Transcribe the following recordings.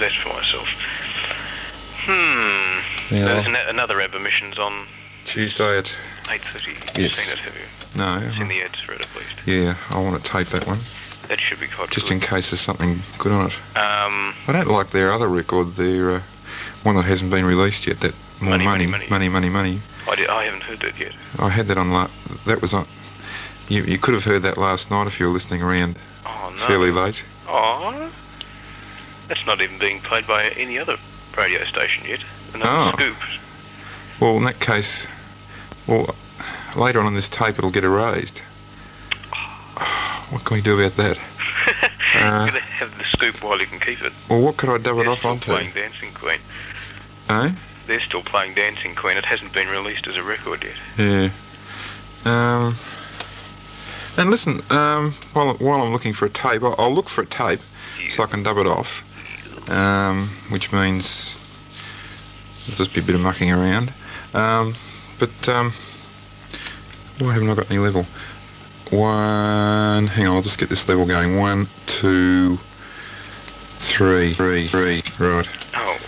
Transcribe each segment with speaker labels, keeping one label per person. Speaker 1: left for myself. Hmm.
Speaker 2: Yeah.
Speaker 1: There's an- another Ebb Emissions on
Speaker 2: Tuesday at
Speaker 1: 8.30.
Speaker 2: Yes. Mm.
Speaker 1: You've seen that, have you?
Speaker 2: no.
Speaker 1: Seen the ads for it, at least.
Speaker 2: Yeah, I want to tape that one
Speaker 1: That should be quite
Speaker 2: just in
Speaker 1: good.
Speaker 2: case there's something good on it.
Speaker 1: Um,
Speaker 2: I don't like their other record, their uh, one that hasn't been released yet. That more
Speaker 1: Money,
Speaker 2: money,
Speaker 1: Money,
Speaker 2: money,
Speaker 1: Money.
Speaker 2: money, money.
Speaker 1: I, did, I haven't heard that yet.
Speaker 2: I had that on. La- that was on. You, you could have heard that last night if you were listening around
Speaker 1: Oh, no.
Speaker 2: fairly late.
Speaker 1: Aw. That's not even being played by any other radio station yet. Another
Speaker 2: Oh.
Speaker 1: scoop.
Speaker 2: Well, in that case, well, later on in this tape it'll get erased. What can we do about that?
Speaker 1: You're
Speaker 2: Uh,
Speaker 1: going to have the scoop while you can keep it.
Speaker 2: Well, what could I dub it
Speaker 1: They're
Speaker 2: off
Speaker 1: still
Speaker 2: onto?
Speaker 1: playing Dancing Queen.
Speaker 2: Eh?
Speaker 1: They're still playing Dancing Queen. It hasn't been released as a record yet.
Speaker 2: Yeah. Um, and listen, um, while, while I'm looking for a tape, I'll, I'll look for a tape so I can dub it off, um, which means it'll just be a bit of mucking around. Um, but um, why haven't I got any level? One, hang on, I'll just get this level going. One, two, three, three, three. Right.
Speaker 1: Oh,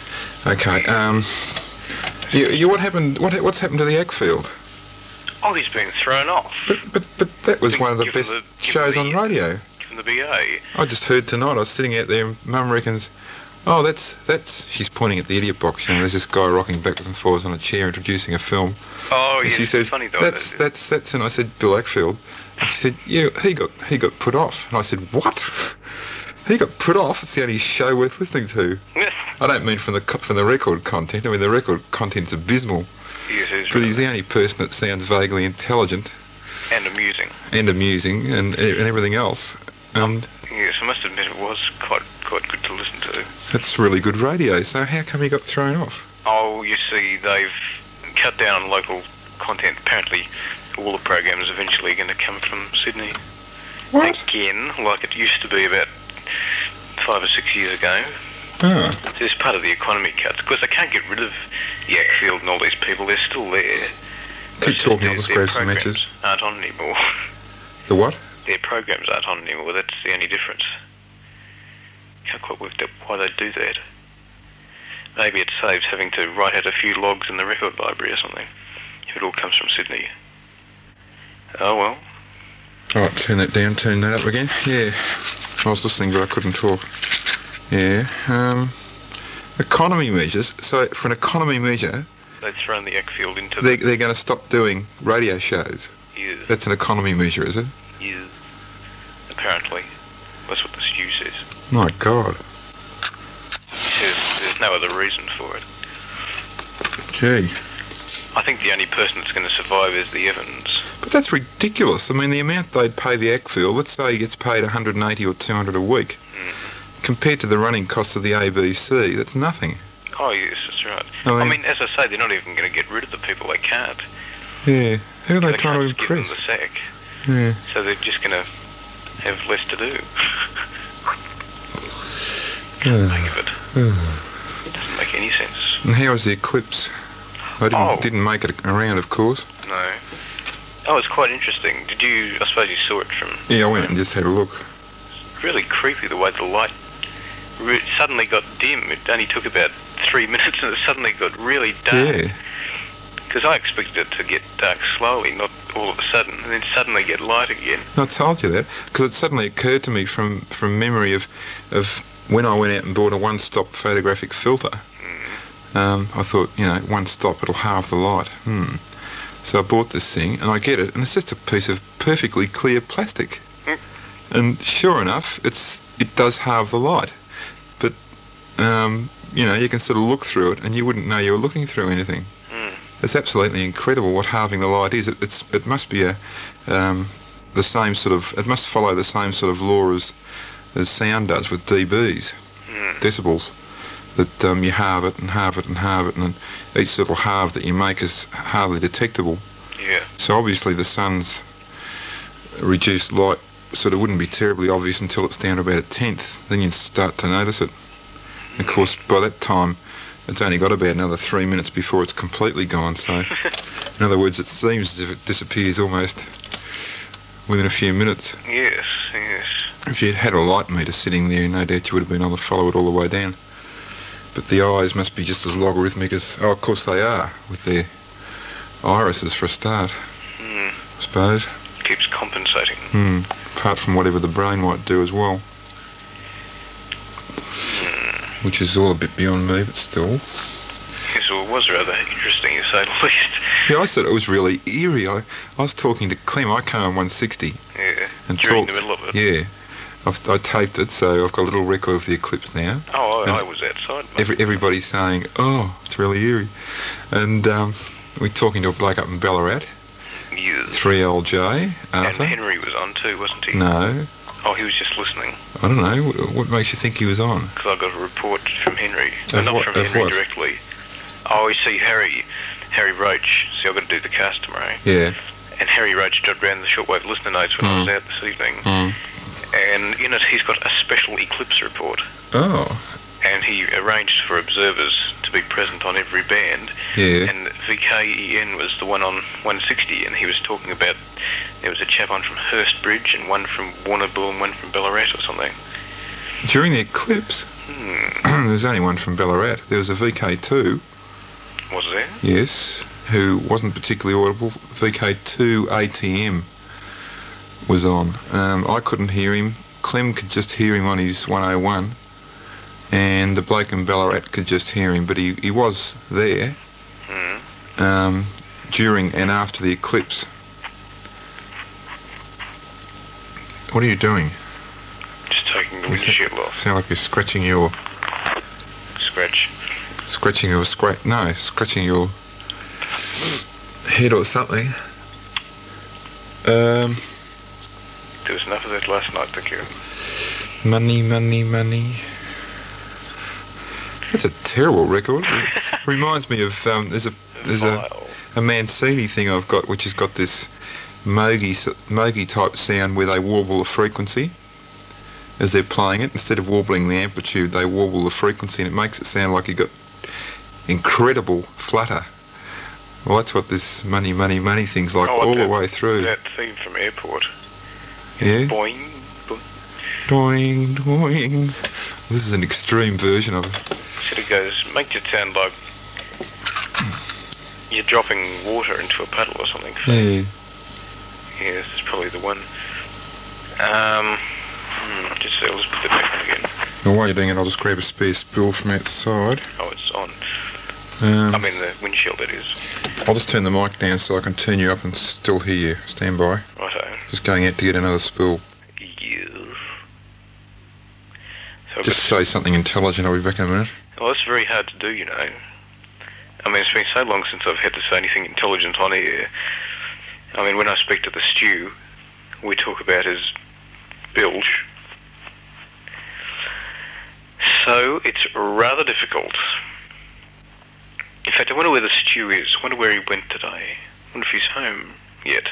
Speaker 2: Okay. Um, you, you, what happened? What, ha- what's happened to the Eggfield?
Speaker 1: oh, he's been thrown off.
Speaker 2: But, but, but that was
Speaker 1: Think
Speaker 2: one of the
Speaker 1: given
Speaker 2: best
Speaker 1: the- given
Speaker 2: shows
Speaker 1: the-
Speaker 2: on radio.
Speaker 1: From the BA.
Speaker 2: I just heard tonight. I was sitting out there. Mum reckons, oh, that's that's. She's pointing at the idiot box. You know, there's this guy rocking backwards and forwards on a chair, introducing a film.
Speaker 1: Oh,
Speaker 2: and
Speaker 1: yes.
Speaker 2: she says,
Speaker 1: funny though.
Speaker 2: that's
Speaker 1: that-
Speaker 2: that's that's. And I said, Bill Eckfield. And she said, yeah, he got he got put off. And I said, what? He got put off. It's the only show worth listening to.
Speaker 1: Yes,
Speaker 2: I don't mean from the co- from the record content. I mean the record content's abysmal.
Speaker 1: yes, it's
Speaker 2: But he's the only person that sounds vaguely intelligent
Speaker 1: and amusing.
Speaker 2: and amusing and, and everything else. Um, And
Speaker 1: Yes, I must admit it was quite quite good to listen to.
Speaker 2: that's really good radio. So how come he got thrown off?
Speaker 1: Oh, you see, they've cut down on local content. Apparently, all the programs eventually going to come from Sydney again, like it used to be about five or six years ago.
Speaker 2: Oh,
Speaker 1: So it's part of the economy cuts. Of course, they can't get rid of Yakfield and all these people. They're still there.
Speaker 2: keep
Speaker 1: It's
Speaker 2: talking. I'll
Speaker 1: their-
Speaker 2: just
Speaker 1: their
Speaker 2: grab some
Speaker 1: programs
Speaker 2: matches.
Speaker 1: Aren't on anymore.
Speaker 2: The what?
Speaker 1: Their programs aren't on anymore. That's the only difference. Can't quite work out why they do that. Maybe it saves having to write out a few logs in the record library or something. If it all comes from Sydney. Oh well.
Speaker 2: All right, turn that down. Turn that up again. Yeah, I was listening, but I couldn't talk. Yeah. Um, economy measures. So for an economy measure,
Speaker 1: They've thrown the Yakfield into
Speaker 2: they
Speaker 1: the.
Speaker 2: they're going to stop doing radio shows.
Speaker 1: Yeah,
Speaker 2: That's an economy measure, is it?
Speaker 1: yeah. Apparently. That's what the stew says.
Speaker 2: My God.
Speaker 1: There's, there's no other reason for it.
Speaker 2: Gee.
Speaker 1: I think the only person that's going to survive is the Evans.
Speaker 2: But that's ridiculous. I mean, the amount they'd pay the ACFIL, let's say he gets paid 180 or 200 a week,
Speaker 1: Mm-hmm.
Speaker 2: compared to the running cost of the ABC, that's nothing.
Speaker 1: Oh yes, that's right.
Speaker 2: I mean-
Speaker 1: I mean, as I say, they're not even going to get rid of the people. They can't.
Speaker 2: Yeah. Who are they
Speaker 1: they
Speaker 2: trying to
Speaker 1: can't just give them
Speaker 2: impress?
Speaker 1: the sack.
Speaker 2: Yeah.
Speaker 1: So they're just going to have less to do.
Speaker 2: Yeah.
Speaker 1: Think of it. Doesn't make any sense.
Speaker 2: And how was the eclipse? I didn't,
Speaker 1: Oh.
Speaker 2: didn't make it around, of course.
Speaker 1: No. Oh, it's quite interesting. Did you? I suppose you saw it from.
Speaker 2: Yeah, I went and just had a look.
Speaker 1: Really creepy the way the light re- suddenly got dim. It only took about three minutes, and it suddenly got really dark.
Speaker 2: Yeah.
Speaker 1: Because I expected it to get dark slowly, not all of a sudden, and then suddenly get light again.
Speaker 2: I told you that because it suddenly occurred to me from, from memory of of when I went out and bought a one stop photographic filter. Um, I thought, you know, one stop, it'll halve the light. Hmm. So I bought this thing and I get it, and it's just a piece of perfectly clear plastic.
Speaker 1: Mm.
Speaker 2: And sure enough, it's it does halve the light, but um, you know, you can sort of look through it, and you wouldn't know you were looking through anything. It's absolutely incredible what halving the light is. It, it's it must be a um, the same sort of it must follow the same sort of law as as sound does with dBs, decibels. That um, you halve it and halve it and halve it, and then each little halve that you make is hardly detectable.
Speaker 1: Yeah.
Speaker 2: So obviously the sun's reduced light sort of wouldn't be terribly obvious until it's down to about a tenth. Then you'd start to notice it. Of course, by that time, it's only got about another three minutes before it's completely gone. So, in other words, it seems as if it disappears almost within a few minutes.
Speaker 1: Yes, yes.
Speaker 2: If you had had a light meter sitting there, no doubt you would have been able to follow it all the way down. But the eyes must be just as logarithmic as. Oh, of course they are, with their irises for a start,
Speaker 1: Mm.
Speaker 2: I suppose.
Speaker 1: Keeps compensating.
Speaker 2: Hmm. Apart from whatever the brain might do as well.
Speaker 1: Hmm.
Speaker 2: Which is all a bit beyond me, but still.
Speaker 1: Yes, well, it was rather interesting, to say the least.
Speaker 2: Yeah, I said it was really eerie. I, I was talking to Clem. I came on 160
Speaker 1: Yeah.
Speaker 2: and
Speaker 1: During
Speaker 2: talked.
Speaker 1: the middle of it.
Speaker 2: Yeah. I've, I taped it, so I've got a little record of the eclipse now.
Speaker 1: Oh,
Speaker 2: And-
Speaker 1: I, I was outside. mate.
Speaker 2: Every, everybody's saying, oh, it's really eerie. And um, we're talking to a bloke up in Ballarat,
Speaker 1: Yes.
Speaker 2: 3LJ,
Speaker 1: And
Speaker 2: Arthur.
Speaker 1: Henry was on too, wasn't he?
Speaker 2: No,
Speaker 1: Oh, he was just listening
Speaker 2: I don't know. What, what makes you think he was on?
Speaker 1: because I got a report from Henry.
Speaker 2: Of
Speaker 1: Well, not
Speaker 2: what-
Speaker 1: from
Speaker 2: of
Speaker 1: Henry
Speaker 2: what?
Speaker 1: directly. Oh, you see, Harry, Harry Roach. See, I've got to do the cast tomorrow.
Speaker 2: Yeah.
Speaker 1: And Harry Roach jotted round the shortwave listener notes when I was
Speaker 2: Mm.
Speaker 1: out this evening.
Speaker 2: Mm.
Speaker 1: And in it, he's got a special eclipse report.
Speaker 2: Oh,
Speaker 1: And he arranged for observers to be present on every band.
Speaker 2: yeah.
Speaker 1: And VKEN was the one on 160, and he was talking about there was a chap on from Hurst Bridge, and one from Warrnambool, and one from Ballarat or something.
Speaker 2: During the eclipse,
Speaker 1: Hmm,
Speaker 2: there was only one from Ballarat. There was a VK2,
Speaker 1: was there?
Speaker 2: yes, who wasn't particularly audible. VK2 ATM was on. Um, I couldn't hear him. Clem could just hear him on his 101, and the bloke in Ballarat could just hear him, but he, he was there
Speaker 1: Hmm.
Speaker 2: um, during and after the eclipse. What are you doing?
Speaker 1: Just taking the
Speaker 2: You sa-
Speaker 1: windshield off.
Speaker 2: Sound like you're scratching your
Speaker 1: Scratch.
Speaker 2: scratching your scratch. No, scratching your head or something. Um,
Speaker 1: There was enough of that last night, thank you.
Speaker 2: money, money, money. That's a terrible record. It reminds me of um, there's a there's a,
Speaker 1: Vile.
Speaker 2: a Mancini thing I've got which has got this mogi s- mogi type sound where they warble a frequency as they're playing it. Instead of warbling the amplitude, they warble the frequency, and it makes it sound like you've got incredible flutter. Well, that's what this money, money, money thing's like
Speaker 1: Oh, what
Speaker 2: all
Speaker 1: the-
Speaker 2: the way through.
Speaker 1: That theme from Airport.
Speaker 2: yeah.
Speaker 1: Boing. boing.
Speaker 2: Doing, doing. This is an extreme version of it.
Speaker 1: Sort of goes, makes it sound like you're dropping water into a puddle or something.
Speaker 2: Yeah.
Speaker 1: Yeah, this is probably the one. Um, hmm, just so let's put it back on again.
Speaker 2: And while you're doing it, I'll just grab a spare spool from outside.
Speaker 1: Oh, it's on.
Speaker 2: Um,
Speaker 1: I mean, the windshield, that is.
Speaker 2: I'll just turn the mic down so I can turn you up and still hear you. Stand by.
Speaker 1: Righto.
Speaker 2: Just going out to get another spool.
Speaker 1: Yes. So I've
Speaker 2: Just say something intelligent. I'll be back in a minute.
Speaker 1: got- well, it's very hard to do, you know. I mean, it's been so long since I've had to say anything intelligent on air. I mean, when I speak to the stew, we talk about his bilge. So it's rather difficult. In fact, I wonder where the stew is. I wonder where he went today. I wonder if he's home yet.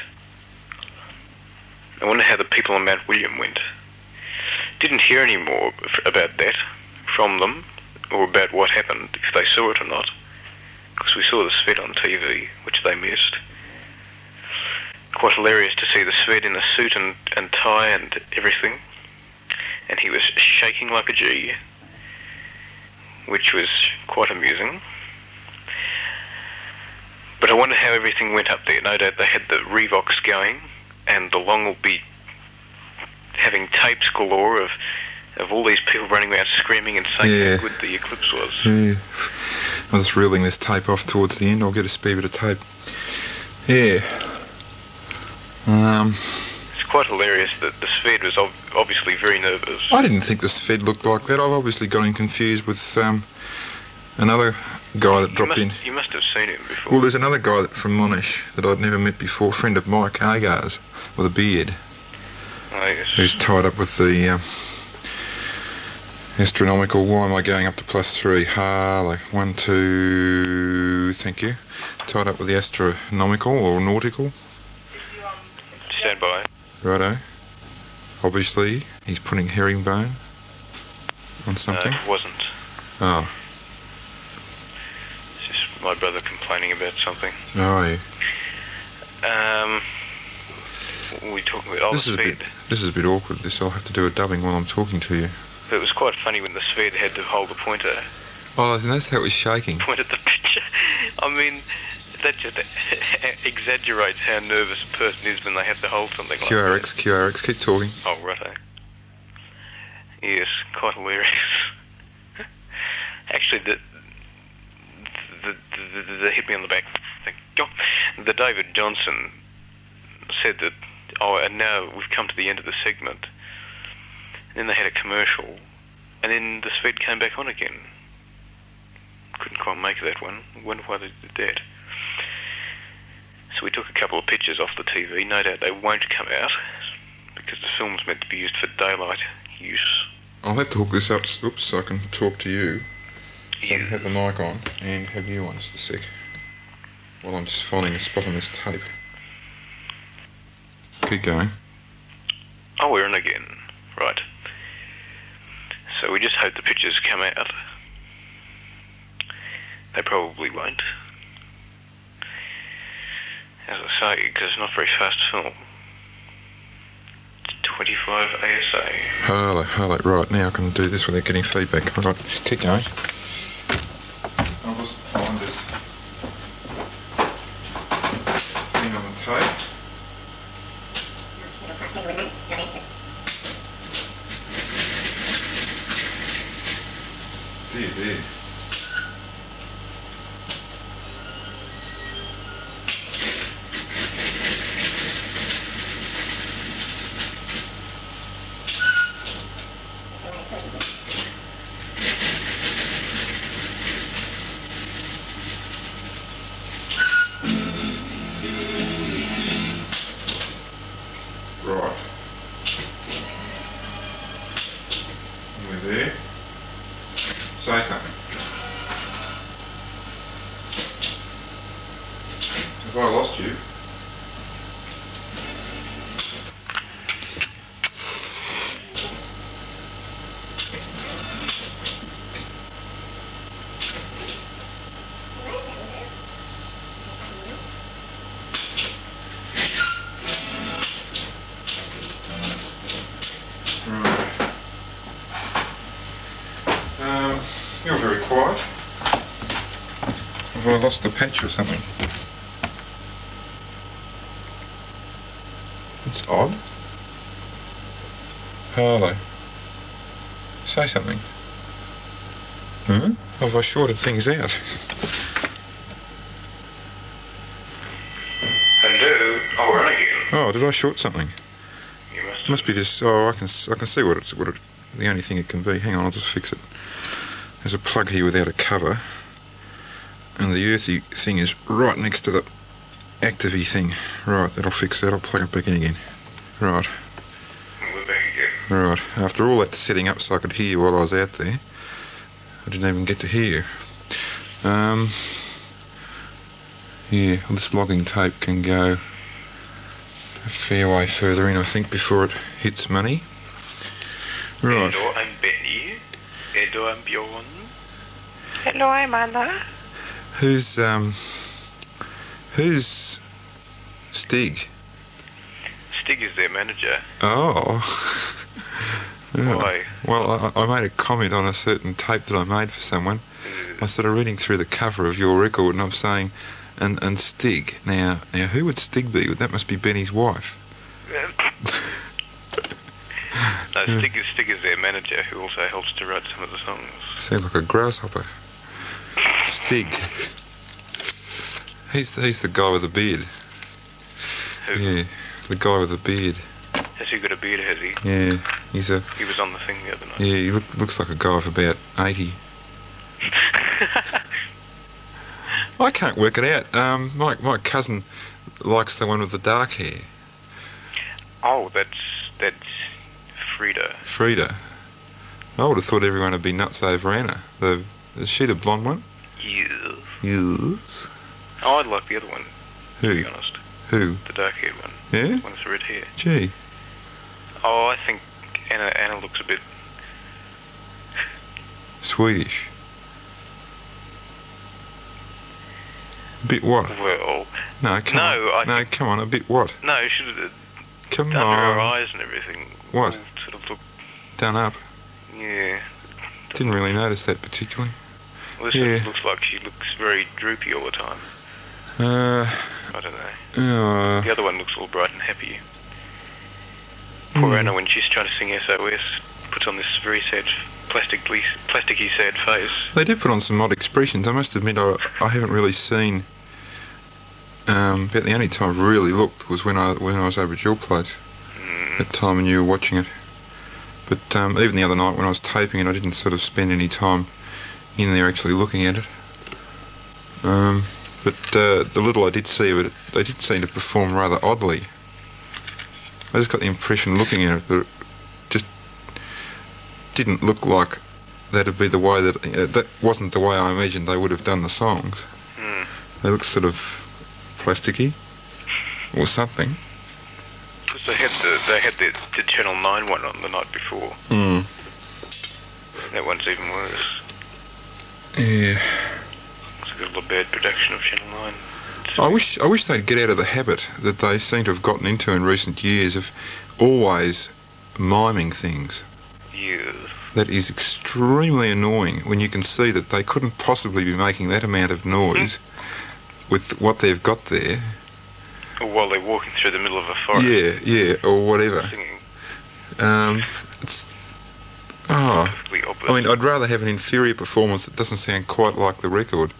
Speaker 1: I wonder how the people on Mount William went. Didn't hear any more f- about that from them, or about what happened, if they saw it or not, because we saw the Sved on TV, which they missed. Quite hilarious to see the Sved in a suit and, and tie and everything, and he was shaking like a G, which was quite amusing. But I wonder how everything went up there. No doubt they had the Revox going, and the Long will be having tapes galore of of all these people running around screaming and saying
Speaker 2: Yeah.
Speaker 1: how good the eclipse was.
Speaker 2: Yeah. I'm just reeling this tape off towards the end. I'll get a spare bit of tape. Yeah. Um,
Speaker 1: It's quite hilarious that the Sved was ob- obviously very nervous.
Speaker 2: I didn't think this fed looked like that. I've obviously got him confused with um, another guy that
Speaker 1: You
Speaker 2: dropped
Speaker 1: must,
Speaker 2: in.
Speaker 1: You must have seen him before.
Speaker 2: Well, there's another guy that, from Monash that I'd never met before, a friend of Mike Agar's, with a beard,
Speaker 1: Oh, yes.
Speaker 2: who's tied up with the um, astronomical. Why am I going up to plus three? Harlow. One, two. Thank you. Tied up with the astronomical or nautical.
Speaker 1: Stand by.
Speaker 2: Righto. Obviously, he's putting herringbone on something.
Speaker 1: No, Uh, it wasn't.
Speaker 2: Oh,
Speaker 1: It's just my brother complaining about something.
Speaker 2: oh, yeah.
Speaker 1: Um, what were we talking about? Oh,
Speaker 2: This
Speaker 1: the
Speaker 2: is a bit.
Speaker 1: Sved.
Speaker 2: This is a bit awkward. This I'll have to do a dubbing while I'm talking to you.
Speaker 1: But It was quite funny when the Sved had to hold the pointer
Speaker 2: Oh, and that's how it was shaking.
Speaker 1: point at the picture. I mean, that just exaggerates how nervous a person is when they have to hold something like that.
Speaker 2: QRX, QRX, keep talking.
Speaker 1: Oh, righto. Yes, quite hilarious. Actually, the the, the, the the hit me on the back. thing. The David Johnson said that. Oh, and now we've come to the end of the segment. And then they had a commercial, and then the speed came back on again. Couldn't quite make that one. Wonder why they did that. So we took a couple of pictures off the TV. No doubt they won't come out because the film's meant to be used for daylight use.
Speaker 2: I'll have to hook this up s- oops, so I can talk to you. So I can
Speaker 1: You-
Speaker 2: have the mic on and have you on just a sec. While I'm just finding a spot on this tape. Keep going.
Speaker 1: Oh, we're in again. Right. So we just hope the pictures come out. They probably won't. As I say, because it's not a very fast film. It's 25 ASA.
Speaker 2: Hello, hello. Right, now I can do this without getting feedback. Right, keep going. I'll just find this thing on the tape. Dear, dear. Right. And we're there. Say something. Have I lost you? Right. Um, you're very quiet. Have I lost the patch or something? It's odd. Hello. Say something. Huh? Have I shorted things out?
Speaker 1: And do. Oh, we're on again.
Speaker 2: Oh, did I short something?
Speaker 1: You must.
Speaker 2: Must be this. Oh, I can s- I can see what it's what it, the only thing it can be. Hang on, I'll just fix it. There's a plug here without a cover, and the earthy thing is right next to the activey thing. Right, that'll fix that. I'll plug it back in again. Right,
Speaker 1: We're back again.
Speaker 2: right. After all that setting up, so I could hear you while I was out there, I didn't even get to hear you. Um. Yeah, well, this logging tape can go a fair way further in, I think, before it hits money. Right.
Speaker 1: Hello, I'm Benny. Hello, I'm Bjorn.
Speaker 3: Hello, I'm Anna.
Speaker 2: Who's um who's Stig?
Speaker 1: Stig is their manager.
Speaker 2: Oh. Yeah.
Speaker 1: Why?
Speaker 2: Well, I, I made a comment on a certain tape that I made for someone. I started reading through the cover of your record, and I'm saying, and and Stig. Now, now, who would Stig be? That must be Benny's wife.
Speaker 1: No, Stig is, Stig is their manager who also helps to write some of the songs.
Speaker 2: Sounds like a grasshopper. Stig. He's he's the guy with the beard.
Speaker 1: Who,
Speaker 2: Yeah, the guy with the beard.
Speaker 1: Has he got a beard, has he?
Speaker 2: Yeah, he's a
Speaker 1: He was on the thing the other night.
Speaker 2: yeah. He look, looks like a guy of about eighty. I can't work it out. Um, my my cousin likes the one with the dark hair,
Speaker 1: Oh, that's that's Frida.
Speaker 2: Frida. I would have thought everyone would be nuts over Anna. The is she the blonde one?
Speaker 1: Yeah.
Speaker 2: Yes.
Speaker 1: Oh, I like the other one, to
Speaker 2: Who?
Speaker 1: be honest.
Speaker 2: Who?
Speaker 1: The dark-haired one.
Speaker 2: Yeah.
Speaker 1: The one with the red hair.
Speaker 2: Gee.
Speaker 1: Oh, I think Anna Anna looks a bit.
Speaker 2: Swedish. A bit what?
Speaker 1: Well,
Speaker 2: No, come
Speaker 1: No,
Speaker 2: on.
Speaker 1: I
Speaker 2: no, come on. A bit what?
Speaker 1: no, she was
Speaker 2: Come
Speaker 1: under her
Speaker 2: on.
Speaker 1: eyes and everything.
Speaker 2: Oh. What?
Speaker 1: all Sort of look.
Speaker 2: Done up.
Speaker 1: Yeah.
Speaker 2: Didn't really notice that particularly.
Speaker 1: Well, this
Speaker 2: Yeah.
Speaker 1: looks like she looks very droopy all the time.
Speaker 2: Uh,
Speaker 1: I don't know.
Speaker 2: uh,
Speaker 1: The other one looks all bright and happy.
Speaker 2: Hmm.
Speaker 1: Poor Anna, when she's trying to sing SOS, puts on this very sad, plastically, plasticky sad face.
Speaker 2: They did put on some odd expressions. I must admit, I, I haven't really seen. Um, but the only time I really looked was when I when I was over at your place. That time when you were watching it. But um, even the other night when I was taping it, I didn't sort of spend any time in there actually looking at it. Um, but uh, the little I did see of it, they did seem to perform rather oddly. I just got the impression looking at it that it just didn't look like that'd be the way that uh, that wasn't the way I imagined they would have done the songs. They looked sort of plasticky or something.
Speaker 1: 'Cause they had the they had the, the Channel Nine one on the night before.
Speaker 2: Mm.
Speaker 1: That one's even worse.
Speaker 2: Yeah.
Speaker 1: It's a little bad production of Channel Nine.
Speaker 2: I wish I wish they'd get out of the habit that they seem to have gotten into in recent years of always miming things.
Speaker 1: Yeah.
Speaker 2: That is extremely annoying when you can see that they couldn't possibly be making that amount of noise with what they've got there.
Speaker 1: Or while they're walking through the middle of a forest.
Speaker 2: Yeah, yeah, or whatever.
Speaker 1: Singing.
Speaker 2: Um, it's oh,
Speaker 1: perfectly obvious.
Speaker 2: I mean, I'd rather have an inferior performance that doesn't sound quite like the record.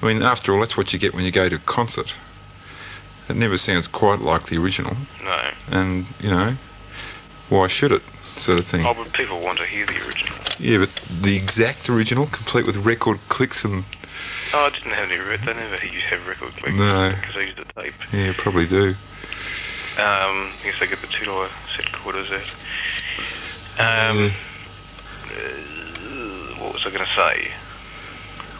Speaker 2: I mean, after all, that's what you get when you go to a concert. It never sounds quite like the original,
Speaker 1: no.
Speaker 2: and you know, why should it? Sort of thing.
Speaker 1: Oh, but people want to hear the original.
Speaker 2: Yeah, but the exact original, complete with record clicks and
Speaker 1: Oh, I didn't have any record. They never used to have record clicks.
Speaker 2: No.
Speaker 1: Because I used the tape.
Speaker 2: yeah, probably do.
Speaker 1: Um, I guess they get the two dollar set quarters out. Um, uh, what was I going to say?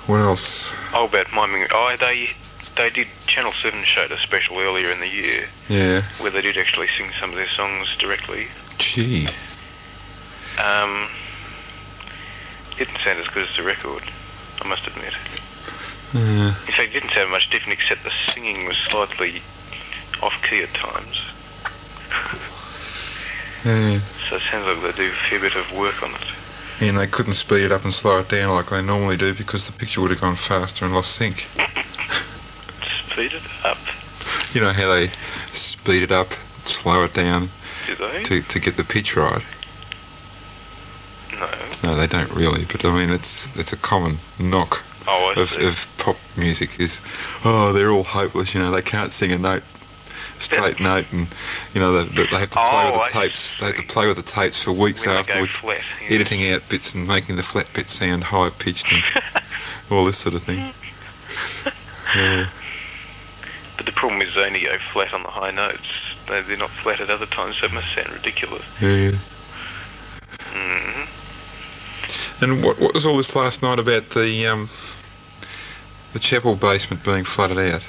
Speaker 2: What else?
Speaker 1: Oh, about miming. Oh, they they did Channel Seven showed a special earlier in the year
Speaker 2: Yeah,
Speaker 1: where they did actually sing some of their songs directly.
Speaker 2: gee,
Speaker 1: Um, didn't sound as good as the record, I must admit.
Speaker 2: uh,
Speaker 1: In fact, it didn't sound much different except the singing was slightly off key at times.
Speaker 2: yeah.
Speaker 1: So it sounds like they do a fair bit of work on it.
Speaker 2: and they couldn't speed it up and slow it down like they normally do because the picture would have gone faster and lost sync.
Speaker 1: Speed it up,
Speaker 2: You know how they speed it up, slow it down
Speaker 1: do they?
Speaker 2: to, to get the pitch right.
Speaker 1: No.
Speaker 2: No, they don't really, but I mean that's that's a common knock
Speaker 1: Oh, I
Speaker 2: of,
Speaker 1: see.
Speaker 2: of pop music is oh they're all hopeless, you know they can't sing a note, straight note, and you know they, they have to play
Speaker 1: Oh,
Speaker 2: with the
Speaker 1: I
Speaker 2: tapes. They have to
Speaker 1: see.
Speaker 2: play with the tapes for weeks
Speaker 1: When they go
Speaker 2: afterwards,
Speaker 1: flat, yeah.
Speaker 2: editing out bits and making the flat bits sound high pitched and all this sort of thing. Yeah.
Speaker 1: But the problem is they only go flat on the high notes. They- They're not flat at other times, so it must sound ridiculous.
Speaker 2: Yeah. Mm-hmm. And what what was all this last night about the um, the chapel basement being flooded out?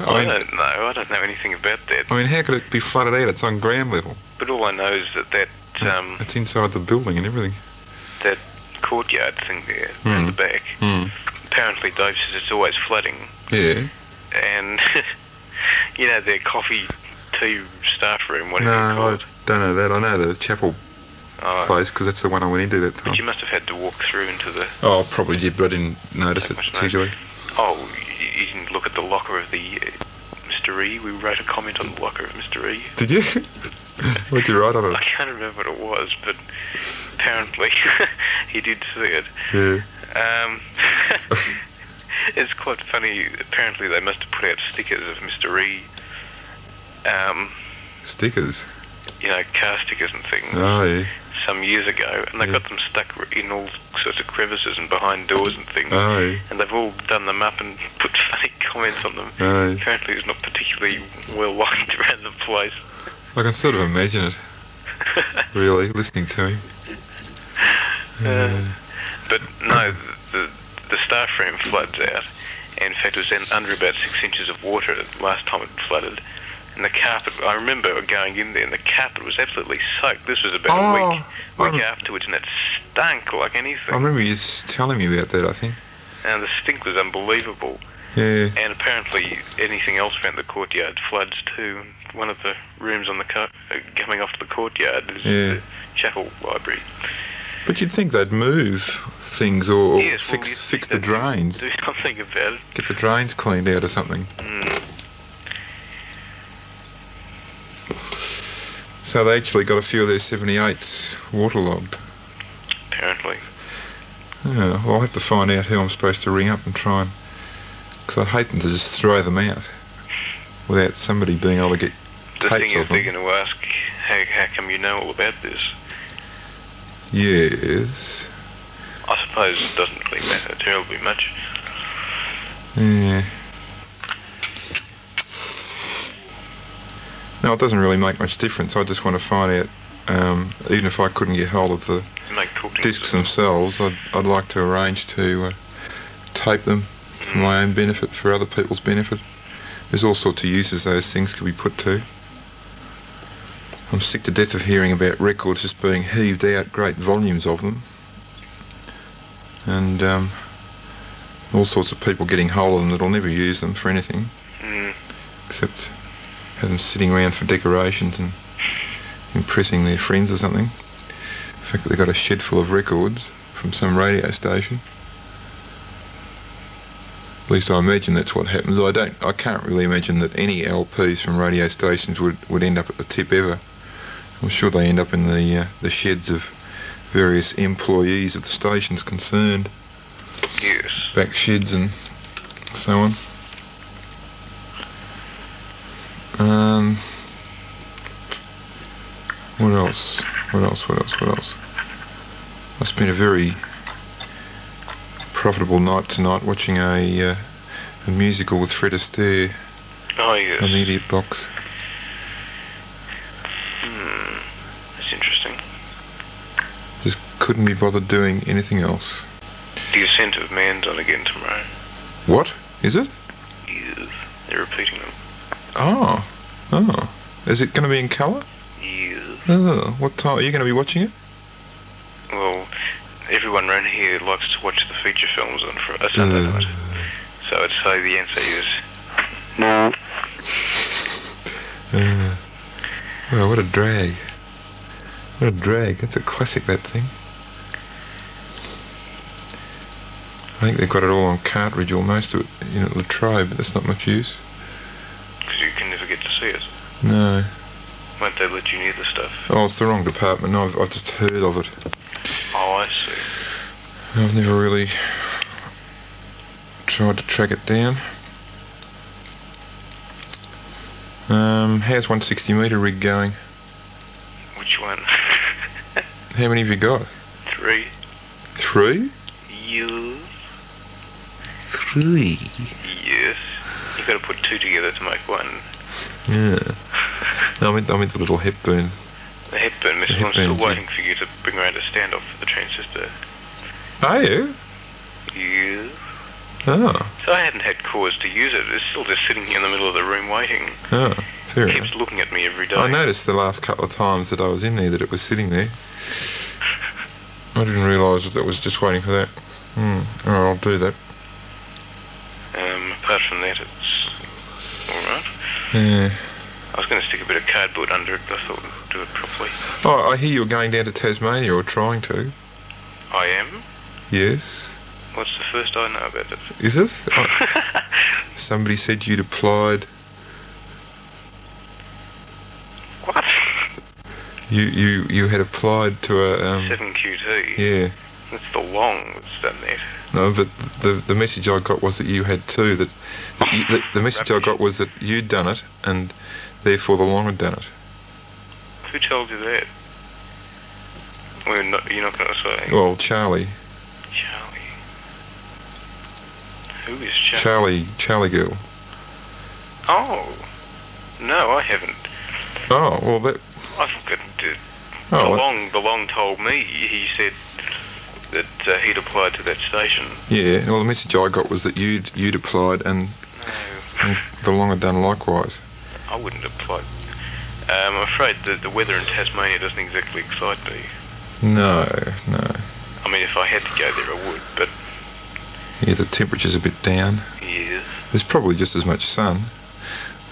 Speaker 2: I
Speaker 1: I
Speaker 2: mean,
Speaker 1: don't know. I don't know anything about that.
Speaker 2: I mean, how could it be flooded out? It's on ground level.
Speaker 1: But all I know is that that um,
Speaker 2: it's inside the building and everything.
Speaker 1: that courtyard thing there in the back.
Speaker 2: Mm.
Speaker 1: Apparently, Dave says it's always flooding,
Speaker 2: Yeah.
Speaker 1: and you know their coffee, tea, staff room,
Speaker 2: No,
Speaker 1: whatever you call
Speaker 2: I
Speaker 1: it.
Speaker 2: don't know that. I know the chapel
Speaker 1: Oh,
Speaker 2: place because that's the one I went into that
Speaker 1: but you
Speaker 2: time.
Speaker 1: must have had to walk through into the.
Speaker 2: Oh, I probably did, but I didn't notice it
Speaker 1: Much nice.
Speaker 2: particularly.
Speaker 1: Oh, you, you didn't look at the locker of the uh, Mr. E. We wrote a comment on the locker of Mr. E.
Speaker 2: Did you? What'd you write on
Speaker 1: I
Speaker 2: it?
Speaker 1: can't remember what it was, but apparently he did see it.
Speaker 2: Yeah.
Speaker 1: Um, it's quite funny. Apparently, they must have put out stickers of Mr. E. Um,
Speaker 2: Stickers.
Speaker 1: you know, car stickers and things
Speaker 2: Oh, yeah.
Speaker 1: some years ago, and they
Speaker 2: Yeah.
Speaker 1: got them stuck in all sorts of crevices and behind doors and things.
Speaker 2: Oh, yeah.
Speaker 1: And they've all done them up and put funny comments on them.
Speaker 2: Oh.
Speaker 1: Apparently, it's not particularly well liked around the place.
Speaker 2: I can sort of imagine it, really, listening to him.
Speaker 1: Uh, But no, the, the, the staff room floods out. And in fact, it was in under about six inches of water last time it flooded. And the carpet, I remember going in there and the carpet was absolutely soaked. This was about
Speaker 2: Oh,
Speaker 1: a week,
Speaker 2: I
Speaker 1: week
Speaker 2: rem-
Speaker 1: afterwards, and it stunk like anything.
Speaker 2: I remember you s- telling me about that, I think.
Speaker 1: and the stink was unbelievable.
Speaker 2: Yeah.
Speaker 1: And apparently, anything else around the courtyard floods too. One of the rooms on the car- uh, coming off the courtyard is
Speaker 2: Yeah.
Speaker 1: the chapel library.
Speaker 2: But you'd think they'd move things or, or
Speaker 1: Yes, well,
Speaker 2: fix
Speaker 1: you'd
Speaker 2: fix
Speaker 1: think
Speaker 2: the
Speaker 1: they'd
Speaker 2: drains,
Speaker 1: Do something about it.
Speaker 2: get the drains cleaned out or something.
Speaker 1: Hmm.
Speaker 2: So they actually got a few of their 78s waterlogged.
Speaker 1: Apparently,
Speaker 2: Yeah, well, I'll have to find out who I'm supposed to ring up and try and. Because I'd hate them to just throw them out without somebody being able to get
Speaker 1: the
Speaker 2: tapes
Speaker 1: thing
Speaker 2: of
Speaker 1: is, they're
Speaker 2: them.
Speaker 1: going to ask, how, "How come you know all about this?"
Speaker 2: Yes.
Speaker 1: I suppose it doesn't really matter terribly much.
Speaker 2: Yeah. No, it doesn't really make much difference. I just want to find out, um, even if I couldn't get hold of the
Speaker 1: Make talking
Speaker 2: discs themselves, I'd, I'd like to arrange to uh, tape them for my own benefit, for other people's benefit. There's all sorts of uses those things could be put to. I'm sick to death of hearing about records just being heaved out, great volumes of them, and um, all sorts of people getting hold of them that'll never use them for anything,
Speaker 1: Mm,
Speaker 2: except have them sitting around for decorations and impressing their friends or something. In fact, they've got a shed full of records from some radio station. At least I imagine that's what happens. I don't. I can't really imagine that any LPs from radio stations would, would end up at the tip ever. I'm sure they end up in the uh, the sheds of various employees of the stations concerned,
Speaker 1: yes.
Speaker 2: back sheds and so on. Um, what else? What else? What else? What else? I spent a very profitable night tonight watching a, uh, a musical with Fred Astaire
Speaker 1: Oh, yes.
Speaker 2: on the Idiot Box.
Speaker 1: That's interesting.
Speaker 2: Just couldn't be bothered doing anything else.
Speaker 1: The Ascent of Man's on again tomorrow.
Speaker 2: What is it?
Speaker 1: Yes. They're repeating them.
Speaker 2: Oh, oh. Is it going to be in colour?
Speaker 1: Yes.
Speaker 2: Oh, what time are you going to be watching it?
Speaker 1: Well, everyone around here likes to watch the feature films on fr- a
Speaker 2: Uh.
Speaker 1: Sunday night. So I'd say the answer is no.
Speaker 2: Uh, well, what a drag. What a drag. That's a classic, that thing. I think they've got it all on cartridge, or most of it, you know, La Trobe, but that's not much use.
Speaker 1: Because you can never get to see it.
Speaker 2: No.
Speaker 1: Won't they let you near the stuff?
Speaker 2: Oh, it's the wrong department. I've, I've just heard of it.
Speaker 1: Oh, I see.
Speaker 2: I've never really tried to track it down. Um, how's 160 metre rig going?
Speaker 1: Which one?
Speaker 2: How many have you got?
Speaker 1: Three.
Speaker 2: Three?
Speaker 1: You.
Speaker 2: Three?
Speaker 1: Yes. You've got to put two together to make one.
Speaker 2: Yeah. No, I meant, I meant the little Hepburn.
Speaker 1: The Hepburn missile. I'm
Speaker 2: Hepburn,
Speaker 1: still
Speaker 2: yeah.
Speaker 1: waiting for you to bring around a standoff for the transistor.
Speaker 2: Are you?
Speaker 1: Yes.
Speaker 2: Oh,
Speaker 1: So I hadn't had cause to use it. It's still just sitting here in the middle of the room waiting.
Speaker 2: oh, fair
Speaker 1: It
Speaker 2: enough.
Speaker 1: keeps looking at me every day.
Speaker 2: I noticed the last couple of times that I was in there that it was sitting there. I didn't realise that it was just waiting for that. Hmm. Oh, I'll do that.
Speaker 1: Um, apart from that, it's all right.
Speaker 2: Yeah.
Speaker 1: I was going to stick a bit of cardboard under it, but I thought I'd do it properly.
Speaker 2: Oh, I hear you're going down to Tasmania or trying to.
Speaker 1: I am.
Speaker 2: Yes.
Speaker 1: What's the first I know about it?
Speaker 2: Is it? Oh. Somebody said you'd applied.
Speaker 1: What?
Speaker 2: You you you had applied to a. Um,
Speaker 1: Seven QT.
Speaker 2: yeah.
Speaker 1: That's the long that's done that.
Speaker 2: No, but the the message I got was that you had too. That, that you, the, the message I got was that you'd done it, and therefore the long had done it.
Speaker 1: Who told you that? Well, not, you're not going to say.
Speaker 2: Well, Charlie,
Speaker 1: Charlie. Who is Charlie?
Speaker 2: Charlie, Charlie girl.
Speaker 1: oh. No, I haven't.
Speaker 2: Oh well, that.
Speaker 1: I've got to.
Speaker 2: Oh,
Speaker 1: the
Speaker 2: well,
Speaker 1: long, the long told me. He said that uh, he'd applied to that station.
Speaker 2: yeah. Well, the message I got was that you'd you'd applied, and, and the long had done likewise.
Speaker 1: I wouldn't apply. Um, I'm afraid that the weather in Tasmania doesn't exactly excite me.
Speaker 2: No, no.
Speaker 1: I mean, if I had to go there, I would. But
Speaker 2: Yeah, the temperature's a bit down.
Speaker 1: yeah,
Speaker 2: There's probably just as much sun,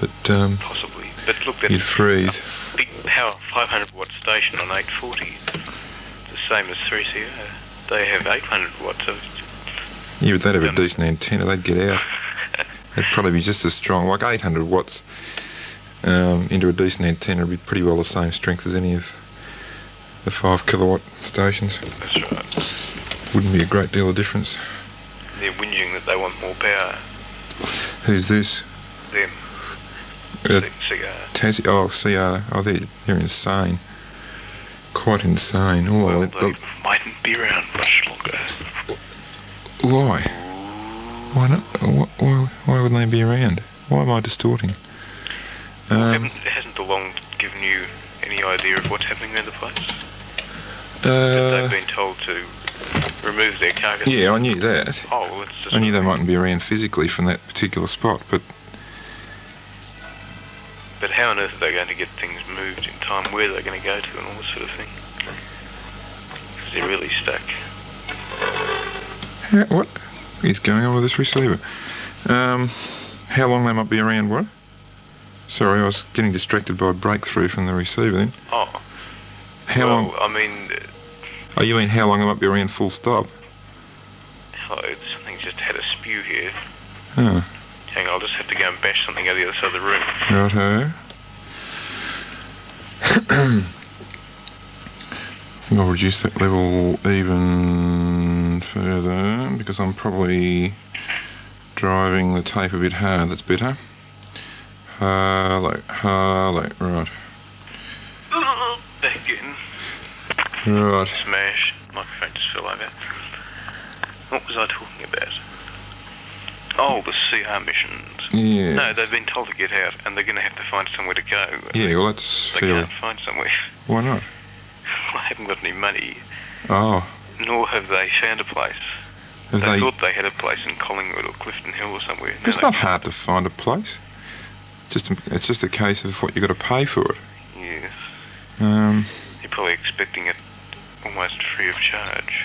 Speaker 2: but um,
Speaker 1: possibly. But look,
Speaker 2: you'd
Speaker 1: that's
Speaker 2: freeze.
Speaker 1: a big power, 500 watt station on 840. It's a same as 3CR. They have 800 watts of.
Speaker 2: Yeah, but they'd have
Speaker 1: Um,
Speaker 2: a decent antenna. They'd get out. It'd probably be just as strong. Like 800 watts um, into a decent antenna would be pretty well the same strength as any of the 5 kilowatt stations.
Speaker 1: That's right.
Speaker 2: Wouldn't be a great deal of difference.
Speaker 1: They're whinging that they want more power.
Speaker 2: Who's this?
Speaker 1: Them.
Speaker 2: Uh,
Speaker 1: Cigar.
Speaker 2: Tassie? Oh, CR. Oh, they're, they're insane. Quite insane. Oh,
Speaker 1: Well,
Speaker 2: they-
Speaker 1: they
Speaker 2: they-
Speaker 1: mightn't be around much longer.
Speaker 2: why? Why not? Why, why, why wouldn't they be around? Why am I distorting? Um,
Speaker 1: Haven't, hasn't the long given you any idea of what's happening around the place?
Speaker 2: uh,
Speaker 1: They've been told to remove their carcass.
Speaker 2: yeah, I knew that.
Speaker 1: Oh, well, it's just.
Speaker 2: I knew they mightn't be around physically from that particular spot, but
Speaker 1: But how on earth are they going to get things moved in time? Where are they going to go to and all this sort of thing? 'Cause they're really stuck.
Speaker 2: yeah, what is going on with this receiver? Um, how long they might be around? What? Sorry, I was getting distracted by a breakthrough from the receiver. Then
Speaker 1: Oh,
Speaker 2: how
Speaker 1: well,
Speaker 2: long?
Speaker 1: I mean, uh,
Speaker 2: Oh, you mean how long they might be around? Full stop.
Speaker 1: oh, something just had a spew here.
Speaker 2: Oh,
Speaker 1: Hang on, I'll just have to go and bash something out the other side of the room.
Speaker 2: righto. I think I'll reduce that level even further because I'm probably driving the tape a bit hard. That's better. Hello, hello, right,
Speaker 1: Mm-hmm. Back in.
Speaker 2: right.
Speaker 1: Smash. Microphone just fell over. What was I talking about? Oh, the CR missions.
Speaker 2: Yeah.
Speaker 1: No, they've been told to get out, and they're going to have to find somewhere to go.
Speaker 2: Yeah, well, that's
Speaker 1: They
Speaker 2: fairly.
Speaker 1: can't find somewhere.
Speaker 2: Why not?
Speaker 1: I haven't got any money,
Speaker 2: Oh,
Speaker 1: nor have they found a place.
Speaker 2: have
Speaker 1: They,
Speaker 2: they?
Speaker 1: thought they had a place in Collingwood or Clifton Hill or somewhere. No,
Speaker 2: It's
Speaker 1: they
Speaker 2: not
Speaker 1: can't.
Speaker 2: hard to find a place. It's just a, it's just a case of what you got to pay for it.
Speaker 1: Yes.
Speaker 2: Um,
Speaker 1: You're probably expecting it almost free of charge.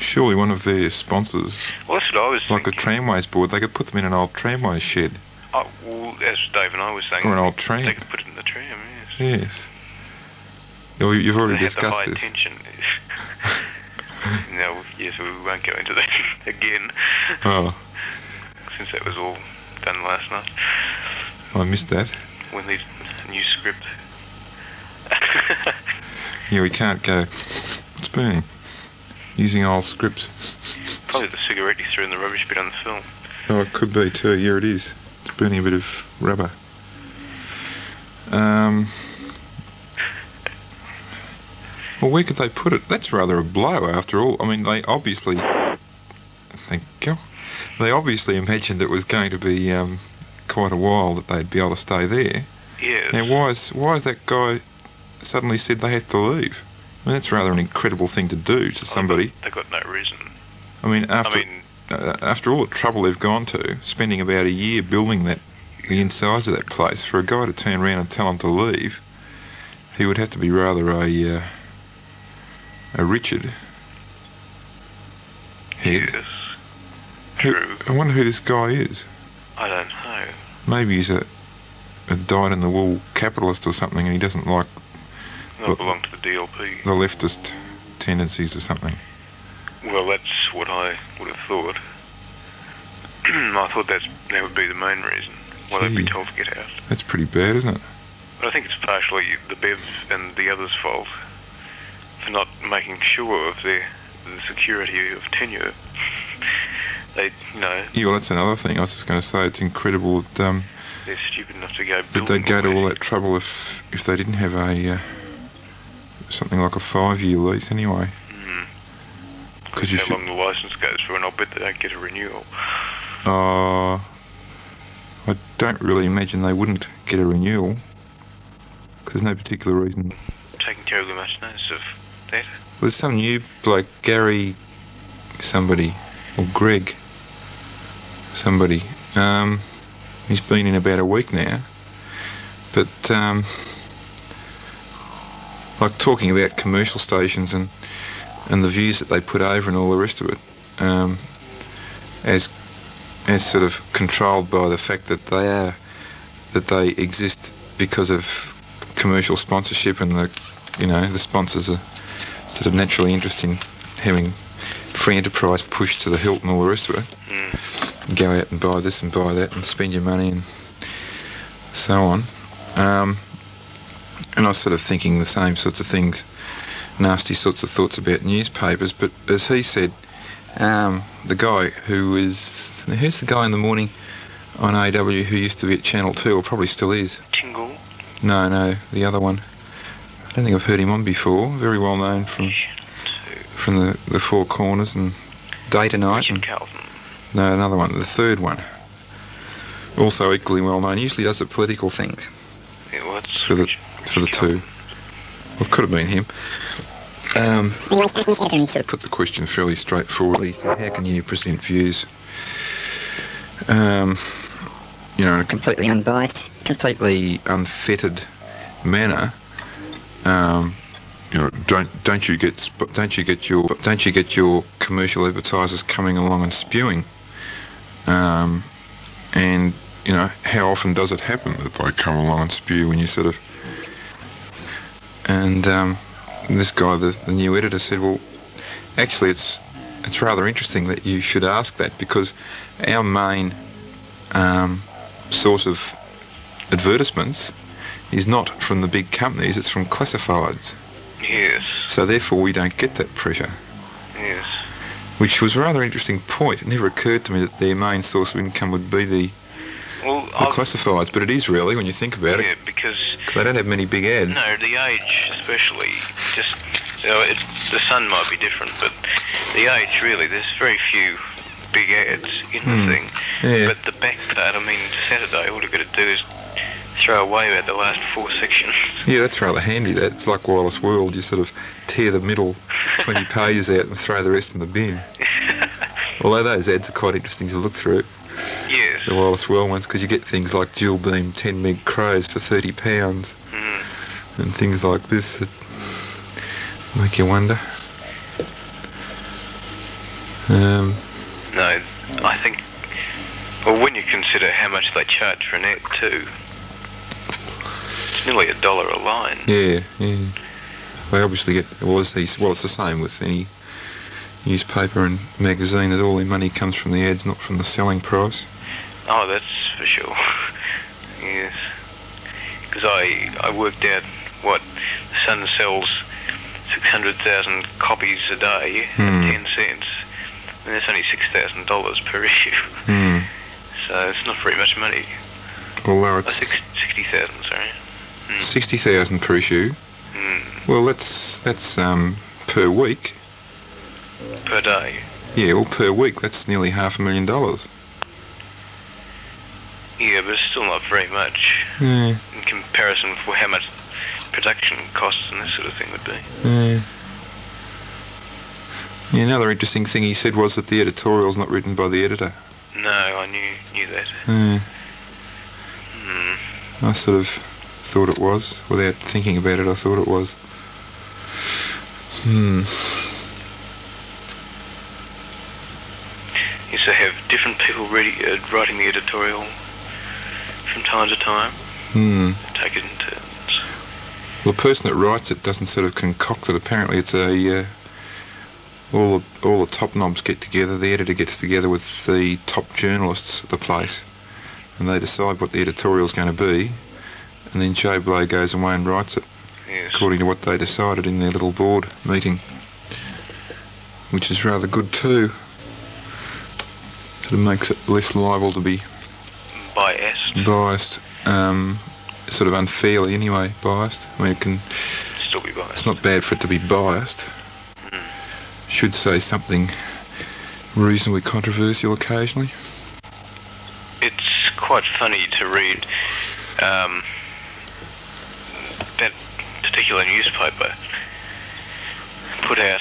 Speaker 2: surely one of their sponsors,
Speaker 1: Well, that's what I was
Speaker 2: like the
Speaker 1: thinking.
Speaker 2: tramways board, they could put them in an old tramway shed
Speaker 1: Oh, well, as Dave and I were saying,
Speaker 2: or an old
Speaker 1: they
Speaker 2: tram.
Speaker 1: could put it in the tram, yes.
Speaker 2: Yes. Oh, You- You've already
Speaker 1: They have the
Speaker 2: discussed
Speaker 1: high
Speaker 2: this.
Speaker 1: tension. no, yes, we won't go into that again,
Speaker 2: Oh,
Speaker 1: since that was all done last night
Speaker 2: I missed that.
Speaker 1: when the new script.
Speaker 2: Yeah, we can't go. What's been using old scripts?
Speaker 1: Probably the cigarette you threw in the rubbish bin on the film.
Speaker 2: Oh, it could be too. Yeah, it is. It's burning a bit of rubber. Um. Well, where could they put it? That's rather a blow, after all. I mean, they obviously. Thank you. They obviously imagined it was going to be um, quite a while that they'd be able to stay there.
Speaker 1: Yes.
Speaker 2: Now, why is why is that guy suddenly said they have to leave? I mean, that's rather an incredible thing to do to somebody.
Speaker 1: They got no reason.
Speaker 2: I mean, after
Speaker 1: I mean,
Speaker 2: uh, after all the trouble they've gone to, spending about a year building that the insides of that place, for a guy to turn around and tell him to leave, he would have to be rather a uh, a Richard head.
Speaker 1: yes.
Speaker 2: Who-
Speaker 1: True.
Speaker 2: I wonder who this guy is.
Speaker 1: I don't know.
Speaker 2: Maybe he's a, a dyed-in-the-wool capitalist or something, and he doesn't like
Speaker 1: Not
Speaker 2: Look.
Speaker 1: belong to the DLP.
Speaker 2: the leftist tendencies or something.
Speaker 1: Well, that's what I would have thought. I thought that's, that would be the main reason why they'd be
Speaker 2: Gee.
Speaker 1: told to get out.
Speaker 2: That's pretty bad, isn't it?
Speaker 1: But I think it's partially the Bev and the others' fault for not making sure of their the security of tenure. They, you know,
Speaker 2: Yeah, well, that's another thing. I was just going to say it's incredible that um,
Speaker 1: they're stupid enough to go.
Speaker 2: Did they
Speaker 1: building
Speaker 2: go to all
Speaker 1: away.
Speaker 2: that trouble if if they didn't have a uh, something like a five year lease anyway? Because you
Speaker 1: how
Speaker 2: should.
Speaker 1: long the license goes for, and I'll bet they don't get a renewal.
Speaker 2: Uh, I don't really imagine they wouldn't get a renewal. 'Cause there's no particular reason.
Speaker 1: Taking terribly much notice of that.
Speaker 2: There's some new bloke, Gary, somebody, or Greg, somebody. Um, he's been in about a week now, but um, like talking about commercial stations and and the views that they put over and all the rest of it, um, as as sort of controlled by the fact that they are that they exist because of commercial sponsorship and the you know the sponsors are sort of naturally interesting having free enterprise pushed to the hilt and all the rest of it. Go out and buy this and buy that and spend your money and so on. Um, and I was sort of thinking the same sorts of things, nasty sorts of thoughts about newspapers. But as he said, um, the guy who was who's the guy in the morning on AW who used to be at Channel Two, or probably still is.
Speaker 1: Tingle.
Speaker 2: No, no, the other one. I don't think I've heard him on before. Very well known from from the, the Four Corners and Data Night.
Speaker 1: Richard
Speaker 2: And,
Speaker 1: Carlton.
Speaker 2: no, another one, the third one. Also equally well known. Usually does the political things
Speaker 1: Yeah, well, that's
Speaker 2: for the
Speaker 1: Richard-
Speaker 2: for the
Speaker 1: Richard Carlton.
Speaker 2: two. Well, it could have been him. Um,
Speaker 4: Yes.
Speaker 2: put the question fairly straightforwardly. So how can you present views? Um, you know, in a
Speaker 4: Completely unbiased.
Speaker 2: completely unfettered manner. Um, you know, don't don't you get sp- don't you get your don't you get your commercial advertisers coming along and spewing? Um, and you know, how often does it happen that they come along and spew when you sort of? And um, this guy, the, the new editor, said, "Well, actually, it's it's rather interesting that you should ask that because our main um, source of advertisements is not from the big companies, it's from classifieds.
Speaker 1: Yes,
Speaker 2: So therefore we don't get that pressure.
Speaker 1: yes.
Speaker 2: Which was a rather interesting point. It never occurred to me that their main source of income would be the,
Speaker 1: Well,
Speaker 2: the
Speaker 1: I've,
Speaker 2: classifieds, but it is really when you think about
Speaker 1: Oh. yeah,
Speaker 2: it,
Speaker 1: because
Speaker 2: because they don't have many big ads.
Speaker 1: No, the age, especially, just you know, it, the sun might be different, but the age really, there's very few big ads in the thing.
Speaker 2: Yeah.
Speaker 1: But the back part, I mean, Saturday, all you've got to do is throw away about the last four sections.
Speaker 2: Yeah, that's rather handy. That it's like Wireless World. You sort of tear the middle 20 pages out and throw the rest in the bin. Although those ads are quite interesting to look through.
Speaker 1: Yes.
Speaker 2: the wireless well ones because you get things like dual beam 10 meg crows for 30 pounds and things like this that make you wonder um,
Speaker 1: No, I think. Well, when you consider how much they charge for an ad, too, it's nearly a dollar a line.
Speaker 2: yeah yeah they obviously get well it's, these, well it's the same with any newspaper and magazine that all their money comes from the ads not from the selling price
Speaker 1: Oh, that's for sure. yes. Because I, I worked out what the Sun sells 600,000 copies a day
Speaker 2: Hmm.
Speaker 1: at 10 cents, and that's only $6,000 per issue.
Speaker 2: Hmm.
Speaker 1: So it's not very much money.
Speaker 2: although
Speaker 1: Oh,
Speaker 2: it's
Speaker 1: six, 60,000, sorry.
Speaker 2: 60,000 per issue
Speaker 1: Mm,
Speaker 2: well that's that's um, per week
Speaker 1: per day.
Speaker 2: yeah well per week that's nearly half a million dollars
Speaker 1: Yeah, but it's still not very much
Speaker 2: yeah
Speaker 1: in comparison for how much production costs and this sort of thing would be.
Speaker 2: Yeah. Yeah, Another interesting thing he said was that the editorial's not written by the editor.
Speaker 1: No, I knew knew that.
Speaker 2: Yeah,
Speaker 1: Mm.
Speaker 2: I sort of thought it was. Without thinking about it, I thought it was. Hmm.
Speaker 1: used to have different people ready, uh, writing the editorial from time to time.
Speaker 2: Hmm.
Speaker 1: Take it in turns.
Speaker 2: Well, the person that writes it doesn't sort of concoct it. Apparently, it's a uh, all the, all the top knobs get together. The editor gets together with the top journalists at the place, and they decide what the editorial's going to be. And then Joe Blow goes away and writes it.
Speaker 1: Yes.
Speaker 2: according to what they decided in their little board meeting, which is rather good too. Sort of makes it less liable to be
Speaker 1: Biased.
Speaker 2: Mm. biased, um, sort of unfairly anyway. Biased. I mean, it can.
Speaker 1: Still be biased.
Speaker 2: It's not bad for it to be biased. Should say something reasonably controversial occasionally.
Speaker 1: It's quite funny to read um, that particular newspaper put out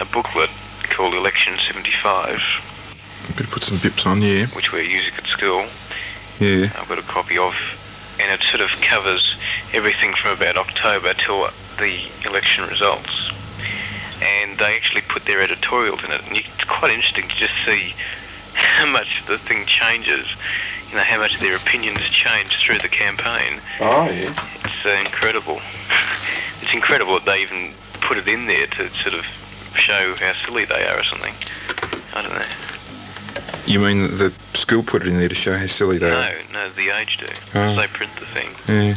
Speaker 1: a booklet called Election 75,
Speaker 2: Better put some bips on. Yeah.
Speaker 1: which we're using at school.
Speaker 2: Yeah.
Speaker 1: I've got a copy of, and it sort of covers everything from about October till the election results. And they actually put their editorials in it, and you, it's quite interesting to just see how much the thing changes. You know how much their opinions change through the campaign.
Speaker 2: Oh yeah.
Speaker 1: It's uh, incredible. it's incredible that they even put it in there to sort of show how silly they are or something. I don't know.
Speaker 2: You mean that the school put it in there to show how silly they are?
Speaker 1: No, no, the age do. 'cause
Speaker 2: Oh.
Speaker 1: They print the thing.
Speaker 2: Yeah.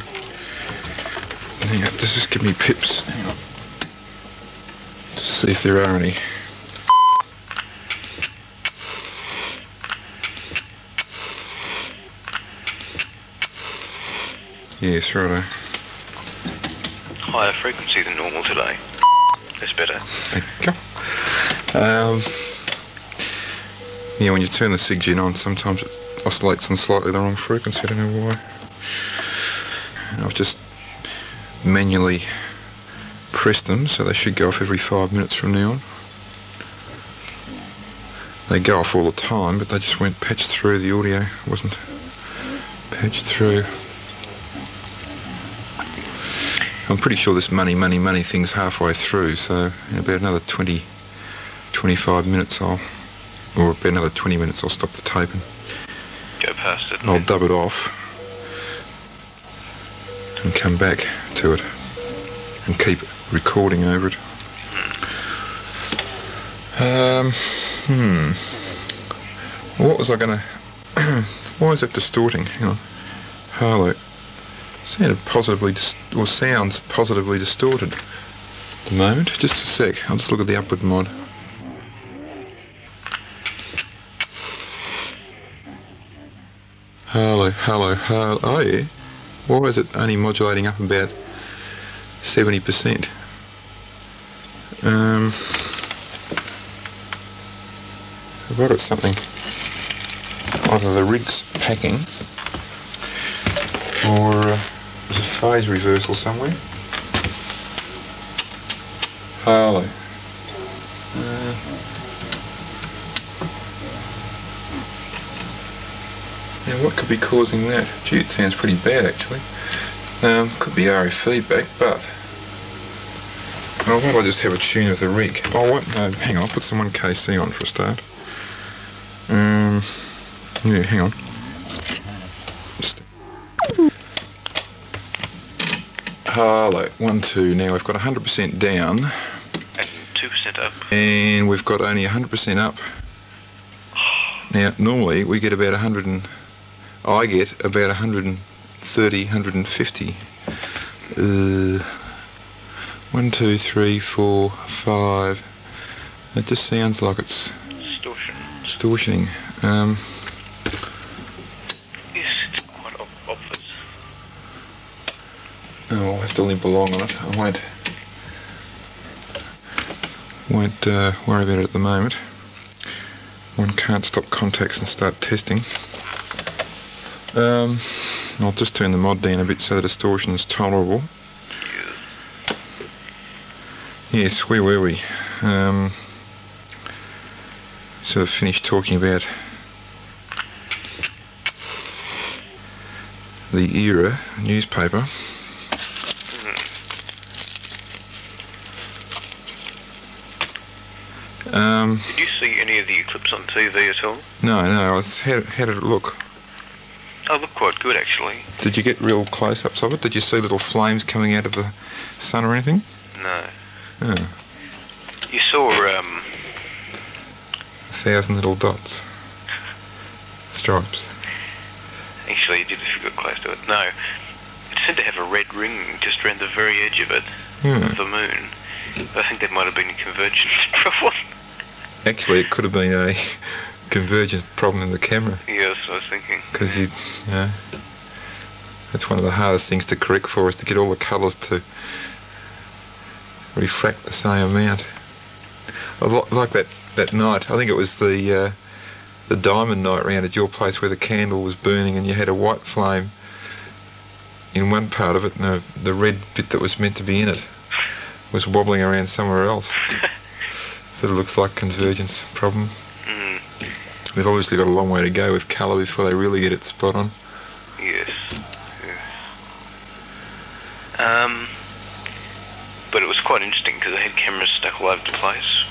Speaker 2: Hang on, just, just give me pips. Hang on. Just see if there are any. Yes, righto.
Speaker 1: Higher frequency than normal today. That's better.
Speaker 2: Thank you. Um, yeah, when you turn the SIG gen on, sometimes it oscillates on slightly the wrong frequency. I don't know why. And I've just manually pressed them, so they should go off every five minutes from now on. They go off all the time, but they just went patched through. The audio wasn't patched through. I'm pretty sure this money, money, money thing's halfway through, so in about another 20, 25 minutes I'll, or about another 20 minutes I'll stop the tape and
Speaker 1: Go past it.
Speaker 2: I'll dub it off and come back to it and keep recording over it. Um, hmm. What was I going to... Why is that distorting? Hang on. Hello. Sounded positively, dis- or sounds positively distorted at the moment. Just a sec. I'll just look at the upward mod. Hello, hello, hello. Oh, yeah. Why is it only modulating up about 70%? Um, I've got it something. Either the rig's packing, or uh, there's a phase reversal somewhere. Hello. Uh, Now, what could be causing that? Gee, it sounds pretty bad actually. Um, could be RF feedback, but. Oh, why don't I just have a tune of the rig? Oh, what? No, hang on, I'll put some 1KC on for a start. Um, yeah, hang on. Just- Hello, one, two. Now we've got 100% down,
Speaker 1: And 2% up.
Speaker 2: and we've got only 100% up. Now, normally we get about 100 and I get about 130, 150. Uh, one, two, three, four, five. It just sounds like it's
Speaker 1: Distortion.
Speaker 2: distorting. Um,
Speaker 1: Yes, it's quite ob- obvious.
Speaker 2: oh, I'll have to limp along on it. I won't, won't uh, worry about it at the moment. One can't stop contacts and start testing. Um, I'll just turn the mod down a bit so the distortion is tolerable. Yes, where were we? Um, sort of finished talking about the era newspaper. Um,
Speaker 1: Did you see any of the clips on TV at all?
Speaker 2: no, no, I was, how, how did it look?
Speaker 1: Oh, look quite good actually.
Speaker 2: Did you get real close ups of it? Did you see little flames coming out of the sun or anything?
Speaker 1: No.
Speaker 2: Oh,
Speaker 1: You saw, um,
Speaker 2: a thousand little dots. Stripes.
Speaker 1: actually, you did if you got close to it. No. It seemed to have a red ring just around the very edge of it,
Speaker 2: Hmm.
Speaker 1: the moon. I think that might have been a convergence problem.
Speaker 2: Actually, it could have been a convergent problem in the camera
Speaker 1: yeah, that's what I was thinking.
Speaker 2: because you, you know, that's one of the hardest things to correct for is to get all the colours to refract the same amount. I li- like that, that night. I think it was the uh, the diamond night round at your place where the candle was burning and you had a white flame in one part of it and the, the red bit that was meant to be in it was wobbling around somewhere else. sort of looks like convergence problem.
Speaker 1: Mm,
Speaker 2: We've obviously got a long way to go with colour before they really get it spot on.
Speaker 1: yes. yes. Um, but it was quite interesting because they had cameras stuck all over the place.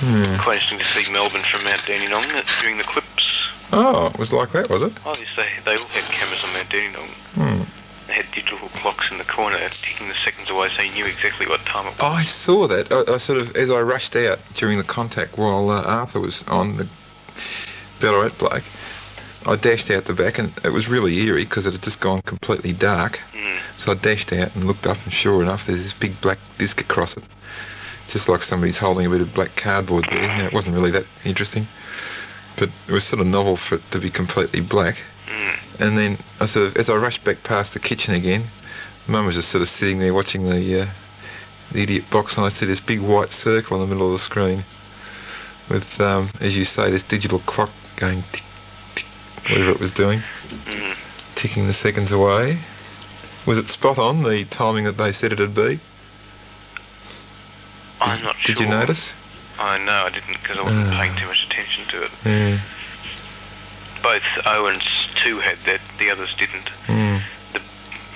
Speaker 2: Hmm.
Speaker 1: Quite interesting to see Melbourne from Mount Dandenong during the clips.
Speaker 2: Oh, it was like that, was it?
Speaker 1: Obviously, they all had cameras on Mount Dandenong.
Speaker 2: Hmm.
Speaker 1: They had these little clocks in the corner ticking the seconds away so you knew exactly what time it was.
Speaker 2: Oh, I saw that. I, I sort of, as I rushed out during the contact while uh, Arthur was on the Ballarat block, I dashed out the back and it was really eerie because it had just gone completely dark.
Speaker 1: Mm.
Speaker 2: So I dashed out and looked up and sure enough, there's this big black disc across it. Just like somebody's holding a bit of black cardboard there. You know, it wasn't really that interesting. But it was sort of novel for it to be completely black.
Speaker 1: Mm.
Speaker 2: And then I sort of, as I rushed back past the kitchen again, Mum was just sort of sitting there watching the, uh, the idiot box, and I see this big white circle in the middle of the screen with, um, as you say, this digital clock going tick, tick, whatever it was doing,
Speaker 1: Mm.
Speaker 2: ticking the seconds away. Was it spot on the timing that they said it'd be?
Speaker 1: I'm not sure.
Speaker 2: Did you notice?
Speaker 1: I know, I didn't because I wasn't
Speaker 2: Ah.
Speaker 1: paying too much attention to it.
Speaker 2: Yeah.
Speaker 1: Both Owens too had that, the others didn't.
Speaker 2: Mm.
Speaker 1: The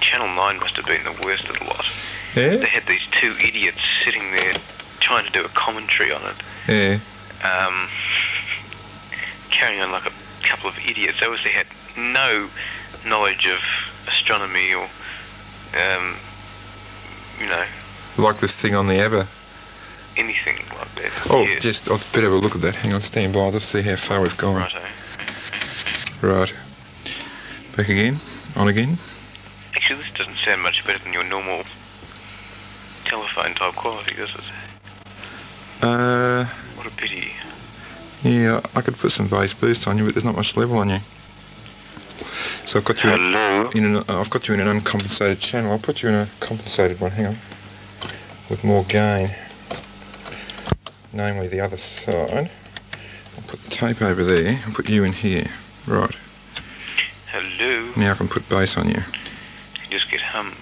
Speaker 1: Channel 9 must have been the worst of the lot. They
Speaker 2: Yeah.
Speaker 1: had these two idiots sitting there trying to do a commentary on it.
Speaker 2: Yeah.
Speaker 1: um, carrying on like a couple of idiots. They obviously had no knowledge of astronomy or, um, you know,
Speaker 2: Like this thing on the ABBA.
Speaker 1: anything like that.
Speaker 2: Oh,
Speaker 1: yeah.
Speaker 2: just I'd better have a look at that. Hang on, stand by. I'll just see how far we've gone.
Speaker 1: Righto.
Speaker 2: Right. Back again. On again.
Speaker 1: Actually, this doesn't sound much better than your normal telephone type quality, does it?
Speaker 2: Uh,
Speaker 1: What a pity.
Speaker 2: yeah, I could put some bass boost on you, but there's not much level on you. So I've got you. In,
Speaker 1: Hello.
Speaker 2: in an, uh, I've got you in an uncompensated channel. I'll put you in a compensated one. Hang on. With more gain. Namely, the other side. I'll put the tape over there. I'll put you in here. Right.
Speaker 1: Hello.
Speaker 2: Now I can put bass on you.
Speaker 1: You just get hum.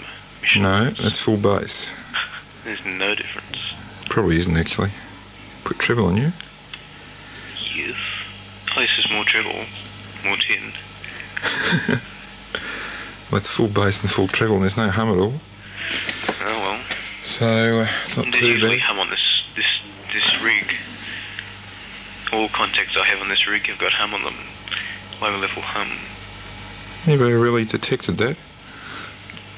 Speaker 2: No, that's full bass.
Speaker 1: There's no difference.
Speaker 2: Probably isn't actually. Put treble on you.
Speaker 1: Yes. Oh, this is more treble, more tin.
Speaker 2: That's full bass and full treble, and there's no hum at all.
Speaker 1: Oh well.
Speaker 2: So uh, it's not
Speaker 1: There's
Speaker 2: too
Speaker 1: usually
Speaker 2: bad.
Speaker 1: hum on this this this rig. All contacts I have on this rig have got hum on them. Low level hum.
Speaker 2: Anybody really detected that?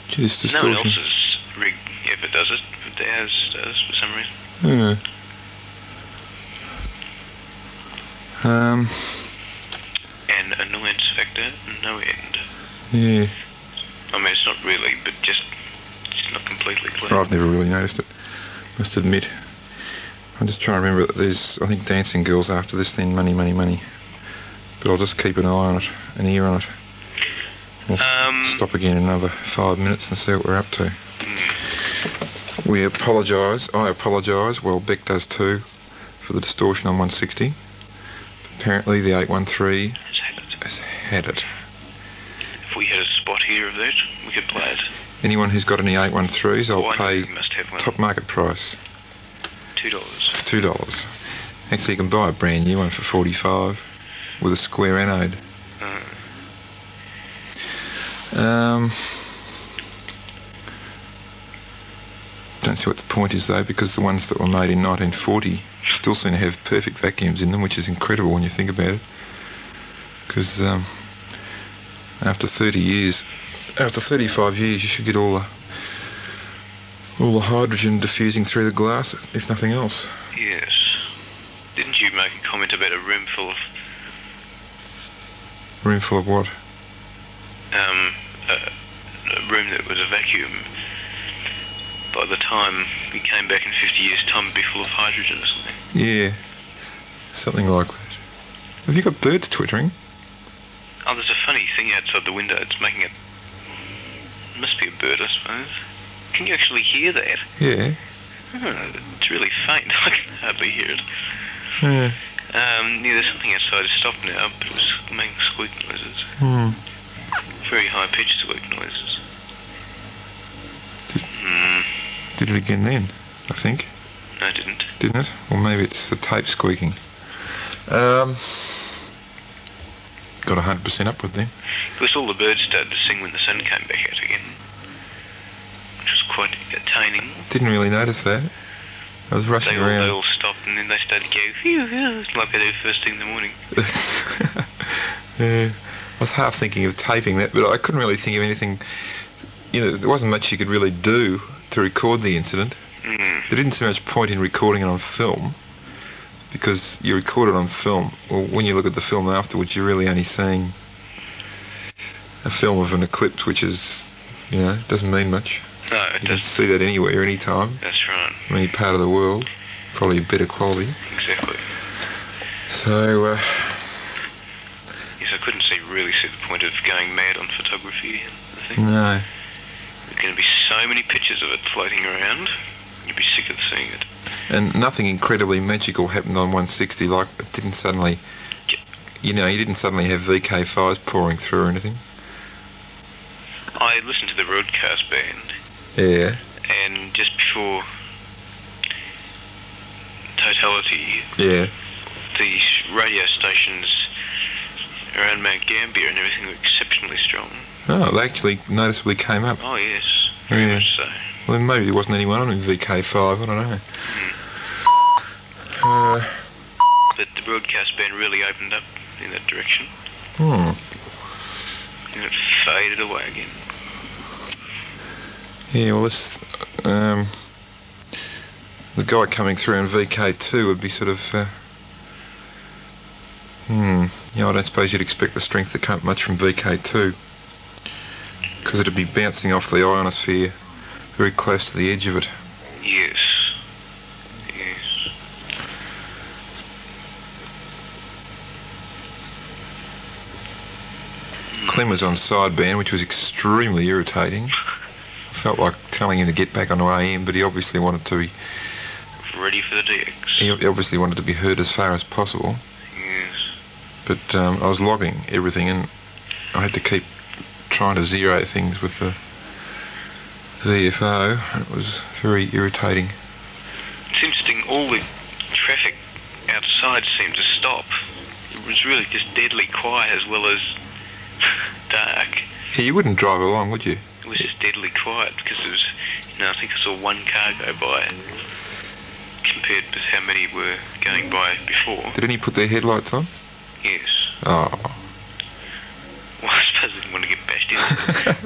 Speaker 2: Gee, this
Speaker 1: No one
Speaker 2: distortion.
Speaker 1: else's rig ever does it, but ours does for some reason.
Speaker 2: Yeah. Um.
Speaker 1: An annoyance factor, no end.
Speaker 2: Yeah.
Speaker 1: I mean, it's not really, but just it's not completely clear.
Speaker 2: Oh, I've never really noticed it. Must admit. I'm just trying to remember that there's, I think, Dancing Girls after this, then Money, Money, Money. But I'll just keep an eye on it, an ear on it. We'll s-
Speaker 1: Um,
Speaker 2: stop again in another five minutes and see what we're up to. We apologise, I apologise, well, Beck does too, for the distortion on 160. Apparently, the 813
Speaker 1: It's happened.
Speaker 2: has had it.
Speaker 1: If we had a spot here of that, we could play it.
Speaker 2: Anyone who's got any 813s, I'll
Speaker 1: Oh, I know
Speaker 2: pay
Speaker 1: you must have one.
Speaker 2: top market price.
Speaker 1: Two dollars.
Speaker 2: two dollars. Actually, you can buy a brand new one for forty-five with a square anode. Um, don't see what the point is though, because the ones that were made in 1940 still seem to have perfect vacuums in them, which is incredible when you think about it. Because um, after 30 years, after 35 years, you should get all the all the hydrogen diffusing through the glass, if nothing else.
Speaker 1: Yes. Didn't you make a comment about a room full of
Speaker 2: Room full of what?
Speaker 1: um, a, a room that was a vacuum. By the time we came back in 50 years' time, it'd be full of hydrogen or something.
Speaker 2: Yeah, something like that. Have you got birds twittering?
Speaker 1: Oh, there's a funny thing outside the window. It's making it. Must be a bird, I suppose. Can you actually hear that?
Speaker 2: Yeah.
Speaker 1: Oh, it's really faint. I can hardly hear it.
Speaker 2: Yeah.
Speaker 1: Um, yeah, there's something outside. It's stopped now, but it was making squeak noises.
Speaker 2: Hmm.
Speaker 1: Very high pitched squeak noises.
Speaker 2: Just-
Speaker 1: Hmm.
Speaker 2: Did it again then, I think,
Speaker 1: no, it didn't.
Speaker 2: didn't it? Or maybe it's the tape squeaking. Um. Got 100% up with them.
Speaker 1: Of course, all the birds started to sing when the sun came back out again, which was quite entertaining.
Speaker 2: Didn't really notice that. I was rushing
Speaker 1: They all, they
Speaker 2: around.
Speaker 1: all stopped and then they started to go, phew, phew, like they do first thing in the morning.
Speaker 2: yeah. I was half thinking of taping that, but I couldn't really think of anything you know, there wasn't much you could really do to record the incident.
Speaker 1: Mm.
Speaker 2: There didn't so much point in recording it on film because you record it on film. Well, when you look at the film afterwards, you're really only seeing a film of an eclipse, which is, you know, doesn't mean much.
Speaker 1: No, it
Speaker 2: You can
Speaker 1: does.
Speaker 2: see that anywhere, anytime,
Speaker 1: That's right.
Speaker 2: from any part of the world. Probably a better quality.
Speaker 1: Exactly.
Speaker 2: So, uh,
Speaker 1: Yes, I couldn't see really see the point of going mad on photography. I think
Speaker 2: no.
Speaker 1: there's going to be so many pictures of it floating around. You'd be sick of seeing it.
Speaker 2: And nothing incredibly magical happened on 160. Like, it didn't suddenly, you know, you didn't suddenly have VK5s pouring through or anything.
Speaker 1: I listened to the broadcast band,
Speaker 2: Yeah.
Speaker 1: and just before totality,
Speaker 2: Yeah.
Speaker 1: the radio stations around Mount Gambier and everything were exceptionally strong.
Speaker 2: Oh, they actually noticeably came up.
Speaker 1: Oh yes, uh,
Speaker 2: Yeah.
Speaker 1: so
Speaker 2: Well, maybe there wasn't anyone on VK5. I don't know. Uh,
Speaker 1: but the broadcast band really opened up in that direction,
Speaker 2: hmm.
Speaker 1: and it faded away again.
Speaker 2: Yeah, well, this um, the guy coming through in VK2 would be sort of. Uh, hmm. Yeah, I don't suppose you'd expect the strength to come much from VK2 because it'd be bouncing off the ionosphere very close to the edge of it.
Speaker 1: Yes, yes.
Speaker 2: Clem was on sideband, which was extremely irritating. Felt like telling him to get back onto AM, but he obviously wanted to. Be,
Speaker 1: Ready for the DX.
Speaker 2: he obviously wanted to be heard as far as possible.
Speaker 1: Yes.
Speaker 2: but um, I was logging everything and I had to keep trying to zero things with the VFO. and It was very irritating.
Speaker 1: It's interesting. All the traffic outside seemed to stop. It was really just deadly quiet as well as dark.
Speaker 2: Yeah, you wouldn't drive along, would you?
Speaker 1: It was just deadly quiet because there was, you know, I think I saw one car go by compared with how many were going by before.
Speaker 2: Did any put their headlights on?
Speaker 1: Yes.
Speaker 2: Oh,
Speaker 1: Well, I suppose I didn't want to get bashed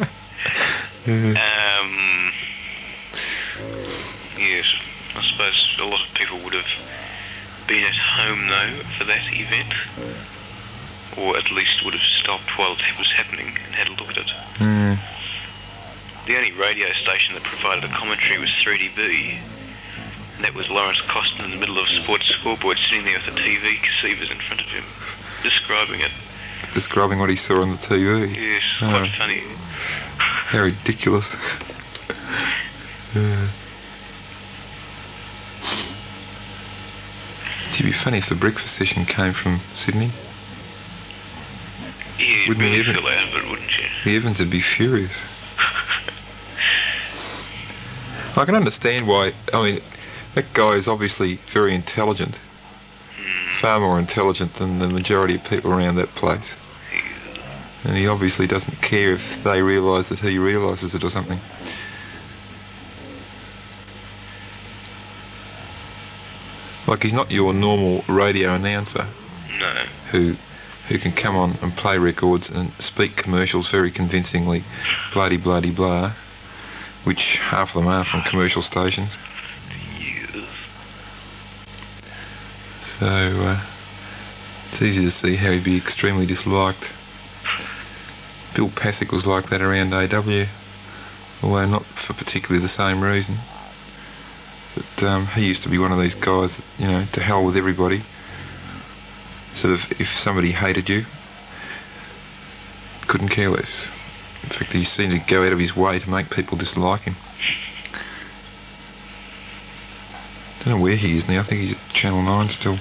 Speaker 1: in. um, yes, I suppose a lot of people would have been at home though for that event, or at least would have stopped while it was happening and had a look at it.
Speaker 2: mm.
Speaker 1: The only radio station that provided a commentary was 3DB, and that was Lawrence Costin in the middle of sports scoreboard, sitting there with the TV receivers in front of him, describing it.
Speaker 2: describing what he saw on the TV.
Speaker 1: Yes,
Speaker 2: Oh.
Speaker 1: quite funny.
Speaker 2: How ridiculous. Yeah. It'd be funny if the breakfast session came from Sydney.
Speaker 1: Yeah,
Speaker 2: Wouldn't
Speaker 1: wouldn't
Speaker 2: you
Speaker 1: you
Speaker 2: even-
Speaker 1: feel out of it, wouldn't you?
Speaker 2: The Evans would be furious. I can understand why. I mean, that guy is obviously very intelligent, far more intelligent than the majority of people around that place. And he obviously doesn't care if they realise that he realises it or something. Like he's not your normal radio announcer
Speaker 1: No.
Speaker 2: who who can come on and play records and speak commercials very convincingly, bloody bloody blah, which half of them are from commercial stations.
Speaker 1: Yes.
Speaker 2: So uh, it's easy to see how he'd be extremely disliked. Bill Pasick was like that around AW, although not for particularly the same reason. But um, he used to be one of these guys, that, you know, to hell with everybody. Sort of, if somebody hated you, couldn't care less. In fact, he seemed to go out of his way to make people dislike him. Don't know where he is now. I think he's at Channel 9 still.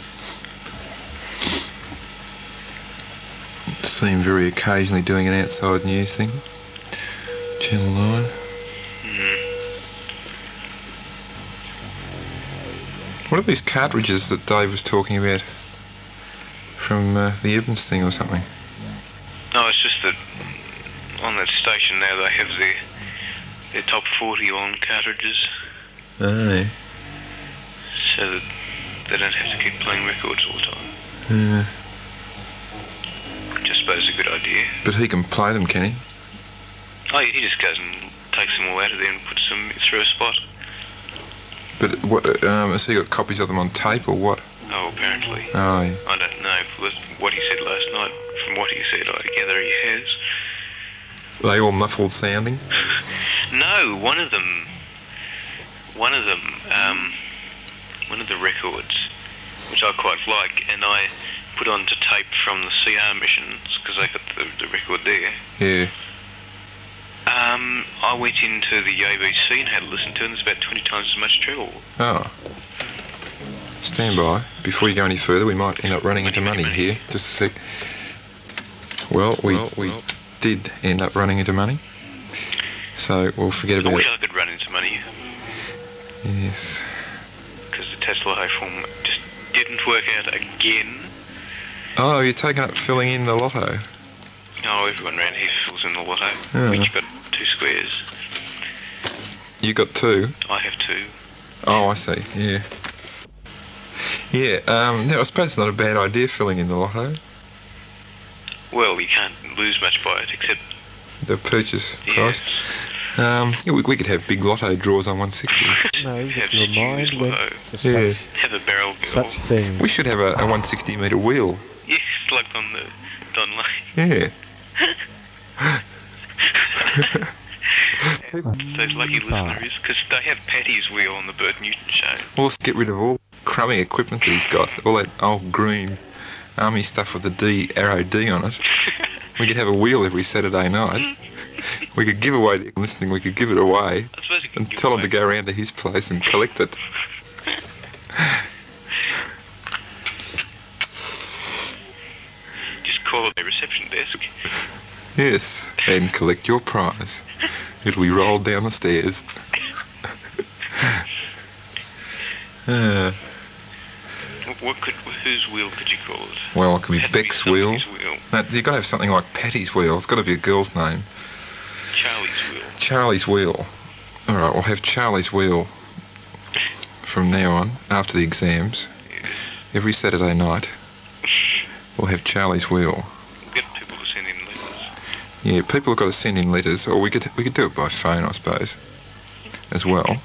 Speaker 2: See him very occasionally doing an outside news thing. Channel 9. Hmm. What are these cartridges that Dave was talking about from uh, the Evans thing or something?
Speaker 1: No, it's just that on that station now they have their their top 40 on cartridges,
Speaker 2: Oh,
Speaker 1: so that they don't have to keep playing records all the time.
Speaker 2: yeah.
Speaker 1: Which I suppose is a good idea.
Speaker 2: But he can play them, can he?
Speaker 1: Oh, yeah, he just goes and takes them all out of there and puts them through a spot.
Speaker 2: But what, um, has he got copies of them on tape or what?
Speaker 1: Oh, apparently.
Speaker 2: Oh, yeah.
Speaker 1: I don't know. With what he said last night, from what he said, I gather he has.
Speaker 2: Are they all muffled sounding?
Speaker 1: No, one of them, one of them, um, one of the records, which I quite like, and I put on to tape from the CR missions because I got the, the record there.
Speaker 2: Yeah.
Speaker 1: Um, I went into the ABC and had a listen to, it, and there's about 20 times as much treble.
Speaker 2: Oh. Stand by. Before you go any further, we might end up running into money here. Just a sec. Well, we, we did end up running into money. So we'll forget
Speaker 1: I
Speaker 2: about
Speaker 1: wish
Speaker 2: it.
Speaker 1: I could run into money
Speaker 2: Yes.
Speaker 1: because the Tesla hay form just didn't work out again.
Speaker 2: Oh, you're taking up filling in the lotto.
Speaker 1: Oh, everyone round here fills in the lotto.
Speaker 2: Yeah.
Speaker 1: Which got two squares.
Speaker 2: You got two.
Speaker 1: I have two.
Speaker 2: Oh, I see. Yeah. Yeah, um, no, I suppose it's not a bad idea filling in the lotto.
Speaker 1: Well, you can't lose much by it, except
Speaker 2: The purchase
Speaker 1: yes.
Speaker 2: price. Um, yeah, we, we could have big lotto draws on 160.
Speaker 1: Have
Speaker 5: No, if your
Speaker 1: you used
Speaker 5: mind went
Speaker 1: lotto?
Speaker 5: to such,
Speaker 2: Yeah.
Speaker 1: Have a barrel
Speaker 2: Oh.
Speaker 1: girl.
Speaker 5: such things.
Speaker 2: We should have a, a 160 metre wheel.
Speaker 1: Yes, like on the Don Lane.
Speaker 2: Yeah.
Speaker 1: Those lucky listeners, because they have Patty's wheel on the Bert Newton show.
Speaker 2: We'll have to get rid of all crummy equipment that he's got. All that old green army stuff with the D arrow D on it. We could have a wheel every Saturday night. We could give away the listening. We could give it away
Speaker 1: I suppose you can
Speaker 2: and
Speaker 1: give
Speaker 2: tell him
Speaker 1: away-
Speaker 2: to go around to his place and collect it.
Speaker 1: Just call up their reception desk.
Speaker 2: Yes, and collect your prize. It'll be rolled down the stairs. Uh,
Speaker 1: What, what could, whose wheel could you call it?
Speaker 2: well, it can be
Speaker 1: Had to be
Speaker 2: Beck's wheel.
Speaker 1: somebody's wheel.
Speaker 2: No, you've got to have something like Patty's wheel. It's got to be a girl's name.
Speaker 1: Charlie's wheel.
Speaker 2: Charlie's Wheel. All right, we'll have Charlie's Wheel from now on after the exams. Every Saturday night, we'll have Charlie's Wheel.
Speaker 1: Get people to send in letters.
Speaker 2: Yeah, people have got to send in letters, or we could we could do it by phone, I suppose, as well.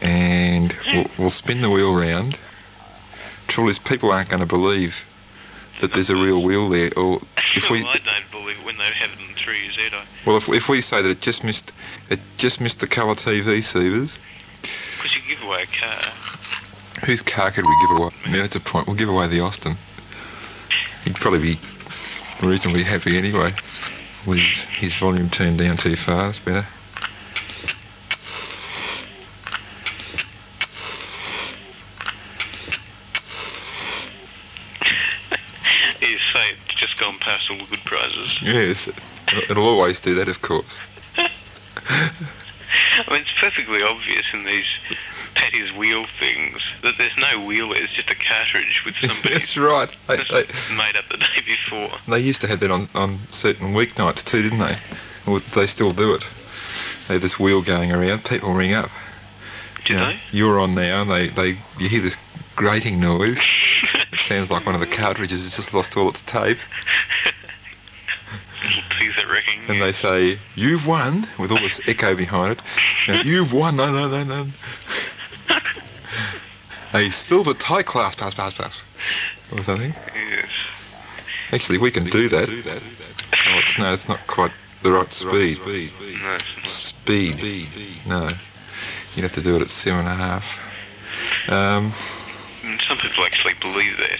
Speaker 2: And we'll, we'll spin the wheel round. Trouble is, people aren't going to believe that there's a real wheel there, or if we
Speaker 1: well, I don't believe it when they have them through your Z.
Speaker 2: well if, if we say that it just missed it just missed the colour TV sievers.
Speaker 1: Because you give away a car.
Speaker 2: Whose car could we give away? Yeah, that's a point. We'll give away the Austin. He'd probably be reasonably happy anyway with his volume turned down too far. It's better.
Speaker 1: You say it's just gone past all the good prizes.
Speaker 2: Yes, it'll- it'll always do that, of course.
Speaker 1: I mean, it's perfectly obvious in these Patty's wheel things that there's no wheel, it's just a cartridge with somebody's
Speaker 2: that's right. They, they,
Speaker 1: made up the day before.
Speaker 2: they used to have that on, on certain weeknights too, didn't they? Or they still do it. They have this wheel going around. People ring up.
Speaker 1: Do
Speaker 2: you know,
Speaker 1: they?
Speaker 2: You're on now. and They, they, you hear this grating noise. it sounds like one of the cartridges has just lost all its tape.
Speaker 1: Little teeth at wrecking.
Speaker 2: and they say, "You've won," with all this echo behind it. You know, You've won, no, no, no, no. A silver tie class, pass, pass, pass, or something.
Speaker 1: Yes.
Speaker 2: Actually, we can do that. Oh, it's, no, it's not quite the right speed.
Speaker 1: No, it's
Speaker 2: Speed. No, you'd have to do it at seven and a half. Um,
Speaker 1: not. And some people actually believe that.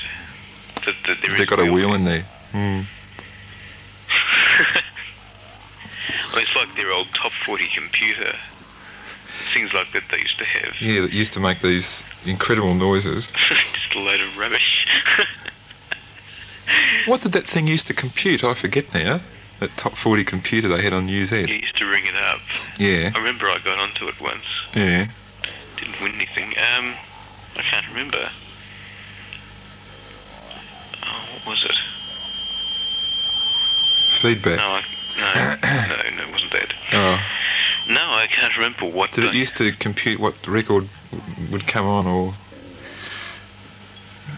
Speaker 1: That, that there is
Speaker 2: they've got a wheel in there. Hmm.
Speaker 1: Well, it's like their old top 40 computer. Things like that they used to have.
Speaker 2: Yeah, that used to make these incredible noises.
Speaker 1: just a load of rubbish.
Speaker 2: What did that thing used to compute? I forget now. That top 40 computer they had on UZ.
Speaker 1: you used to ring it up.
Speaker 2: Yeah,
Speaker 1: I remember I got onto it once.
Speaker 2: yeah.
Speaker 1: Didn't win anything. Um, I can't remember. Oh, what was it?
Speaker 2: Feedback.
Speaker 1: No, I, no, no, no, it wasn't that.
Speaker 2: Oh.
Speaker 1: No, I can't remember what.
Speaker 2: Did it
Speaker 1: the-
Speaker 2: used to compute what record w- would come on, or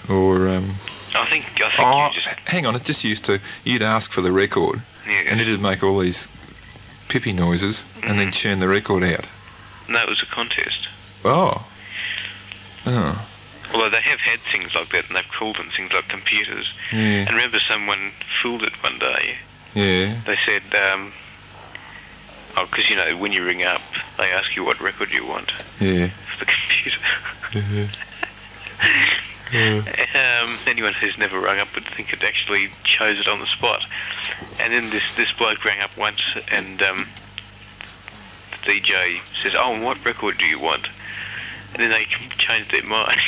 Speaker 2: or um?
Speaker 1: I think. I think
Speaker 2: Oh,
Speaker 1: you just.
Speaker 2: h- hang on. It just used to. You'd ask for the record,
Speaker 1: Yeah.
Speaker 2: and it'd make all these pippy noises and
Speaker 1: Mm-hmm.
Speaker 2: then churn the record out.
Speaker 1: No, it was a contest.
Speaker 2: Oh. Oh.
Speaker 1: Although they have had things like that, and they've called them things like computers.
Speaker 2: Yeah.
Speaker 1: And remember, someone fooled it one day.
Speaker 2: Yeah.
Speaker 1: They said, um, "Oh, because you know, when you ring up, they ask you what record you want
Speaker 2: Yeah.
Speaker 1: for the computer." um, anyone who's never rung up would think it actually chose it on the spot. And then this this bloke rang up once, and um, the DJ says, "Oh, and what record do you want?" And then they com- changed their mind.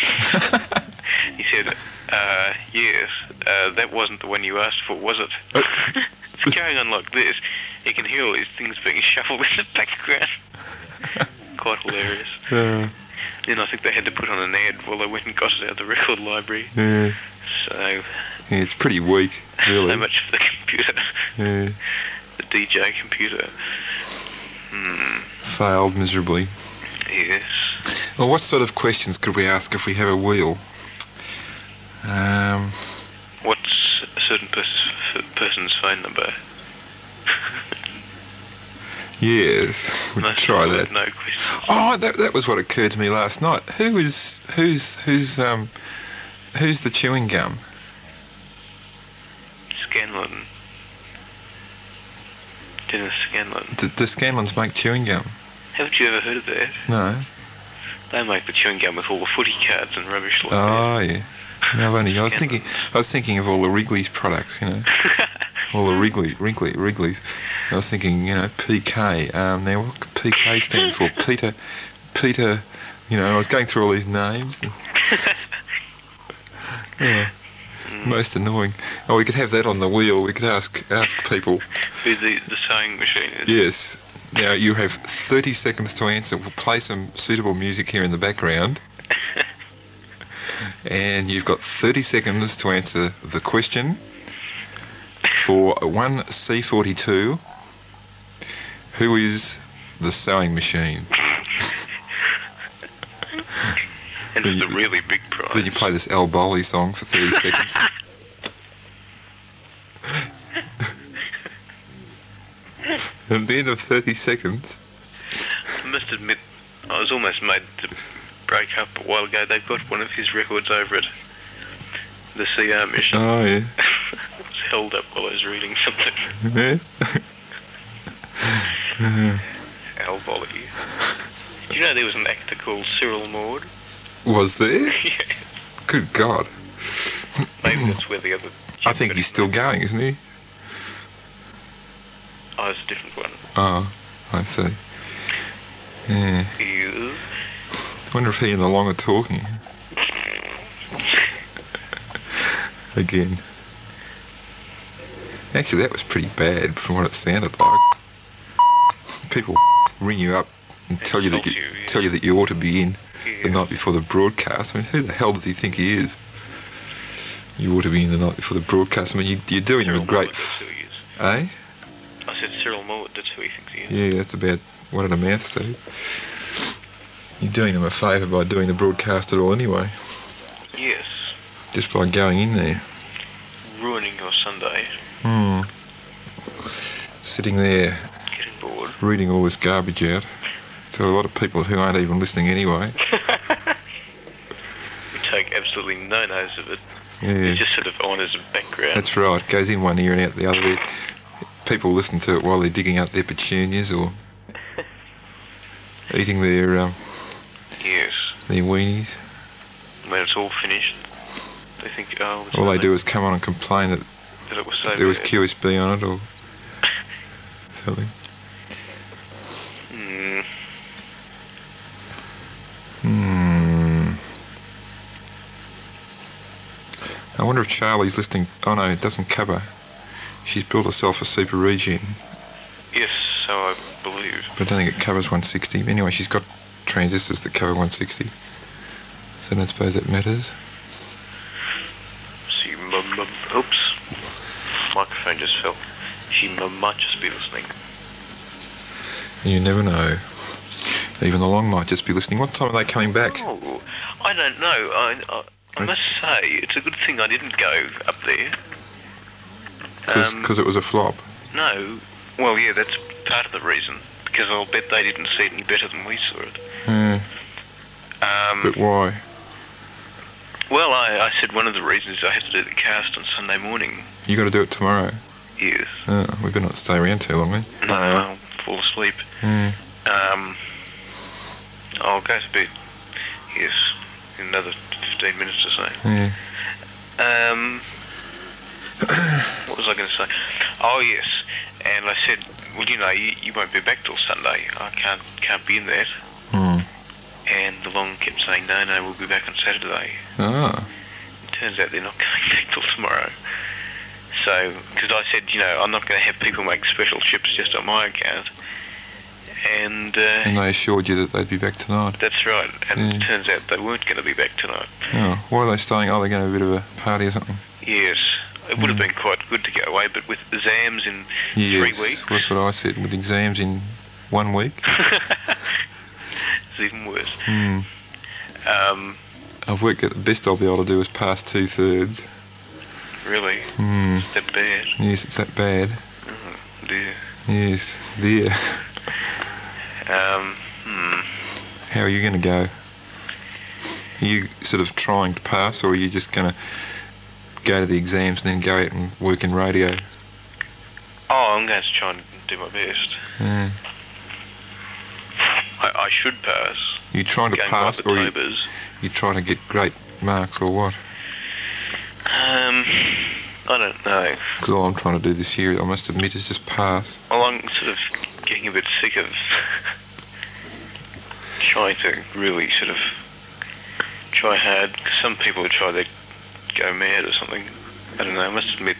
Speaker 1: he said, uh, "Yes, uh, that wasn't the one you asked for, was it?" It's going on like this, you can hear all these things being shuffled in the background. Quite hilarious.
Speaker 2: Uh,
Speaker 1: Then I think they had to put on an ad while they went and got it out of the record library.
Speaker 2: yeah. yeah.
Speaker 1: So,
Speaker 2: It's pretty weak, really.
Speaker 1: so much for the computer,
Speaker 2: Yeah.
Speaker 1: the DJ computer.
Speaker 2: Failed miserably.
Speaker 1: Yes.
Speaker 2: Well, what sort of questions could we ask if we have a wheel? Um,
Speaker 1: What's a certain pers- f- person's phone number?
Speaker 2: yes, we'll
Speaker 1: No-
Speaker 2: try that.
Speaker 1: No questions.
Speaker 2: Oh, that, that was what occurred to me last night. Who is who's who's um who's the chewing gum?
Speaker 1: Scanlon. Dennis Scanlon.
Speaker 2: D- do Scanlons make chewing gum?
Speaker 1: Haven't you ever heard of that?
Speaker 2: No.
Speaker 1: They make the chewing gum with all the footy cards and rubbish like that.
Speaker 2: Oh yeah. No, I've only. I was thinking. I was thinking of all the Wrigley's products. You know, all the Wrigley, Wrigley, Wrigley's. I was thinking, you know, PK. Um, now what could PK stand for? Peter, Peter. You know, I was going through all these names. yeah. Most annoying. Oh, we could have that on the wheel. We could ask ask people.
Speaker 1: Who the, the sewing machine is.
Speaker 2: Yes. Now you have 30 seconds to answer. We'll play some suitable music here in the background. and you've got 30 seconds to answer the question for 1C42 Who is the sewing machine?
Speaker 1: And it's a
Speaker 2: you-
Speaker 1: really big
Speaker 2: Then you
Speaker 1: prize.
Speaker 2: play this El Boli song for 30 seconds. At the end of 30 seconds,
Speaker 1: I must admit, I was almost made to break up a while ago. They've got one of his records over it. The CR mission.
Speaker 2: oh yeah.
Speaker 1: It's held up while I was reading something.
Speaker 2: Yeah.
Speaker 1: Al Volley. Do you know there was an actor called Cyril Maud?
Speaker 2: Was there?
Speaker 1: yeah.
Speaker 2: Good God.
Speaker 1: Maybe that's where the other.
Speaker 2: Hmm. I think he's still going, isn't he?
Speaker 1: Oh, it's a different one.
Speaker 2: Oh, I see. Yeah.
Speaker 1: You.
Speaker 2: Wonder if he and the long are talking. Again. Actually, that was pretty bad from what it sounded like. People ring you up and tell you that you,
Speaker 1: stalk you, yeah.
Speaker 2: tell you that you ought to be in the
Speaker 1: Yeah.
Speaker 2: night before the broadcast. I mean, who the hell does he think he is? You ought to be in the night before the broadcast. I mean, you, you're doing him a
Speaker 1: Cyril
Speaker 2: great,
Speaker 1: Maud, that's
Speaker 2: f-
Speaker 1: who he is.
Speaker 2: eh?
Speaker 1: I said Cyril Maud, that's who he thinks he is.
Speaker 2: Yeah, that's about what it amounts to. You're doing them a favour by doing the broadcast at all anyway,
Speaker 1: Yes.
Speaker 2: just by going in there,
Speaker 1: Ruining your Sunday.
Speaker 2: sitting there,
Speaker 1: Getting bored.
Speaker 2: reading all this garbage out to a lot of people who aren't even listening anyway.
Speaker 1: We take absolutely no notice of it.
Speaker 2: Yeah,
Speaker 1: It's just sort of on as a background.
Speaker 2: that's right. Goes in one ear and out the other. ear. People listen to it while they're digging out their petunias or eating their um,
Speaker 1: Yes.
Speaker 2: their weenies.
Speaker 1: When it's all finished, they think, oh, it's
Speaker 2: All they
Speaker 1: nothing,
Speaker 2: do is come on and complain that
Speaker 1: that it was so
Speaker 2: there was
Speaker 1: bad.
Speaker 2: QSB on it or something.
Speaker 1: Mm,
Speaker 2: Hmm. I wonder if Charlie's listening. Oh no, it doesn't cover. She's built herself a super regen,
Speaker 1: yes, so I believe.
Speaker 2: but I don't think it covers 160. Anyway, she's got transistors that cover 160. So I don't suppose that matters.
Speaker 1: She m- m- oops, microphone just fell. She m- might just be listening.
Speaker 2: You never know. Even the long might just be listening. What time are they coming back?
Speaker 1: Oh, I don't know. I, I, I must say, it's a good thing I didn't go up there.
Speaker 2: Because
Speaker 1: Um,
Speaker 2: it was a flop.
Speaker 1: No, Well, yeah, that's part of the reason because I'll bet they didn't see it any better than we saw it.
Speaker 2: Yeah,
Speaker 1: Um,
Speaker 2: but why?
Speaker 1: well, I, I said one of the reasons I had to do the cast on Sunday morning
Speaker 2: You got to do it tomorrow.
Speaker 1: is
Speaker 2: Uh, we better not stay around too long, eh? then.
Speaker 1: no, I'll fall asleep.
Speaker 2: Yeah.
Speaker 1: Um, I'll go to bed. Yes, in another fifteen minutes or so.
Speaker 2: Yeah.
Speaker 1: Um, what was I going to say? Oh yes, and I said, well, you know, you, you won't be back till Sunday. I can't can't be in that.
Speaker 2: Hmm.
Speaker 1: And the long kept saying, no, no, we'll be back on Saturday.
Speaker 2: Ah.
Speaker 1: Turns out they're not coming back till tomorrow. So, because I said, you know, I'm not going to have people make special ships just on my account. And uh,
Speaker 2: And they assured you that they'd be back tonight.
Speaker 1: that's right. And it
Speaker 2: Mm.
Speaker 1: turns out they weren't going to be back tonight.
Speaker 2: Oh, why are they staying? Oh, they're going to have a bit of a party or something.
Speaker 1: Yes, it would have been quite good to get away, but with exams in
Speaker 2: Mm. Yes,
Speaker 1: three weeks,
Speaker 2: That's what I said. With exams in one week.
Speaker 1: it's even worse.
Speaker 2: Hmm.
Speaker 1: Um,
Speaker 2: I've worked out the best I'll be able to do is pass two thirds.
Speaker 1: really,
Speaker 2: Hmm.
Speaker 1: it's that bad.
Speaker 2: Yes, it's that bad.
Speaker 1: Dear.
Speaker 2: Yes, dear.
Speaker 1: Um, hmm.
Speaker 2: How are you going to go? Are you sort of trying to pass, or are you just going to go to the exams and then go out and work in radio?
Speaker 1: Oh, I'm going to try and do my best.
Speaker 2: Yeah.
Speaker 1: I, I should pass.
Speaker 2: You trying to
Speaker 1: Going
Speaker 2: pass,
Speaker 1: by the
Speaker 2: or you,
Speaker 1: Tobers.
Speaker 2: you trying to get great marks, or what?
Speaker 1: Um, I don't know.
Speaker 2: Because all I'm trying to do this year, I must admit, is just pass.
Speaker 1: Well, I'm sort of getting a bit sick of trying to really sort of try hard. 'Cause some people try to go mad or something. I don't know. I must admit,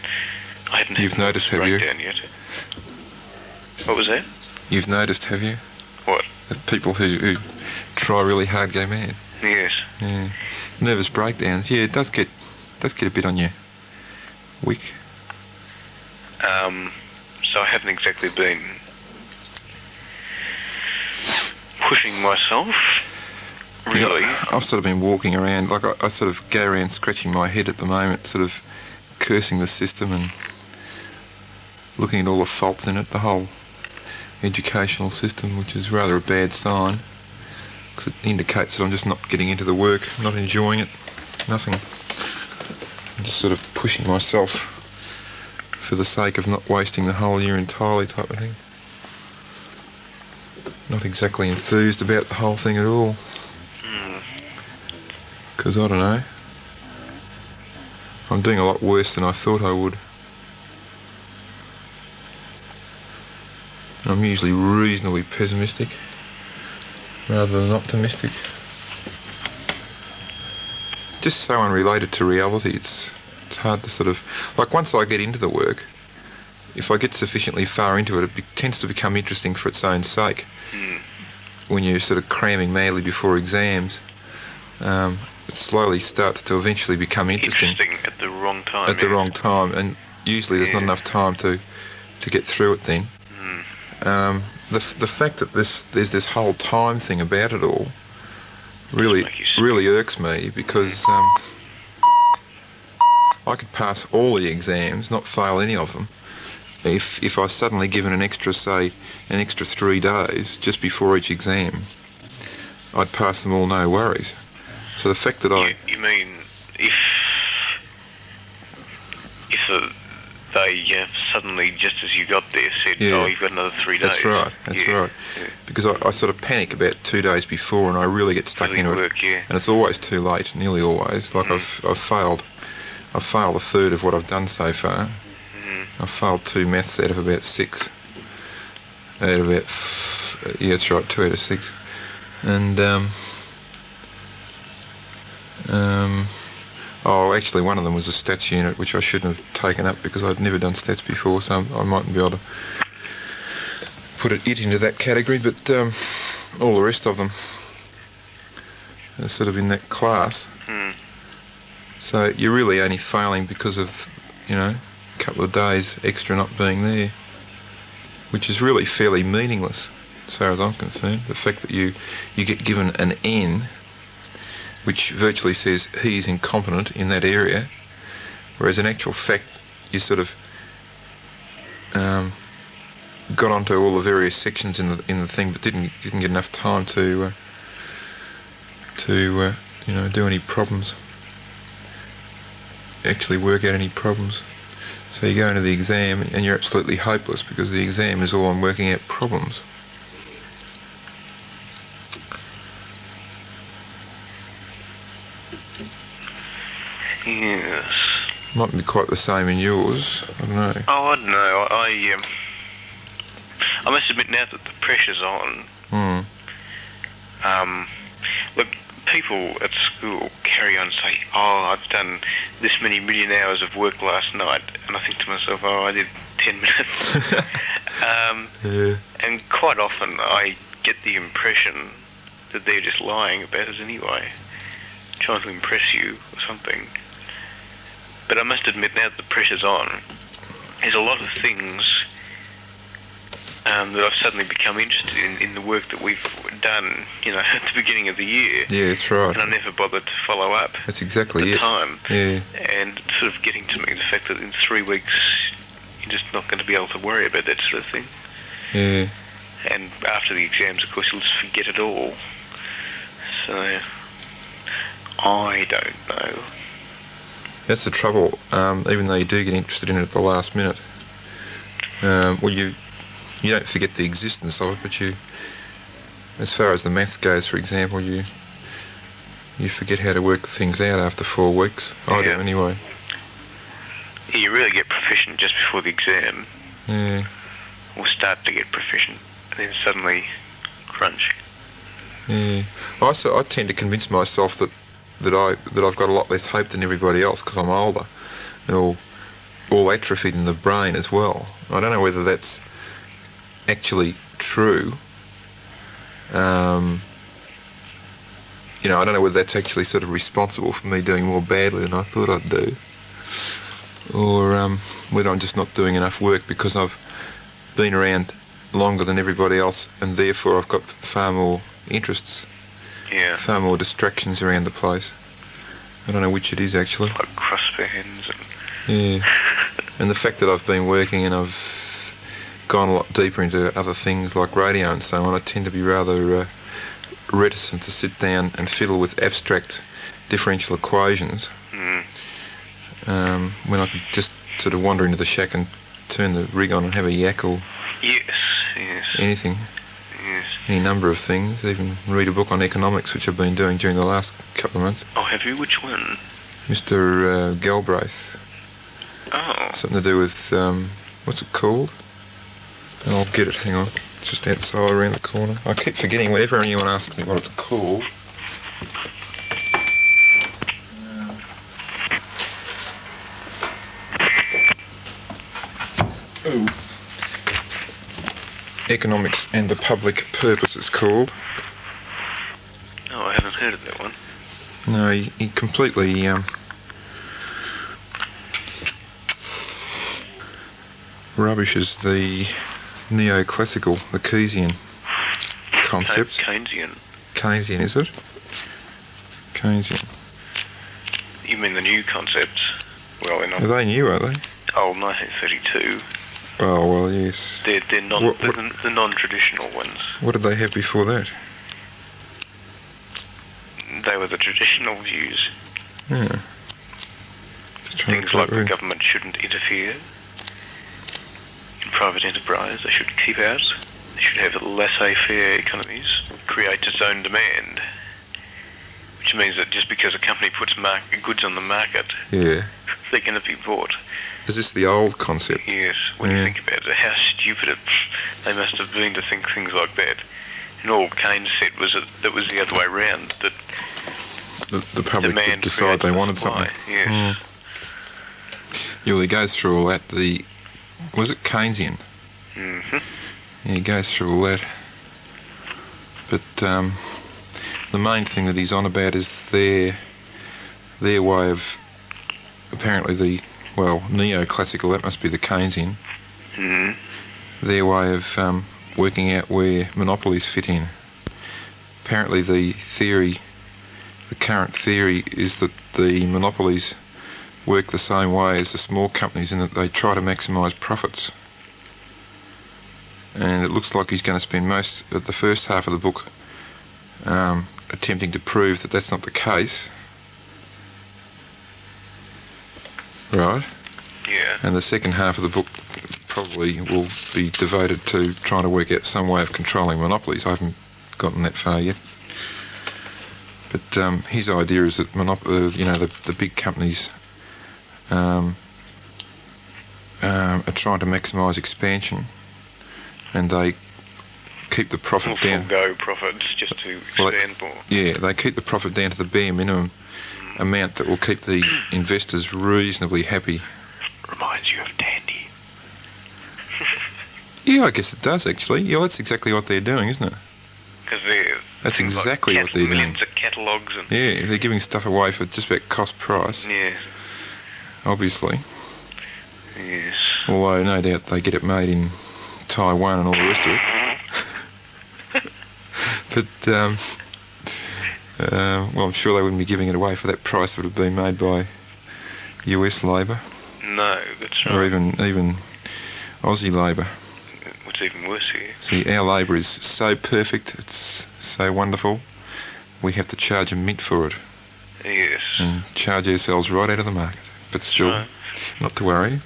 Speaker 1: I hadn't
Speaker 2: You've
Speaker 1: had a
Speaker 2: noticed, have you?
Speaker 1: breakdown yet. What was that?
Speaker 2: You've noticed, have you?
Speaker 1: What?
Speaker 2: That people who, who try really hard go mad.
Speaker 1: Yes.
Speaker 2: Yeah. Nervous breakdowns. Yeah, it does get does get a bit on you. Weak.
Speaker 1: Um, so I haven't exactly been pushing myself.
Speaker 2: You know,
Speaker 1: Really?
Speaker 2: I've sort of been walking around, like I, I sort of go around scratching my head at the moment, sort of cursing the system and looking at all the faults in it, the whole educational system, which is rather a bad sign because it indicates that I'm just not getting into the work, not enjoying it, nothing. I'm just sort of pushing myself for the sake of not wasting the whole year entirely, type of thing. Not exactly enthused about the whole thing at all. Because I don't know. I'm doing a lot worse than I thought I would. I'm usually reasonably pessimistic rather than optimistic. Just so unrelated to reality, it's, it's hard to sort of. Like, once I get into the work, if I get sufficiently far into it, it be, tends to become interesting for its own sake. When you're sort of cramming madly before exams, um, it slowly starts to eventually become interesting
Speaker 1: Interesting at the wrong time.
Speaker 2: at the
Speaker 1: yeah.
Speaker 2: wrong time, and usually there's not
Speaker 1: Yeah.
Speaker 2: enough time to to get through it. Then
Speaker 1: Hmm.
Speaker 2: um, the f- the fact that this there's this whole time thing about it all really
Speaker 1: make you sick. Hmm.
Speaker 2: really irks me because um, I could pass all the exams, not fail any of them. If, if I was suddenly given an extra, say, an extra three days just before each exam, I'd pass them all no worries. So the fact that I,
Speaker 1: You, you mean if if uh, they uh, suddenly, just as you got there, said,
Speaker 2: Yeah.
Speaker 1: "Oh, you've got another three days."
Speaker 2: That's right. That's
Speaker 1: Yeah,
Speaker 2: right.
Speaker 1: yeah.
Speaker 2: Because I, I sort of panic about two days before, and I really get stuck
Speaker 1: Really
Speaker 2: into
Speaker 1: work,
Speaker 2: it.
Speaker 1: yeah. Mm.
Speaker 2: And it's always too late. Nearly always. Like I've I've failed. I've failed a third of what I've done so far.
Speaker 1: Mm-hmm.
Speaker 2: I've failed two maths out of about six. Out of about f- yeah, that's right. Two out of six. And um, um, oh, actually, one of them was a stats unit, which I shouldn't have taken up because I'd never done stats before, so I mightn't be able to put it, it into that category, but um, all the rest of them are sort of in that class. So you're really only failing because of, you know, a couple of days extra not being there, which is really fairly meaningless, as far as I'm concerned. The fact that you, you get given an N, which virtually says he is incompetent in that area, whereas in actual fact, you sort of um, got onto all the various sections in the in the thing, but didn't didn't get enough time to uh, to uh, you know do any problems. Actually, work out any problems. So you go into the exam and you're absolutely hopeless because the exam is all on working out problems.
Speaker 1: Yes.
Speaker 2: Might be quite the same in yours. I don't know.
Speaker 1: Oh, I don't know. I, I, um, I must admit now that the pressure's on.
Speaker 2: Hmm.
Speaker 1: Um, look, people at school carry on saying, "Oh, I've done this many million hours of work last night," and I think to myself, "Oh, I did ten minutes." um,
Speaker 2: Yeah.
Speaker 1: and quite often, I get the impression that they're just lying about it anyway, trying to impress you or something. But I must admit, now that the pressure's on, there's a lot of things um, that I've suddenly become interested in in the work that we've done, you know, at the beginning of the year,
Speaker 2: Yeah, that's
Speaker 1: and I
Speaker 2: right.
Speaker 1: never bothered to follow up
Speaker 2: That's
Speaker 1: at
Speaker 2: exactly
Speaker 1: the
Speaker 2: it.
Speaker 1: time.
Speaker 2: Yeah.
Speaker 1: And it's sort of getting to me the fact that in three weeks you're just not going to be able to worry about that sort of thing.
Speaker 2: Yeah.
Speaker 1: And after the exams, of course, you'll just forget it all. So, I don't know.
Speaker 2: That's the trouble. Um, even though you do get interested in it at the last minute, um, well, you you don't forget the existence of it, but you, as far as the math goes, for example, you you forget how to work things out after four weeks. I do
Speaker 1: Yeah.
Speaker 2: anyway.
Speaker 1: You really get proficient just before the exam,
Speaker 2: Yeah,
Speaker 1: or start to get proficient, and then suddenly, crunch.
Speaker 2: yeah. I so I tend to convince myself that that I that I've got a lot less hope than everybody else because I'm older and all all atrophied in the brain as well. I don't know whether that's actually true. Um, you know, I don't know whether that's actually sort of responsible for me doing more badly than I thought I'd do, or um, whether I'm just not doing enough work because I've been around longer than everybody else, and therefore I've got far more interests,
Speaker 1: Yeah,
Speaker 2: far more distractions around the place. I don't know which it is actually.
Speaker 1: like crossbands and
Speaker 2: Yeah. And the fact that I've been working and I've gone a lot deeper into other things like radio and so on, I tend to be rather uh, reticent to sit down and fiddle with abstract differential equations
Speaker 1: mm,
Speaker 2: um, when I could just sort of wander into the shack and turn the rig on and have a yak or
Speaker 1: yes, yes,
Speaker 2: anything,
Speaker 1: yes.
Speaker 2: any number of things, even read a book on economics, which I've been doing during the last couple of months.
Speaker 1: Oh, have you? Which one?
Speaker 2: Mr. Uh, Galbraith,
Speaker 1: Oh,
Speaker 2: something to do with um, what's it called? And I'll get it. Hang on, it's just outside around the corner. I keep forgetting whenever anyone asks me what it's called. Ooh. Economics and the Public Purpose, it's called.
Speaker 1: oh, I haven't heard of that one.
Speaker 2: No, he, he completely. Um, rubbishes the neoclassical, the Keynesian concept.
Speaker 1: Keynesian.
Speaker 2: Keynesian, is it? Keynesian.
Speaker 1: You mean the new concepts? Well, they're not.
Speaker 2: Are they new, are they?
Speaker 1: Oh, 1932.
Speaker 2: Oh, well, yes.
Speaker 1: They're, they're non,
Speaker 2: What- what-
Speaker 1: The, the non-traditional ones.
Speaker 2: What did they have before that?
Speaker 1: They were the traditional views.
Speaker 2: Yeah. Just trying
Speaker 1: Things
Speaker 2: to
Speaker 1: like the
Speaker 2: remember.
Speaker 1: government shouldn't interfere in private enterprise. They should keep out. They should have laissez-faire economies. Create its own demand. Which means that just because a company puts mar- goods on the market,
Speaker 2: Yeah.
Speaker 1: they're going to be bought.
Speaker 2: Is this the old concept?
Speaker 1: Yes, when
Speaker 2: Yeah.
Speaker 1: you think about it, how stupid it, they must have been to think things like that. And all Keynes said was that, that was the other way round. that
Speaker 2: The, the public
Speaker 1: demand
Speaker 2: would decide
Speaker 1: created
Speaker 2: they
Speaker 1: the
Speaker 2: wanted
Speaker 1: supply.
Speaker 2: something.
Speaker 1: Yes.
Speaker 2: Mm. Yeah, well, he goes through all that. The was it Keynesian?
Speaker 1: hmm
Speaker 2: Yeah, he goes through all that. But um, the main thing that he's on about is their their way of apparently the well neoclassical. That must be the Keynesian.
Speaker 1: Mm.
Speaker 2: Their way of um, working out where monopolies fit in. Apparently, the theory, the current theory, is that the monopolies work the same way as the small companies in that they try to maximise profits. and it looks like he's going to spend most of the first half of the book um, attempting to prove that that's not the case. Right,
Speaker 1: Yeah.
Speaker 2: and the second half of the book probably will be devoted to trying to work out some way of controlling monopolies. I haven't gotten that far yet. But um, his idea is that monop- uh, you know the, the big companies um, um, are trying to maximise expansion, and they keep the profit
Speaker 1: Multiple
Speaker 2: down.
Speaker 1: go profits just to
Speaker 2: Well,
Speaker 1: expand more.
Speaker 2: Yeah, they keep the profit down to the bare minimum amount that will keep the investors reasonably happy.
Speaker 1: Reminds you of Dandy.
Speaker 2: Yeah, I guess it does actually. Yeah, that's exactly what they're doing, isn't it?
Speaker 1: Because they're.
Speaker 2: That's
Speaker 1: things like
Speaker 2: exactly what
Speaker 1: cat-
Speaker 2: they're doing.
Speaker 1: Millions of catalogues and.
Speaker 2: Yeah, they're giving stuff away for just about cost price,
Speaker 1: Yes.
Speaker 2: obviously.
Speaker 1: Yes.
Speaker 2: Although no doubt they get it made in Taiwan and all the rest of it. but um, uh, well, I'm sure they wouldn't be giving it away for that price that would have been made by U.S. labour
Speaker 1: No, that's
Speaker 2: or
Speaker 1: right.
Speaker 2: even even Aussie labour.
Speaker 1: What's even worse here?
Speaker 2: See, our labour is so perfect, it's so wonderful. We have to charge a mint for it
Speaker 1: Yes.
Speaker 2: and charge ourselves right out of the market. But still,
Speaker 1: right.
Speaker 2: not to worry.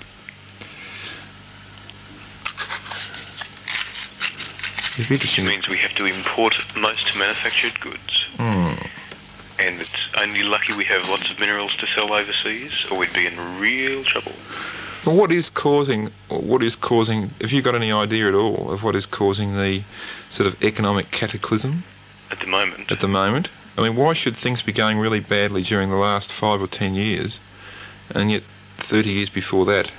Speaker 2: It'd be
Speaker 1: Which
Speaker 2: interesting.
Speaker 1: means we have to import most manufactured goods.
Speaker 2: Hmm.
Speaker 1: And it's only lucky we have lots of minerals to sell overseas, or we'd be in real trouble.
Speaker 2: Well, what is causing? What is causing? Have you got any idea at all of what is causing the sort of economic cataclysm
Speaker 1: At the moment,
Speaker 2: at the moment? I mean, why should things be going really badly during the last five or ten years, and yet thirty years before that,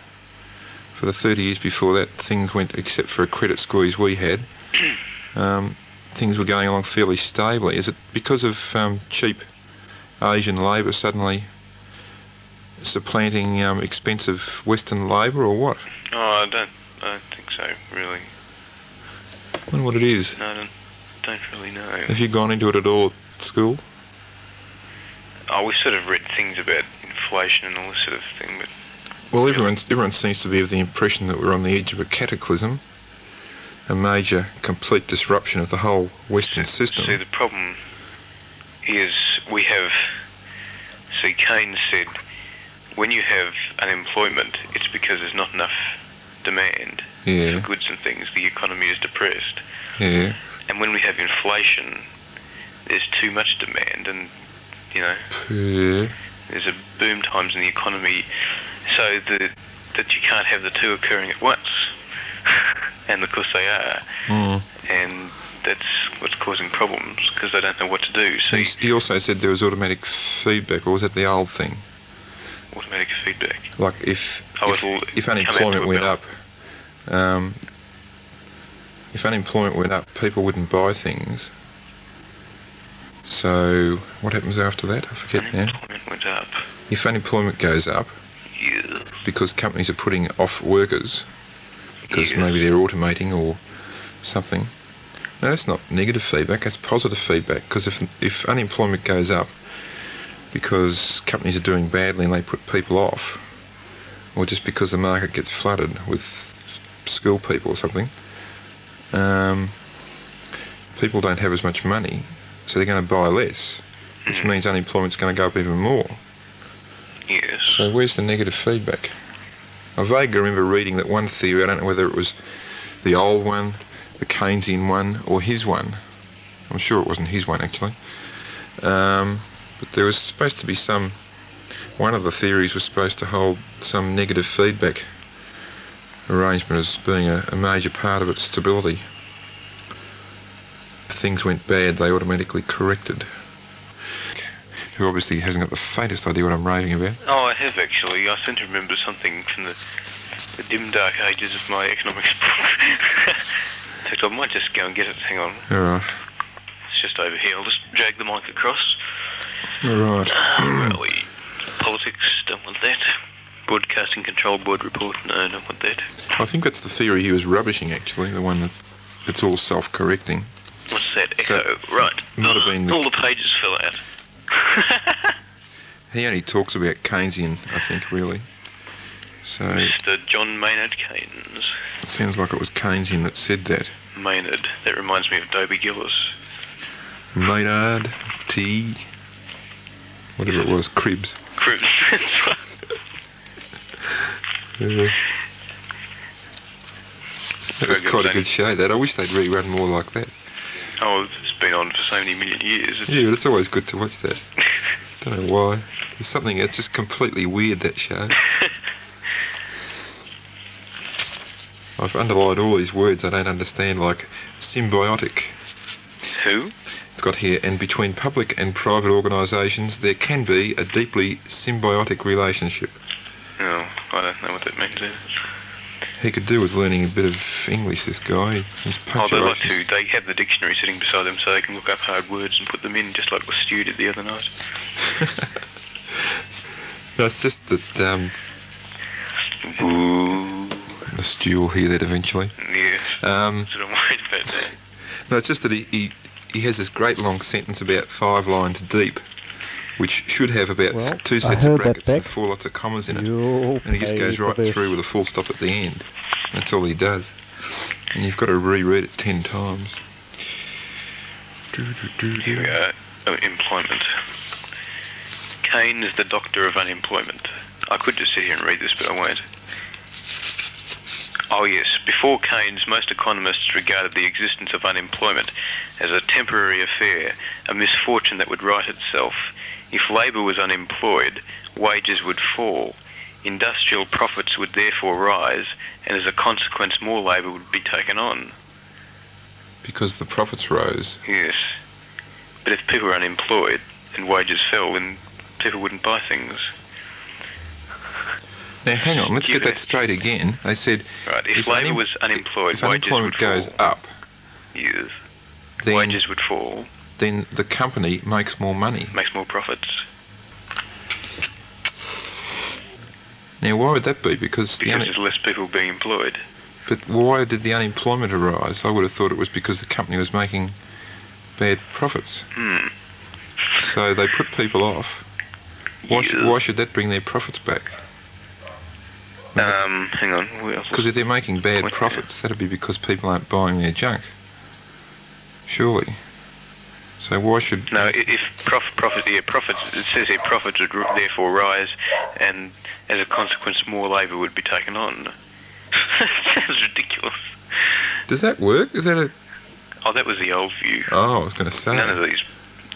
Speaker 2: for the thirty years before that, things went except for a credit squeeze we had. Um, things were going along fairly stably. Is it because of um, cheap Asian labour suddenly supplanting um, expensive Western labour, or what?
Speaker 1: oh, I don't, I don't think so, really.
Speaker 2: I wonder what it is.
Speaker 1: No, I don't, don't really know.
Speaker 2: Have you gone into it at all at school?
Speaker 1: Oh, we sort of read things about inflation and all this sort of thing, but
Speaker 2: Well, everyone, everyone seems to be of the impression that we're on the edge of a cataclysm, a major, complete disruption of the whole Western
Speaker 1: see,
Speaker 2: system.
Speaker 1: the problem is we have. See, Keynes said, when you have unemployment, it's because there's not enough demand for
Speaker 2: Yeah,
Speaker 1: goods and things. The economy is depressed.
Speaker 2: yeah.
Speaker 1: And when we have inflation, there's too much demand, and you know
Speaker 2: Yeah,
Speaker 1: there's a boom times in the economy, so the, that you can't have the two occurring at once, and of course they are,
Speaker 2: mm.
Speaker 1: and that's what's causing problems because they don't know what to do. So
Speaker 2: He s- he also said there was automatic feedback, or was that the old thing?
Speaker 1: automatic feedback.
Speaker 2: Like if
Speaker 1: Oh,
Speaker 2: if,
Speaker 1: it'll
Speaker 2: if
Speaker 1: come out to
Speaker 2: unemployment
Speaker 1: a
Speaker 2: went
Speaker 1: balance.
Speaker 2: up, um, if unemployment went up, people wouldn't buy things. So what happens after that? I forget now.
Speaker 1: Unemployment went up.
Speaker 2: If unemployment goes up
Speaker 1: Yeah.
Speaker 2: because companies are putting off workers because
Speaker 1: Yeah.
Speaker 2: maybe they're automating or something. No, that's not negative feedback. That's positive feedback because if if unemployment goes up because companies are doing badly and they put people off, or just because the market gets flooded with skilled people or something, um, people don't have as much money, so they're going to buy less, which means unemployment's going to go up even more.
Speaker 1: Yes.
Speaker 2: So where's the negative feedback? I vaguely remember reading that one theory. I don't know whether it was the old one, the Keynesian one, or his one. I'm sure it wasn't his one actually. Um, but there was supposed to be some. One of the theories was supposed to hold some negative feedback arrangement as being a, a major part of its stability. If things went bad, they automatically corrected. Who obviously hasn't got the faintest idea what I'm raving about.
Speaker 1: Oh, I have actually. I seem to remember something from the, the dim dark ages of my economics book. In fact, I might just go and get it. Hang on.
Speaker 2: All right.
Speaker 1: It's just over here. I'll just drag the mic across.
Speaker 2: All right.
Speaker 1: Really, politics, don't want that. Broadcasting Control Board report, no, don't want that.
Speaker 2: I think that's the theory he was rubbishing, actually, the one that it's all self correcting.
Speaker 1: What's that?
Speaker 2: So,
Speaker 1: Echo, right.
Speaker 2: might have been the-
Speaker 1: All the pages fell out.
Speaker 2: He only talks about Keynesian, I think, really.
Speaker 5: So
Speaker 1: Mr. John Maynard Keynes.
Speaker 5: it seems like it was Keynesian that said that.
Speaker 1: Maynard. That reminds me of Dobie Gillis.
Speaker 5: Maynard, T,
Speaker 2: Whatever it was, cribs.
Speaker 1: Cribs.
Speaker 2: That
Speaker 1: Very
Speaker 2: was
Speaker 1: good
Speaker 2: quite a
Speaker 1: thing.
Speaker 2: good show. That I wish they'd rerun more like that.
Speaker 1: oh, it's been on for so many million years. It's
Speaker 2: Yeah, but it's always good to watch that. Don't know why. There's something that's just completely weird that show. I've underlined all these words I don't understand, like symbiotic.
Speaker 1: who?
Speaker 2: It's got here, and between public and private organisations, there can be a deeply symbiotic relationship.
Speaker 1: Oh, I don't know what that means. either.
Speaker 2: He could do with learning a bit of English, this guy. His
Speaker 1: Oh, they like
Speaker 2: punctuation's-
Speaker 1: to. They have the dictionary sitting beside them so they can look up hard words and put them in, just like what Stu did the other night.
Speaker 2: That's just that um,
Speaker 1: Ooh.
Speaker 2: the stew will hear that eventually.
Speaker 1: Yes.
Speaker 2: Um,
Speaker 1: That's what I'm worried about that.
Speaker 2: No, it's just that he, he, he has this great long sentence about five lines deep, which should have about
Speaker 6: Well, I
Speaker 2: two sets of
Speaker 6: heard that
Speaker 2: brackets and
Speaker 6: back.
Speaker 2: four lots of commas in it.
Speaker 6: You
Speaker 2: And he just
Speaker 6: pay
Speaker 2: goes
Speaker 6: for
Speaker 2: right
Speaker 6: this.
Speaker 2: through with a full stop at the end. That's all he does. And you've got to reread it ten times. Do, do, do,
Speaker 1: Here
Speaker 2: do.
Speaker 1: we are. Oh, employment. Kane is the doctor of unemployment. I could just sit here and read this, but I won't. Oh, yes. Before Keynes, most economists regarded the existence of unemployment as a temporary affair, a misfortune that would right itself. If labour was unemployed, wages would fall. Industrial profits would therefore rise, and as a consequence, more labour would be taken on.
Speaker 2: Because the profits rose.
Speaker 1: Yes. But if people were unemployed and wages fell, then people wouldn't buy things.
Speaker 2: Now, hang on, let's get that straight again. They said
Speaker 1: Right. If,
Speaker 2: If
Speaker 1: labour
Speaker 2: unem-
Speaker 1: was unemployed,
Speaker 2: if
Speaker 1: wages
Speaker 2: unemployment
Speaker 1: would
Speaker 2: goes
Speaker 1: fall.
Speaker 2: up,
Speaker 1: Yes.
Speaker 2: then,
Speaker 1: wages would fall,
Speaker 2: then the company makes more money.
Speaker 1: makes more profits.
Speaker 2: Now, why would that be? Because, the
Speaker 1: Because
Speaker 2: only.
Speaker 1: there's less people being employed.
Speaker 2: But why did the unemployment arise? I would have thought it was because the company was making bad profits.
Speaker 1: Hmm.
Speaker 2: So they put people off. Why, should,
Speaker 1: Yeah.
Speaker 2: why should that bring their profits back?
Speaker 1: Um, hang on. what else?
Speaker 2: Because if they're making bad
Speaker 1: What's that?
Speaker 2: profits, that'd be because people aren't buying their junk. Surely. So why should.
Speaker 1: No, i- if prof, profit, yeah, profits, it says here profits would r- therefore rise, and as a consequence, more labour would be taken on. Sounds ridiculous.
Speaker 2: Does that work? Is that a.
Speaker 1: Oh, that was the old view.
Speaker 2: Oh, I was going to say.
Speaker 1: None of these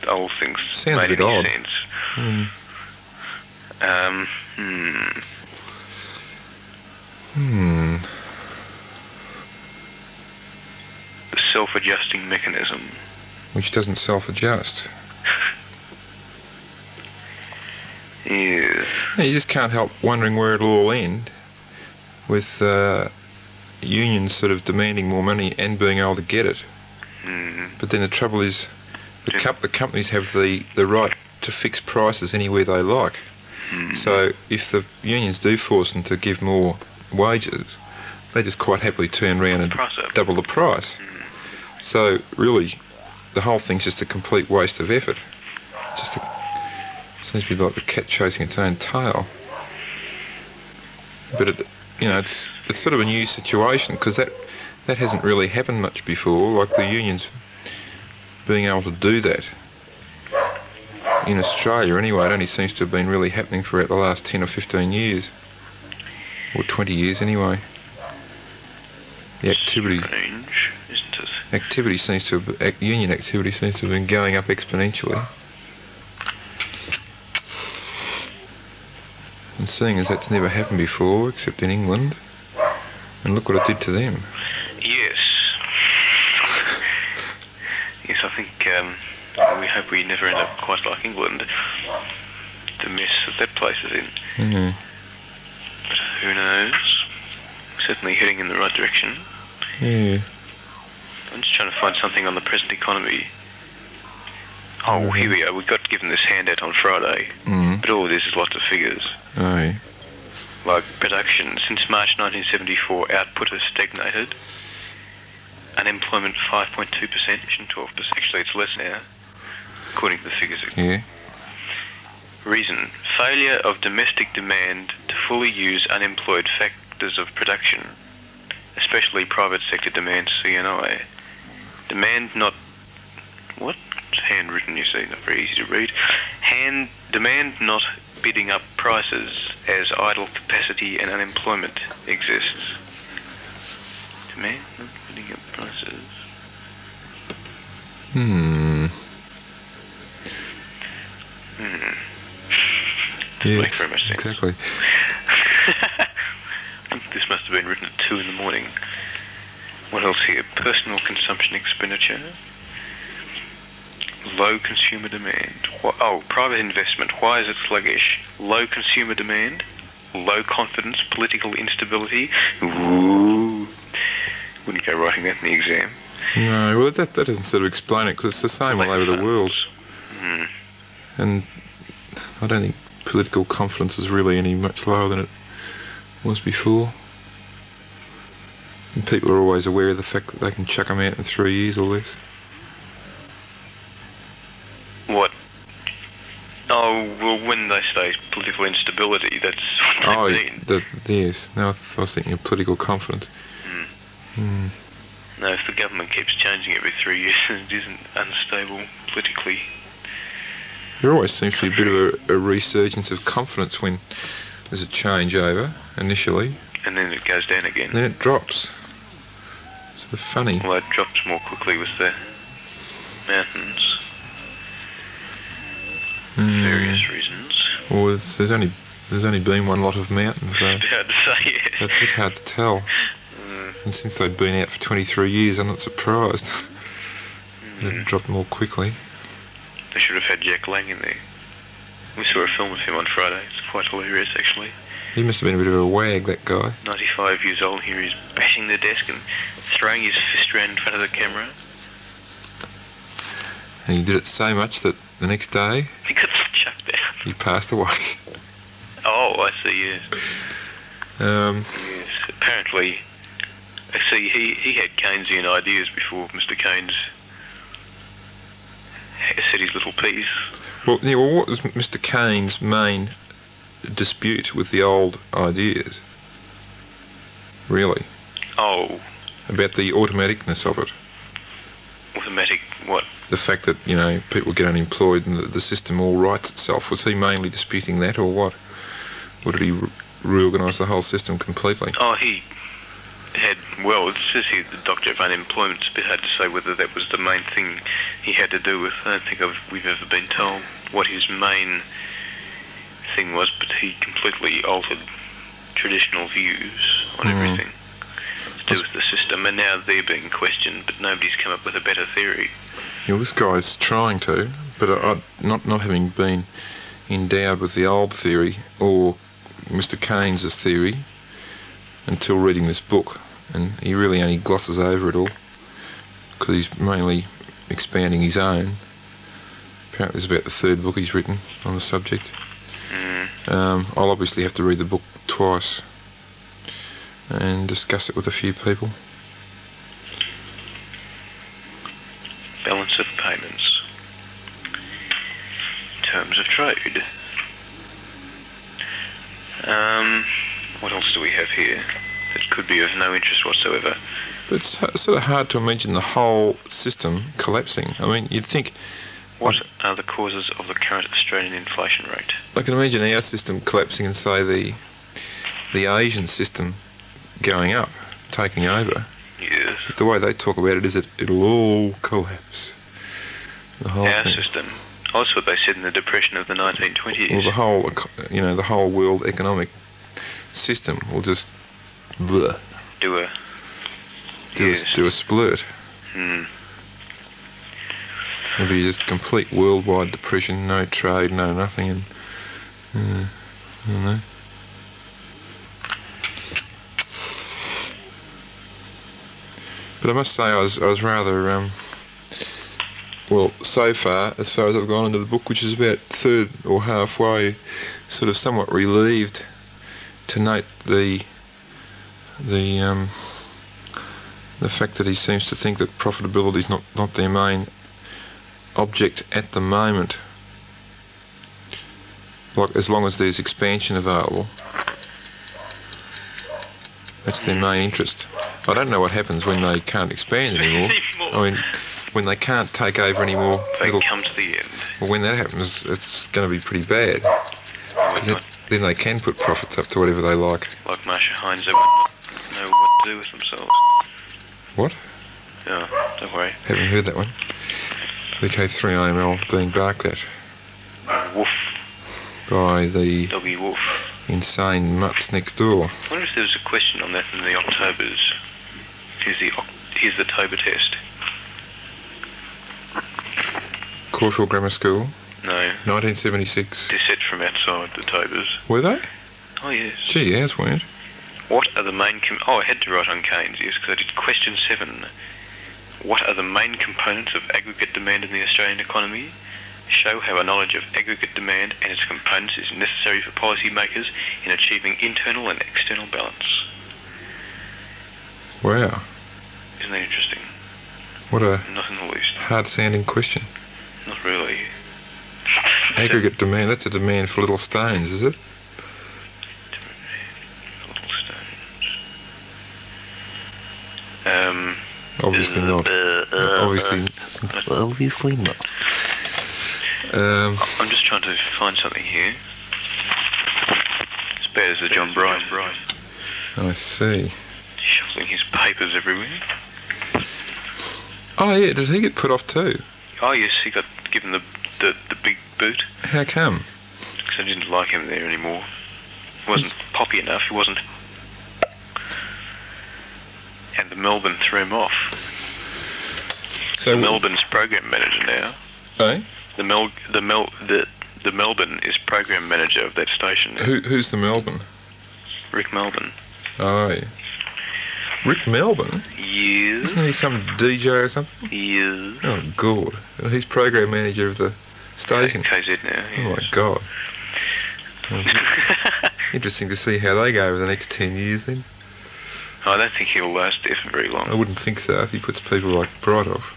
Speaker 1: old things
Speaker 2: Sounds a
Speaker 1: made
Speaker 2: bit
Speaker 1: any
Speaker 2: odd.
Speaker 1: sense.
Speaker 2: Hmm.
Speaker 1: Um, hmm.
Speaker 2: Hmm.
Speaker 1: The self-adjusting mechanism.
Speaker 2: Which doesn't self adjust.
Speaker 1: Yes.
Speaker 2: Yeah, you just can't help wondering where it'll all end with uh, unions sort of demanding more money and being able to get it.
Speaker 1: Hmm.
Speaker 2: But then the trouble is, the, com- the companies have the, the right to fix prices anywhere they like.
Speaker 1: Mm-hmm.
Speaker 2: So if the unions do force them to give more wages, they just quite happily turn round and
Speaker 1: Price up. Mm-hmm.
Speaker 2: double the price. So really, the whole thing's just a complete waste of effort. It's Just a, seems to be like the cat chasing its own tail. But it, you know, it's it's sort of a new situation because that that hasn't really happened much before. Like the unions being able to do that in Australia, anyway, it only seems to have been really happening throughout the last ten or fifteen years, or twenty years, anyway. The activity
Speaker 1: Strange, isn't it?
Speaker 2: activity seems to have, ac- union activity seems to have been going up exponentially. And seeing as that's never happened before, except in England, and look what it did to them.
Speaker 1: Yes. yes, I think um, we hope we never end up quite like England. The mess that that place is in.
Speaker 2: Yeah.
Speaker 1: But who knows? Certainly heading in the right direction.
Speaker 2: yeah.
Speaker 1: I'm just trying to find something on the present economy. Oh, here we are. We got given this handout on Friday,
Speaker 2: Mm.
Speaker 1: but all of this is lots of figures.
Speaker 2: Aye.
Speaker 1: Like production, since March 1974, output has stagnated. Unemployment 5.2%, isn't 12%. Actually, it's less now, according to the figures.
Speaker 2: Yeah.
Speaker 1: Reason failure of domestic demand to fully use unemployed factors of production, especially private sector demand CNI. Demand not. What? It's handwritten, you see, not very easy to read. Hand Demand not bidding up prices as idle capacity and unemployment exists. Demand not bidding up prices.
Speaker 2: Hmm.
Speaker 1: Doesn't
Speaker 2: Yes,
Speaker 1: make very much sense.
Speaker 2: exactly.
Speaker 1: This must have been written at two in the morning. What else here? Personal consumption expenditure. Low consumer demand. Wh- Oh, private investment. Why is it sluggish? Low consumer demand. Low confidence. Political instability. Ooh. Wouldn't go writing that in the exam.
Speaker 2: No, well, that, that doesn't sort of explain it because it's the same all over the world. And I don't think political confidence is really any much lower than it was before. And people are always aware of the fact that they can chuck them out in three years or less.
Speaker 1: What? Oh, well, when they say political instability, that's what they
Speaker 2: Oh,
Speaker 1: mean.
Speaker 2: that, yes. Now I th- I was thinking of political confidence.
Speaker 1: No, if the government keeps changing every three years, then it isn't unstable politically.
Speaker 2: There always seems to be a bit of a, a resurgence of confidence when there's a changeover initially,
Speaker 1: And then it goes down again.
Speaker 2: and then it drops. Sort of funny.
Speaker 1: Well, it drops more quickly with the mountains. Various reasons.
Speaker 2: Well, there's, there's only there's only been one lot of mountains, so,
Speaker 1: About to say it.
Speaker 2: so it's a bit hard to tell. And since they've been out for 23 years, I'm not surprised. It dropped more quickly.
Speaker 1: They should have had Jack Lang in there. We saw a film of him on Friday. It's quite hilarious, actually.
Speaker 2: He must have been a bit of a wag, that guy.
Speaker 1: 95 years old here, he's bashing the desk and throwing his fist around in front of the camera.
Speaker 2: And he did it so much that the next day
Speaker 1: He got chucked out.
Speaker 2: he passed away.
Speaker 1: Oh, I see, yes.
Speaker 2: Um,
Speaker 1: Yes, apparently. See, he, he had Keynesian ideas before Mr. Keynes said his little piece.
Speaker 2: well, yeah, well, what was Mr. Kane's main dispute with the old ideas? Really,
Speaker 1: Oh,
Speaker 2: about the automaticness of it.
Speaker 1: automatic, what?
Speaker 2: the fact that you know people get unemployed and the, the system all rights itself. Was he mainly disputing that, or what? Or did he re- reorganise the whole system completely?
Speaker 1: Oh, he had, well, it says here the doctor of unemployment. It's a bit hard to say whether that was the main thing he had to do with. I don't think I've, we've ever been told what his main thing was, but he completely altered traditional views on
Speaker 2: Hmm.
Speaker 1: everything to do with the system, and now they're being questioned, but nobody's come up with a better theory.
Speaker 2: You know, this guy's trying to, but I, I, not not having been endowed with the old theory or Mr. Keynes's theory until reading this book, and he really only glosses over it all because he's mainly expanding his own. Apparently, this is about the third book he's written on the subject. Um, I'll obviously have to read the book twice and discuss it with a few people.
Speaker 1: Balance of payments. Terms of trade. Um, what else do we have here that could be of no interest whatsoever?
Speaker 2: But it's h- sort of hard to imagine the whole system collapsing. I mean, you'd think
Speaker 1: What are the causes of the current Australian inflation rate?
Speaker 2: I can imagine our system collapsing and say the the Asian system going up, taking over.
Speaker 1: Yes.
Speaker 2: But the way they talk about it is that it'll all collapse. The whole
Speaker 1: Our
Speaker 2: thing.
Speaker 1: system. Oh, that's what they said in the Depression of the 1920s.
Speaker 2: Well, the whole, eco- you know, the whole world economic system will just, bleh,
Speaker 1: do a.
Speaker 2: do,
Speaker 1: Yes.
Speaker 2: a, do a splurt.
Speaker 1: Hmm.
Speaker 2: It'll be just complete worldwide depression, no trade, no nothing, and uh, I don't know. But I must say, I was, I was rather um, well so far, as far as I've gone into the book, which is about third or halfway, sort of somewhat relieved to note the the um, the fact that he seems to think that profitability is not, not their main object at the moment. Like as long as there's expansion available, That's their main interest. I don't know what happens when they can't expand anymore. I mean, when they can't take over anymore.
Speaker 1: They
Speaker 2: it'll-
Speaker 1: come to the end.
Speaker 2: well, when that happens, it's going to be pretty bad. 'Cause it- then they can put profits up to whatever they like.
Speaker 1: Like Marsha Hines, they wouldn't know what to do with themselves.
Speaker 2: What?
Speaker 1: Yeah, don't worry.
Speaker 2: Haven't heard that one. VK3 AML being barked at
Speaker 1: Woof,
Speaker 2: by the
Speaker 1: doggy woof.
Speaker 2: insane mutts next door.
Speaker 1: I wonder if there was a question on that in the Octobers. Here's the, Oc- here's the Tober test.
Speaker 2: Causal Grammar School,
Speaker 1: No,
Speaker 2: 1976.
Speaker 1: they're set from outside the Tobers.
Speaker 2: Were they?
Speaker 1: Oh, yes.
Speaker 2: Gee, ours weren't.
Speaker 1: What are the main... Com- oh, I had to write on Keynes, yes, because I did question seven. What are the main components of aggregate demand in the Australian economy? Show how a knowledge of aggregate demand and its components is necessary for policymakers in achieving internal and external balance.
Speaker 2: Wow.
Speaker 1: Isn't that interesting?
Speaker 2: What a
Speaker 1: Not in the least.
Speaker 2: hard sounding question.
Speaker 1: Not really.
Speaker 2: Aggregate demand, that's a demand for little stones, is it?
Speaker 1: Little stones. Um,
Speaker 2: Obviously not. Obviously, obviously not. Um,
Speaker 1: I'm just trying to find something here. It's bad as the John Bryan.
Speaker 2: I see.
Speaker 1: Shuffling his papers everywhere.
Speaker 2: Oh yeah, did he get put off too?
Speaker 1: Oh yes, he got given the the, the big boot
Speaker 2: How come?
Speaker 1: because I didn't like him there anymore. He wasn't poppy enough. He wasn't. And the Melbourne threw him off.
Speaker 2: So
Speaker 1: Melbourne's program manager now.
Speaker 2: eh?
Speaker 1: The Mel the Mel the the Melbourne is program manager of that station. now.
Speaker 2: Who, who's the Melbourne?
Speaker 1: Rick Melbourne.
Speaker 2: Oh, yeah. Rick Melbourne?
Speaker 1: Yes.
Speaker 2: Isn't he some DJ or something?
Speaker 1: Yes.
Speaker 2: Oh God, he's program manager of the station.
Speaker 1: KZ now.
Speaker 2: Oh
Speaker 1: yes.
Speaker 2: my God. Um, Interesting to see how they go over the next ten years. Then
Speaker 1: I don't think he'll last there for very
Speaker 2: I
Speaker 1: long.
Speaker 2: wouldn't think so if he puts people like Bright off.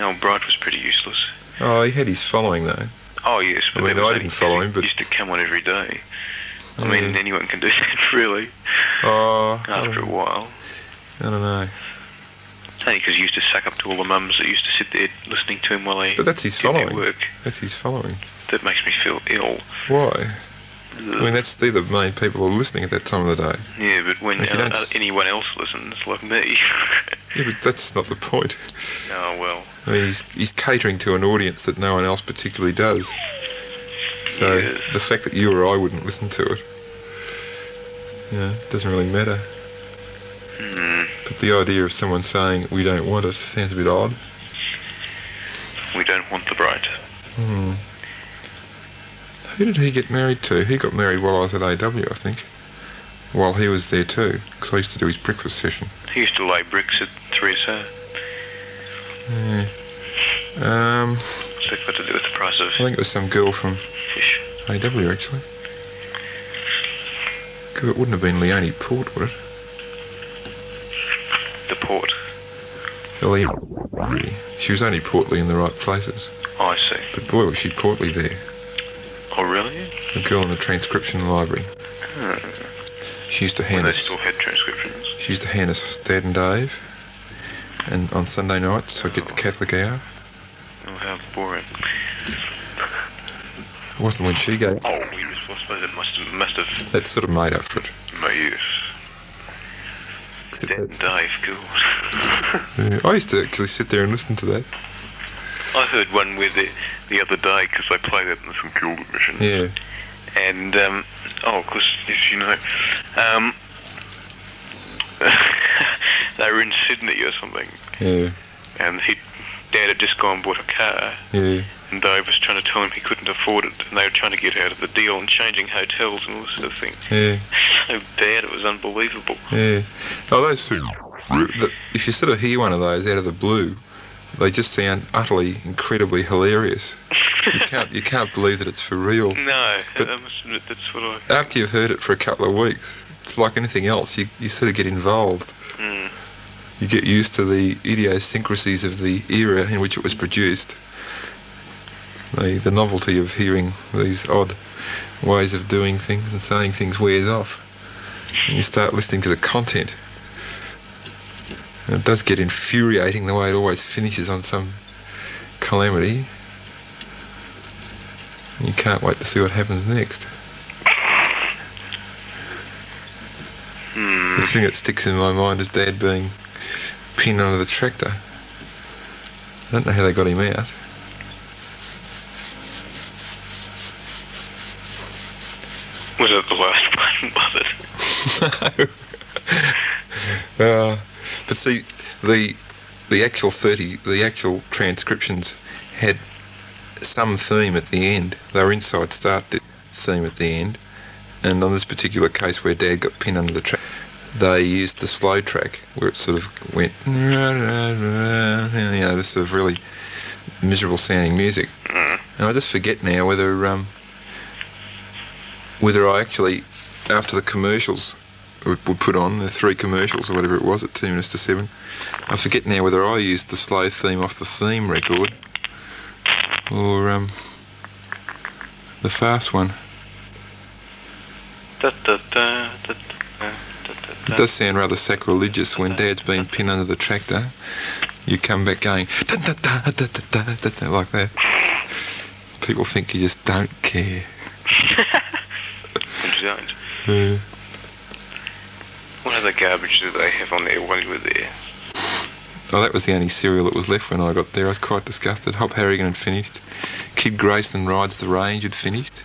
Speaker 1: No, Bright was pretty useless.
Speaker 2: Oh, he had his following though.
Speaker 1: Oh yes, but
Speaker 2: I mean,
Speaker 1: there was
Speaker 2: I
Speaker 1: only-
Speaker 2: didn't follow him, but-
Speaker 1: he used to come on every day. I
Speaker 2: Yeah.
Speaker 1: mean, anyone can do that, really.
Speaker 2: Oh,
Speaker 1: After a while,
Speaker 2: I don't know.
Speaker 1: It's only because he used to suck up to all the mums that used to sit there listening to him while he
Speaker 2: But that's his
Speaker 1: did their
Speaker 2: following.
Speaker 1: work.
Speaker 2: That's his following.
Speaker 1: That makes me feel ill.
Speaker 2: Why? I mean, that's they're the main people who are listening at that time of the day.
Speaker 1: Yeah, but when
Speaker 2: If you
Speaker 1: uh,
Speaker 2: don't s-
Speaker 1: anyone else listens, like me,
Speaker 2: Yeah, but that's not the point.
Speaker 1: oh well.
Speaker 2: I mean, he's, he's catering to an audience that no one else particularly does. So
Speaker 1: Yes.
Speaker 2: the fact that you or I wouldn't listen to it, yeah, doesn't really matter. But the idea of someone saying we don't want it sounds a bit odd.
Speaker 1: We don't want the bright.
Speaker 2: Who did he get married to? He got married while I was at AW, I think. While he was there too, because I used to do his breakfast session.
Speaker 1: He used to lay bricks at 3SR.
Speaker 2: Um,
Speaker 1: What's that got to do with the price of
Speaker 2: I think it was some girl from
Speaker 1: fish?
Speaker 2: AW actually. God, it wouldn't have been Leonie Port, would it?
Speaker 1: The port.
Speaker 2: Ellie, she was only portly in the right places,
Speaker 1: Oh, I see.
Speaker 2: but boy was she portly there.
Speaker 1: Oh, really?
Speaker 2: The girl in the transcription library. She used to
Speaker 1: When
Speaker 2: hand
Speaker 1: they
Speaker 2: us.
Speaker 1: still had transcriptions.
Speaker 2: She used to hand us Dad and Dave, and on Sunday nights I'd get the Catholic hour.
Speaker 1: Oh, how boring.
Speaker 2: It wasn't when she gave.
Speaker 1: Oh, we was, I suppose it must have, must have
Speaker 2: That sort of made up for it.
Speaker 1: made use. Dead and Dave, God.
Speaker 2: Yeah, I used to actually sit there and listen to that.
Speaker 1: I heard one with the, the other day because they play that in the St Kilda Mission.
Speaker 2: Yeah.
Speaker 1: And, um, oh, of course, yes, you know. Um, they were in Sydney or something,
Speaker 2: Yeah.
Speaker 1: and he, Dad had just gone and bought a car.
Speaker 2: Yeah.
Speaker 1: and Dave was trying to tell him he couldn't afford it, and they were trying to get out of the deal and changing hotels and all this sort of thing.
Speaker 2: Yeah.
Speaker 1: So bad, it was unbelievable.
Speaker 2: Yeah. Oh, those things. the- If you sort of hear one of those out of the blue, they just sound utterly, incredibly hilarious. You can't, you can't believe that it's for real.
Speaker 1: No,
Speaker 2: But-
Speaker 1: I must admit, that's what I.
Speaker 2: After you've heard it for a couple of weeks, it's like anything else. You, you sort of get involved. You get used to the idiosyncrasies of the era in which it was produced. The, the novelty of hearing these odd ways of doing things and saying things wears off. you start listening to the content. And it does get infuriating the way it always finishes on some calamity. You can't wait to see what happens next. The thing that sticks in my mind is Dad being pinned under the tractor. I don't know how they got him out.
Speaker 1: Was it the last one? Was it?
Speaker 2: Uh, but see, the the actual thirty, the actual transcriptions had some theme at the end. They were inside start di- theme at the end, and on this particular case where Dad got pinned under the track, they used the slow track where it sort of went, you know, this sort of really miserable sounding music. And I just forget now whether um, whether I actually after the commercials we we put on the three commercials or whatever it was at two minutes to seven. I forget now whether I used the slow theme off the theme record or um, the fast one.
Speaker 1: Da, da, da, da, da, da, da,
Speaker 2: It does sound rather sacrilegious when Dad's been pinned under the tractor. You come back going da da da da da da da, da like that. People think you just don't care.
Speaker 1: And don't. What other garbage do they have on there while you were there?
Speaker 2: Oh, that was the only serial that was left when I got there. I was quite disgusted. Hop Harrigan had finished. Kid Grayson Rides the Range had finished.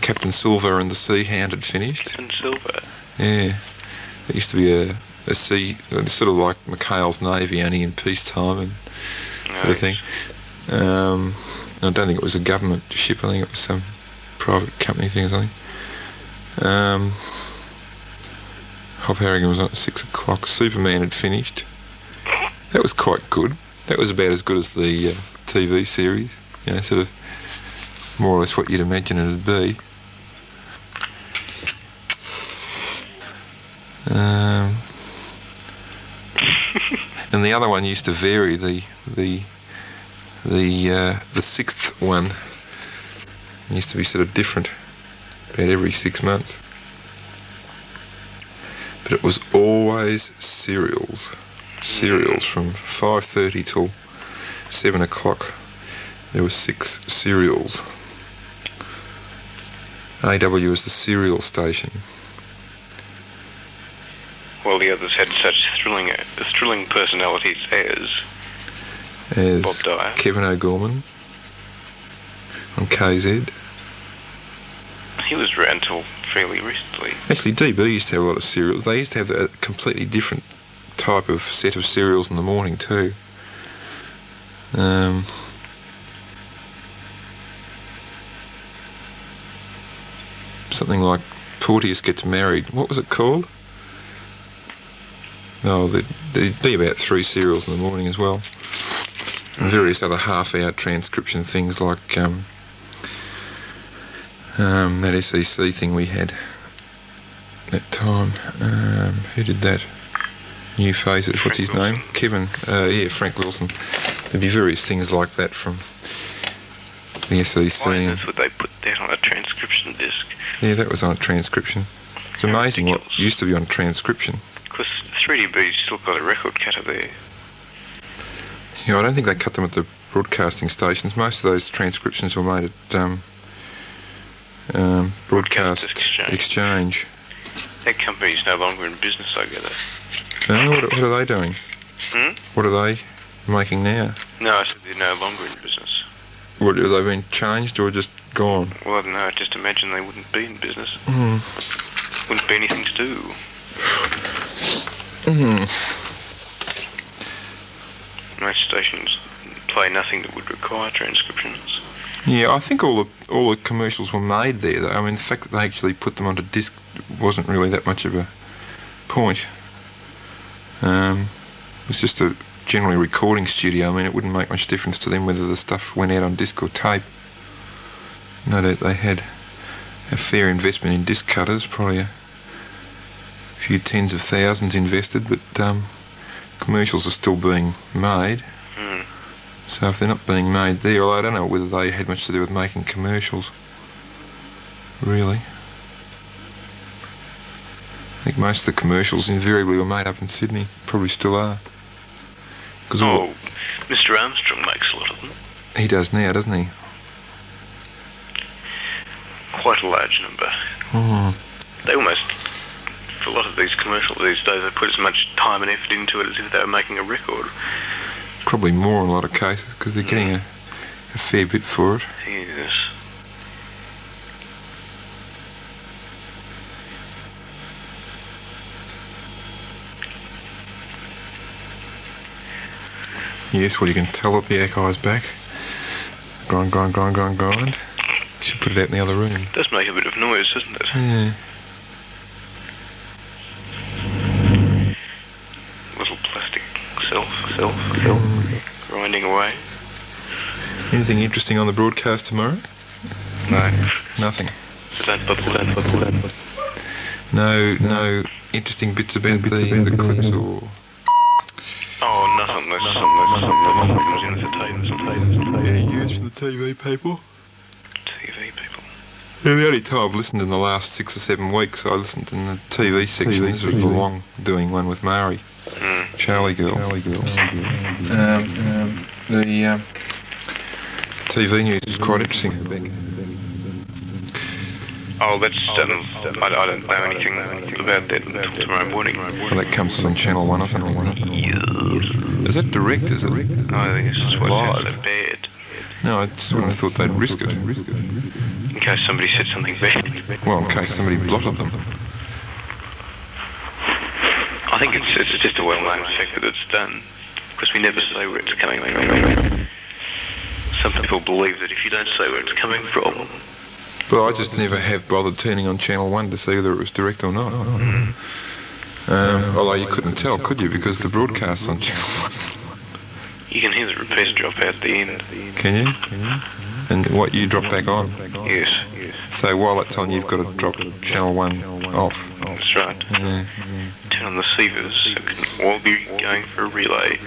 Speaker 2: Captain Silver and the Sea Hound had finished.
Speaker 1: And silver.
Speaker 2: Yeah. It used to be a, a sea, uh, sort of like McHale's Navy, only in peacetime and sort of thing. Um, I don't think it was a government ship. I think it was some private company thing or something. Um, Hop Harrigan was on at six o'clock. Superman had finished. That was quite good. That was about as good as the uh, TV series. You know, sort of more or less what you'd imagine it'd be. Um, and the other one used to vary. The the the uh, the sixth one used to be sort of different, about every six months. But it was always serials, serials from five thirty till seven o'clock. There were six serials. AW is the serial station.
Speaker 1: While the others had such thrilling, thrilling personalities as
Speaker 2: as
Speaker 1: Bob Dyer.
Speaker 2: Kevin O'Gorman on KZ.
Speaker 1: he was around till fairly recently.
Speaker 2: Actually, DB used to have a lot of serials. They used to have a completely different type of set of serials in the morning too. Um, something like Porteous gets married. What was it called? No, there'd, there'd be about three serials in the morning as well. And various other half-hour transcription things like um, um, that SEC thing we had that time. Um, who did that? New faces. What's his name? Kevin. Uh, yeah, Frank Wilson. There'd be various things like that from the E SEC.
Speaker 1: Why on
Speaker 2: and-
Speaker 1: earth would they put that on a transcription disc?
Speaker 2: yeah, that was on transcription. It's amazing what
Speaker 1: Ridiculous.
Speaker 2: used to be on transcription.
Speaker 1: Because 3DB's still got a record cutter there.
Speaker 2: Yeah, I don't think they cut them at the broadcasting stations. Most of those transcriptions were made at um, um,
Speaker 1: Broadcast
Speaker 2: broadcast
Speaker 1: Exchange.
Speaker 2: exchange.
Speaker 1: That company's no longer in business, I gather.
Speaker 2: No, what, what are they doing?
Speaker 1: Hmm?
Speaker 2: What are they making now?
Speaker 1: No, I said they're no longer in business.
Speaker 2: What have they been changed or just gone?
Speaker 1: Well, I don't know, I just imagine they wouldn't be in business.
Speaker 2: Hmm.
Speaker 1: Wouldn't be anything to do. Most stations play nothing that would require transcriptions.
Speaker 2: Yeah, I think all the all the commercials were made there. Though. I mean, the fact that they actually put them onto disc wasn't really that much of a point. Um, it was just a generally recording studio. I mean, it wouldn't make much difference to them whether the stuff went out on disc or tape. No doubt they had a fair investment in disc cutters, probably a few tens of thousands invested, but um, commercials are still being made. So if they're not being made there, well, I don't know whether they had much to do with making commercials. Really. I think most of the commercials invariably were made up in Sydney, probably still are. Because
Speaker 1: Oh, Mr. Armstrong makes a lot of them.
Speaker 2: he does now, doesn't he?
Speaker 1: Quite a large number. Mm-hmm.
Speaker 2: Mm.
Speaker 1: They almost, for a lot of these commercials these days, they put as much time and effort into it as if they were making a record.
Speaker 2: Probably more in a lot of cases because they're getting a, a fair bit for it.
Speaker 1: Yes.
Speaker 2: Yes, well, you can tell that the echo's back. Grind, grind, grind, grind, grind. Should put it out in the other room.
Speaker 1: does make a bit of noise, doesn't it?
Speaker 2: Yeah.
Speaker 1: Little plastic self, self, self, grinding away.
Speaker 2: Anything interesting on the broadcast tomorrow?
Speaker 1: No.
Speaker 2: Nothing.
Speaker 1: Don't bubble, don't bubble, don't bubble.
Speaker 2: No, no interesting bits about the, the clips or.
Speaker 1: Oh, nothing, there's something, there's something, nothing comes in at the table, it's the table, it's
Speaker 2: news from the TV people.
Speaker 1: the table. TV people.
Speaker 2: Yeah, the only time I've listened in the last six or seven weeks, I listened in the TV section. this was the long doing one with Mari, Charlie Girl. Um, the um, TV news is quite interesting.
Speaker 1: Oh, that's, um, I, I don't know anything about that until tomorrow morning.
Speaker 2: Well, that comes on Channel One or something. wasn't it? Is that direct? Is it?
Speaker 1: I think it's just what's
Speaker 2: Live.
Speaker 1: so bad.
Speaker 2: No, I just wouldn't have thought they'd risk it.
Speaker 1: In case somebody said something bad.
Speaker 2: Well, in case somebody blotted them.
Speaker 1: I think it's it's just a well-known fact that it's done because we never say where it's coming from. Some people believe that if you don't say where it's coming from,
Speaker 2: But I just never have bothered turning on Channel 1 to see whether it was direct or not. Um, although you couldn't tell, could you? Because the broadcast's on Channel
Speaker 1: you can hear the repeats drop out the end.
Speaker 2: 1. Can you? And what you drop back on.
Speaker 1: Yes,
Speaker 2: So while it's on, you've got to drop Channel 1 off.
Speaker 1: that's right.
Speaker 2: Yeah.
Speaker 1: Turn on the sievers. So it can all be going for a relay.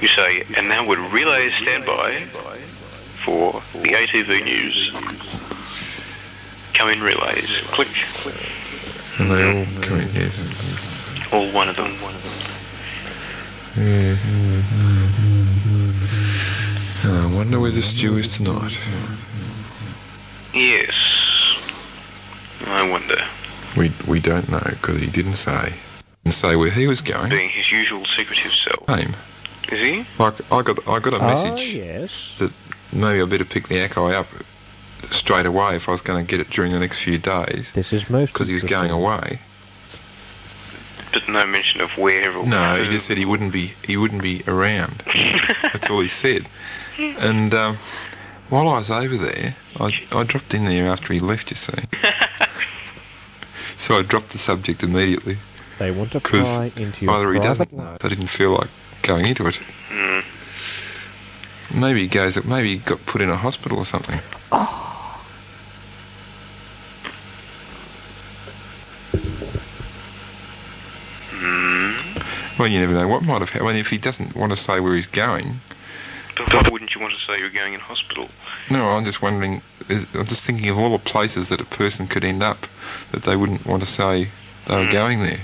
Speaker 1: You say, and now would relay stand by for the ATV news. Come in relays. Click.
Speaker 2: And they all come in, yes.
Speaker 1: All one of them.
Speaker 2: Yeah. Mm-hmm. I wonder where the stew is tonight.
Speaker 1: Yes. I wonder.
Speaker 2: We, we don't know, because he didn't say. Didn't say where he was going.
Speaker 1: Being his usual secretive self.
Speaker 2: Name.
Speaker 1: Is he?
Speaker 2: Like, I got, I got a message.
Speaker 6: Ah, yes.
Speaker 2: that maybe I better pick the echo up straight away if I was going to get it during the next few days
Speaker 6: This is most
Speaker 2: because he was going
Speaker 6: interesting.
Speaker 2: away.
Speaker 1: But no mention of where or
Speaker 2: No, he
Speaker 1: who.
Speaker 2: just said he wouldn't be he wouldn't be around. That's all he said. And um, while I was over there, I, I dropped in there after he left. You see, so I dropped the subject immediately
Speaker 6: They want to
Speaker 2: because
Speaker 6: pry into your
Speaker 2: either he
Speaker 6: private
Speaker 2: doesn't know, I didn't feel like going into it. Maybe he goes. Maybe he got put in a hospital or something. Well, you never know what might have happened. I mean, if he doesn't want to say where he's going,
Speaker 1: But Why wouldn't you want to say you're going in hospital?
Speaker 2: no, I'm just wondering. Is, I'm just thinking of all the places that a person could end up that they wouldn't want to say they were going there.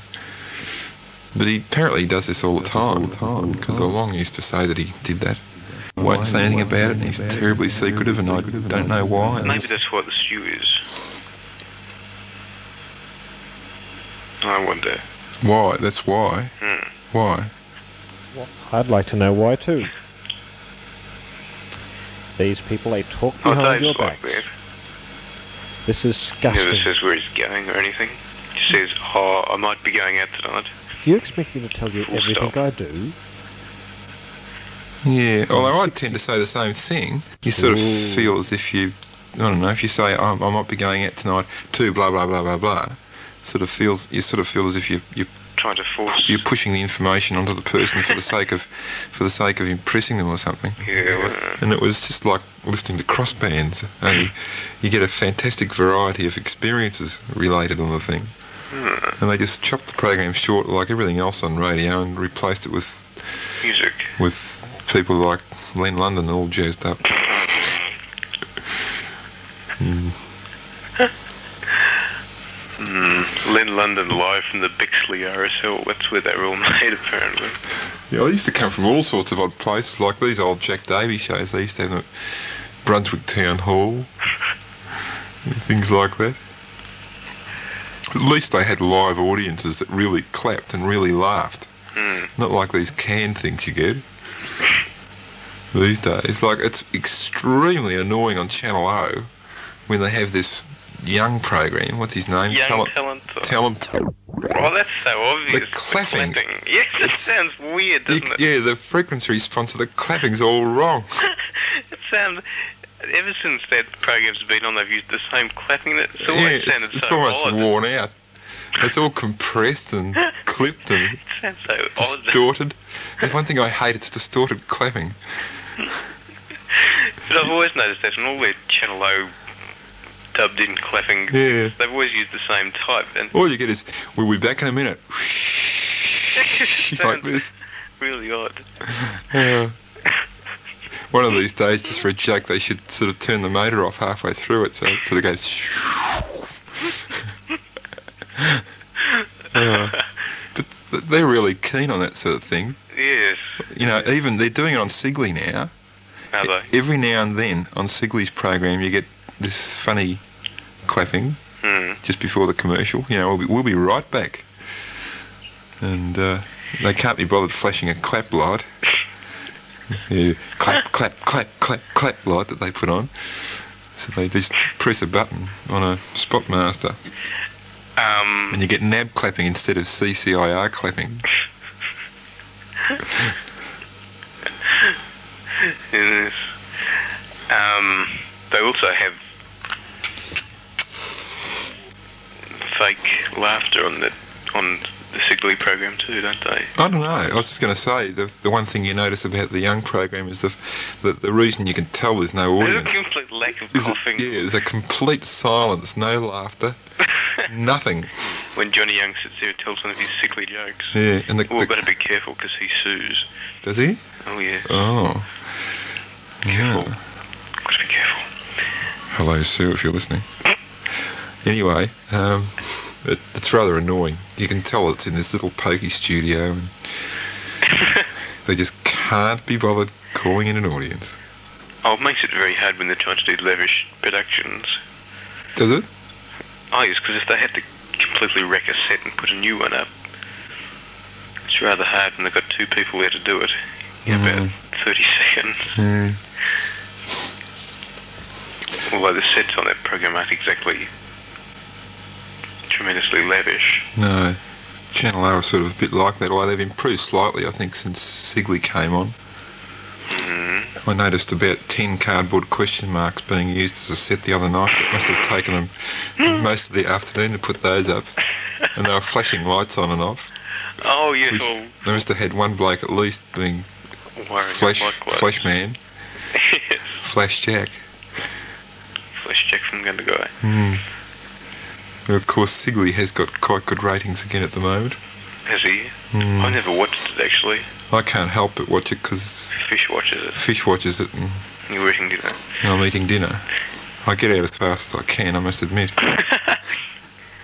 Speaker 2: But he apparently does this all the time Oh. because the long used to say that he did that. Won't say anything about it, and he's terribly secretive, and I don't know why. and
Speaker 1: Maybe
Speaker 2: this-
Speaker 1: that's what the stew is. I wonder.
Speaker 2: why? That's why.
Speaker 1: Hmm.
Speaker 2: Why?
Speaker 6: I'd like to know why too. These people, they talk
Speaker 1: Oh,
Speaker 6: behind your
Speaker 1: Dave's
Speaker 6: back.
Speaker 1: like that.
Speaker 6: This is
Speaker 1: He never
Speaker 6: disgusting.
Speaker 1: says where he's going or anything. He says, oh, I might be going out tonight.
Speaker 6: You expect me to tell you
Speaker 1: Full
Speaker 6: everything
Speaker 1: stop.
Speaker 6: I do?
Speaker 2: Yeah, although I tend to say the same thing. You sort of
Speaker 6: Ooh.
Speaker 2: feel as if you, I don't know, if you say "Oh, I, I might be going out tonight to blah blah blah blah blah, sort of feels you sort of feel as if you you
Speaker 1: Trying to force...
Speaker 2: you're pushing the information onto the person for the sake of for the sake of impressing them or something.
Speaker 1: Yeah, well,
Speaker 2: And it was just like listening to crossbands. And you, you get a fantastic variety of experiences related on the thing. And they just chopped the program short, like everything else on radio, and replaced it with
Speaker 1: music.
Speaker 2: with people like Len London all jazzed up.
Speaker 1: Len London live from the Bixley RSL. That's where they were all made, apparently.
Speaker 5: Yeah,
Speaker 2: They used to come from all sorts of odd places, like these old Jack Davy shows. They used to have them at Brunswick Town Hall, and things like that. At least they had live audiences that really clapped and really laughed.
Speaker 1: Hmm.
Speaker 2: Not like these canned things you get these days. Like, it's extremely annoying on Channel O when they have this young program. What's his name?
Speaker 1: Young
Speaker 2: Talent.
Speaker 1: talent.
Speaker 2: Talent.
Speaker 1: Oh, that's so obvious.
Speaker 2: The clapping.
Speaker 1: Yes, it
Speaker 2: It's-
Speaker 1: sounds weird,
Speaker 2: You-
Speaker 1: doesn't it?
Speaker 2: yeah, the frequency response to the clapping's all wrong.
Speaker 1: It sounds. Ever since that program's been on, they've used the same clapping. It's
Speaker 2: yeah,
Speaker 1: always
Speaker 2: it's,
Speaker 1: sounded
Speaker 2: it's
Speaker 1: so
Speaker 2: almost
Speaker 1: odd.
Speaker 2: worn out. It's all compressed and clipped and
Speaker 1: It sounds so odd.
Speaker 2: distorted. There's one thing I hate, it's distorted clapping.
Speaker 1: But I've always noticed that in all their Channel O dubbed in clapping,
Speaker 2: Yeah.
Speaker 1: they've always used the same type. And
Speaker 2: All you get is, we'll be back in a minute.
Speaker 1: it
Speaker 2: like
Speaker 1: sounds
Speaker 2: this.
Speaker 1: Really odd.
Speaker 2: Yeah. One of these days, just for a joke, they should sort of turn the motor off halfway through it so it sort of goes. Yeah. But th- they're really keen on that sort of thing.
Speaker 1: Yes,
Speaker 2: You know, even they're doing it on Sigley now.
Speaker 1: are they?
Speaker 2: Every now and then on Sigley's program, you get this funny clapping
Speaker 1: Hmm.
Speaker 2: just before the commercial. You know, we'll be, we'll be right back. And uh, they can't be bothered flashing a clap light. Yeah, clap, clap, clap, clap, clap light that they put on. So they just press a button on a spot master,
Speaker 1: Um,
Speaker 2: and you get nab clapping instead of CCIR clapping.
Speaker 1: yes. Um, they also have fake laughter on the on the Sigley program too, don't they?
Speaker 2: I don't know. I was just going to say the the one thing you notice about the young program is the the, the reason you can tell there's no
Speaker 1: There's a
Speaker 2: audience.
Speaker 1: complete lack of
Speaker 2: Oh, Is it-
Speaker 1: coughing
Speaker 2: yeah, there's a complete silence, no laughter, nothing.
Speaker 1: when Johnny Young sits there and tells one of his sickly jokes.
Speaker 2: Yeah, and the,
Speaker 1: Well, we've
Speaker 2: the-
Speaker 1: got to be careful because he sues.
Speaker 2: does he?
Speaker 1: Oh yeah,
Speaker 2: Oh, yeah.
Speaker 1: got to be careful.
Speaker 2: Hello, Sue, if you're listening. Anyway, um, it, it's rather annoying. You can tell it's in this little pokey studio, and they just can't be bothered calling in an audience.
Speaker 1: Oh, it makes it very hard when they're trying to do lavish productions.
Speaker 2: Does it?
Speaker 1: Oh, yes, because if they had to completely wreck a set and put a new one up, it's rather hard when they've got two people there to do it in
Speaker 2: Mm.
Speaker 1: about 30 seconds.
Speaker 2: Yeah.
Speaker 1: Although the sets on that program aren't exactly tremendously lavish.
Speaker 2: No. Channel O are sort of a bit like that, although they've improved slightly, I think, since Sigley came on. I noticed about 10 cardboard question marks being used as a set the other night. It must have taken them most of the afternoon to put those up. And they were flashing lights on and off.
Speaker 1: Oh, yes,
Speaker 2: Which
Speaker 1: all
Speaker 2: they must have had one bloke at least being
Speaker 1: worrying
Speaker 2: Flash,
Speaker 1: likewise.
Speaker 2: Flash Man,
Speaker 1: yes,
Speaker 2: Flash Jack.
Speaker 1: Flash Jack from Gundagai.
Speaker 2: And of course, Sigley has got quite good ratings again at the moment.
Speaker 1: Has he?
Speaker 2: Mm.
Speaker 1: I never watched it, actually.
Speaker 2: I can't help but watch it because
Speaker 1: Fish watches it.
Speaker 2: Fish watches it and
Speaker 1: You were eating dinner.
Speaker 2: and I'm eating dinner. I get out as fast as I can, I must admit.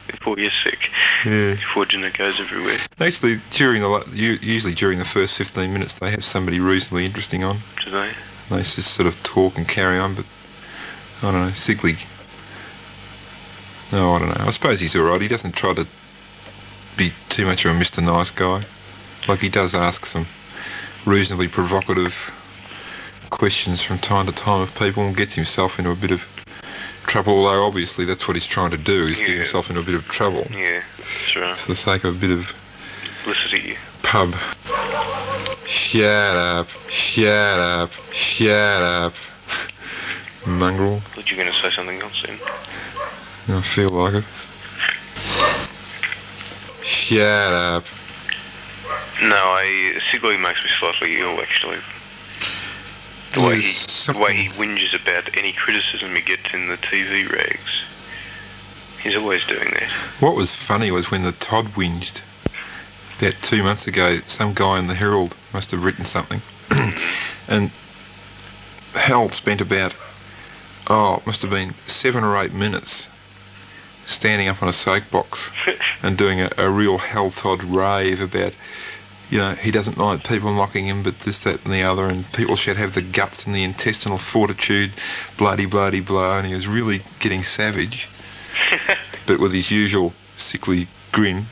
Speaker 1: Before you're sick.
Speaker 2: Yeah.
Speaker 1: Before dinner goes everywhere.
Speaker 2: Actually, during the la- u- usually during the first 15 minutes, they have somebody reasonably interesting on.
Speaker 1: Today.
Speaker 2: They just sort of talk and carry on, but I don't know, Sigley. No, I don't know. I suppose he's all right. He doesn't try to be too much of a Mr. Nice Guy. Like he does ask some reasonably provocative questions from time to time of people and gets himself into a bit of trouble. Although obviously that's what he's trying to do is get
Speaker 1: Yeah.
Speaker 2: himself into a bit of trouble
Speaker 1: Yeah, that's right.
Speaker 2: for the sake of a bit of
Speaker 1: Felicity.
Speaker 2: pub. Shut up! Shut up! Shut up! Mongrel.
Speaker 1: Thought you were going to say something else then.
Speaker 2: I feel like it. Shut up.
Speaker 1: No, I Sigley makes me slightly ill actually. The way, he,
Speaker 2: There's
Speaker 1: the way he
Speaker 2: something-
Speaker 1: whinges about any criticism he gets in the TV rags. He's always doing that.
Speaker 2: What was funny was when the Todd whinged about two months ago, some guy in the Herald must have written something. and Hal spent about, oh, it must have been seven or eight minutes standing up on a soap box and doing a, a real hell Todd rave about, you know, he doesn't like people knocking him, but this, that, and the other, and people should have the guts and the intestinal fortitude, bloody, bloody, blah, and he was really getting savage, but with his usual sickly grin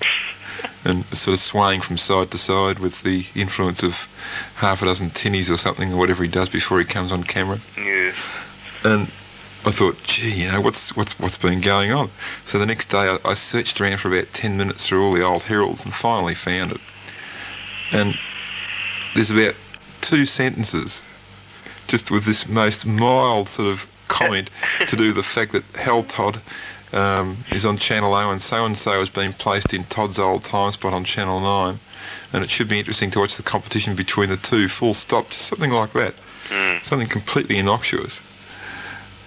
Speaker 2: and sort of swaying from side to side with the influence of half a dozen tinnies or something, or whatever he does before he comes on camera.
Speaker 1: Yeah.
Speaker 2: And I thought, gee, you know, what's what's what's been going on? So the next day, I, I searched around for about ten minutes through all the old heralds and finally found it. And there's about two sentences, just with this most mild sort of comment to do with the fact that Hal Todd um, is on Channel O and so and so has been placed in Todd's old time spot on Channel Nine, and it should be interesting to watch the competition between the two. Full stop, just something like that, something completely innocuous.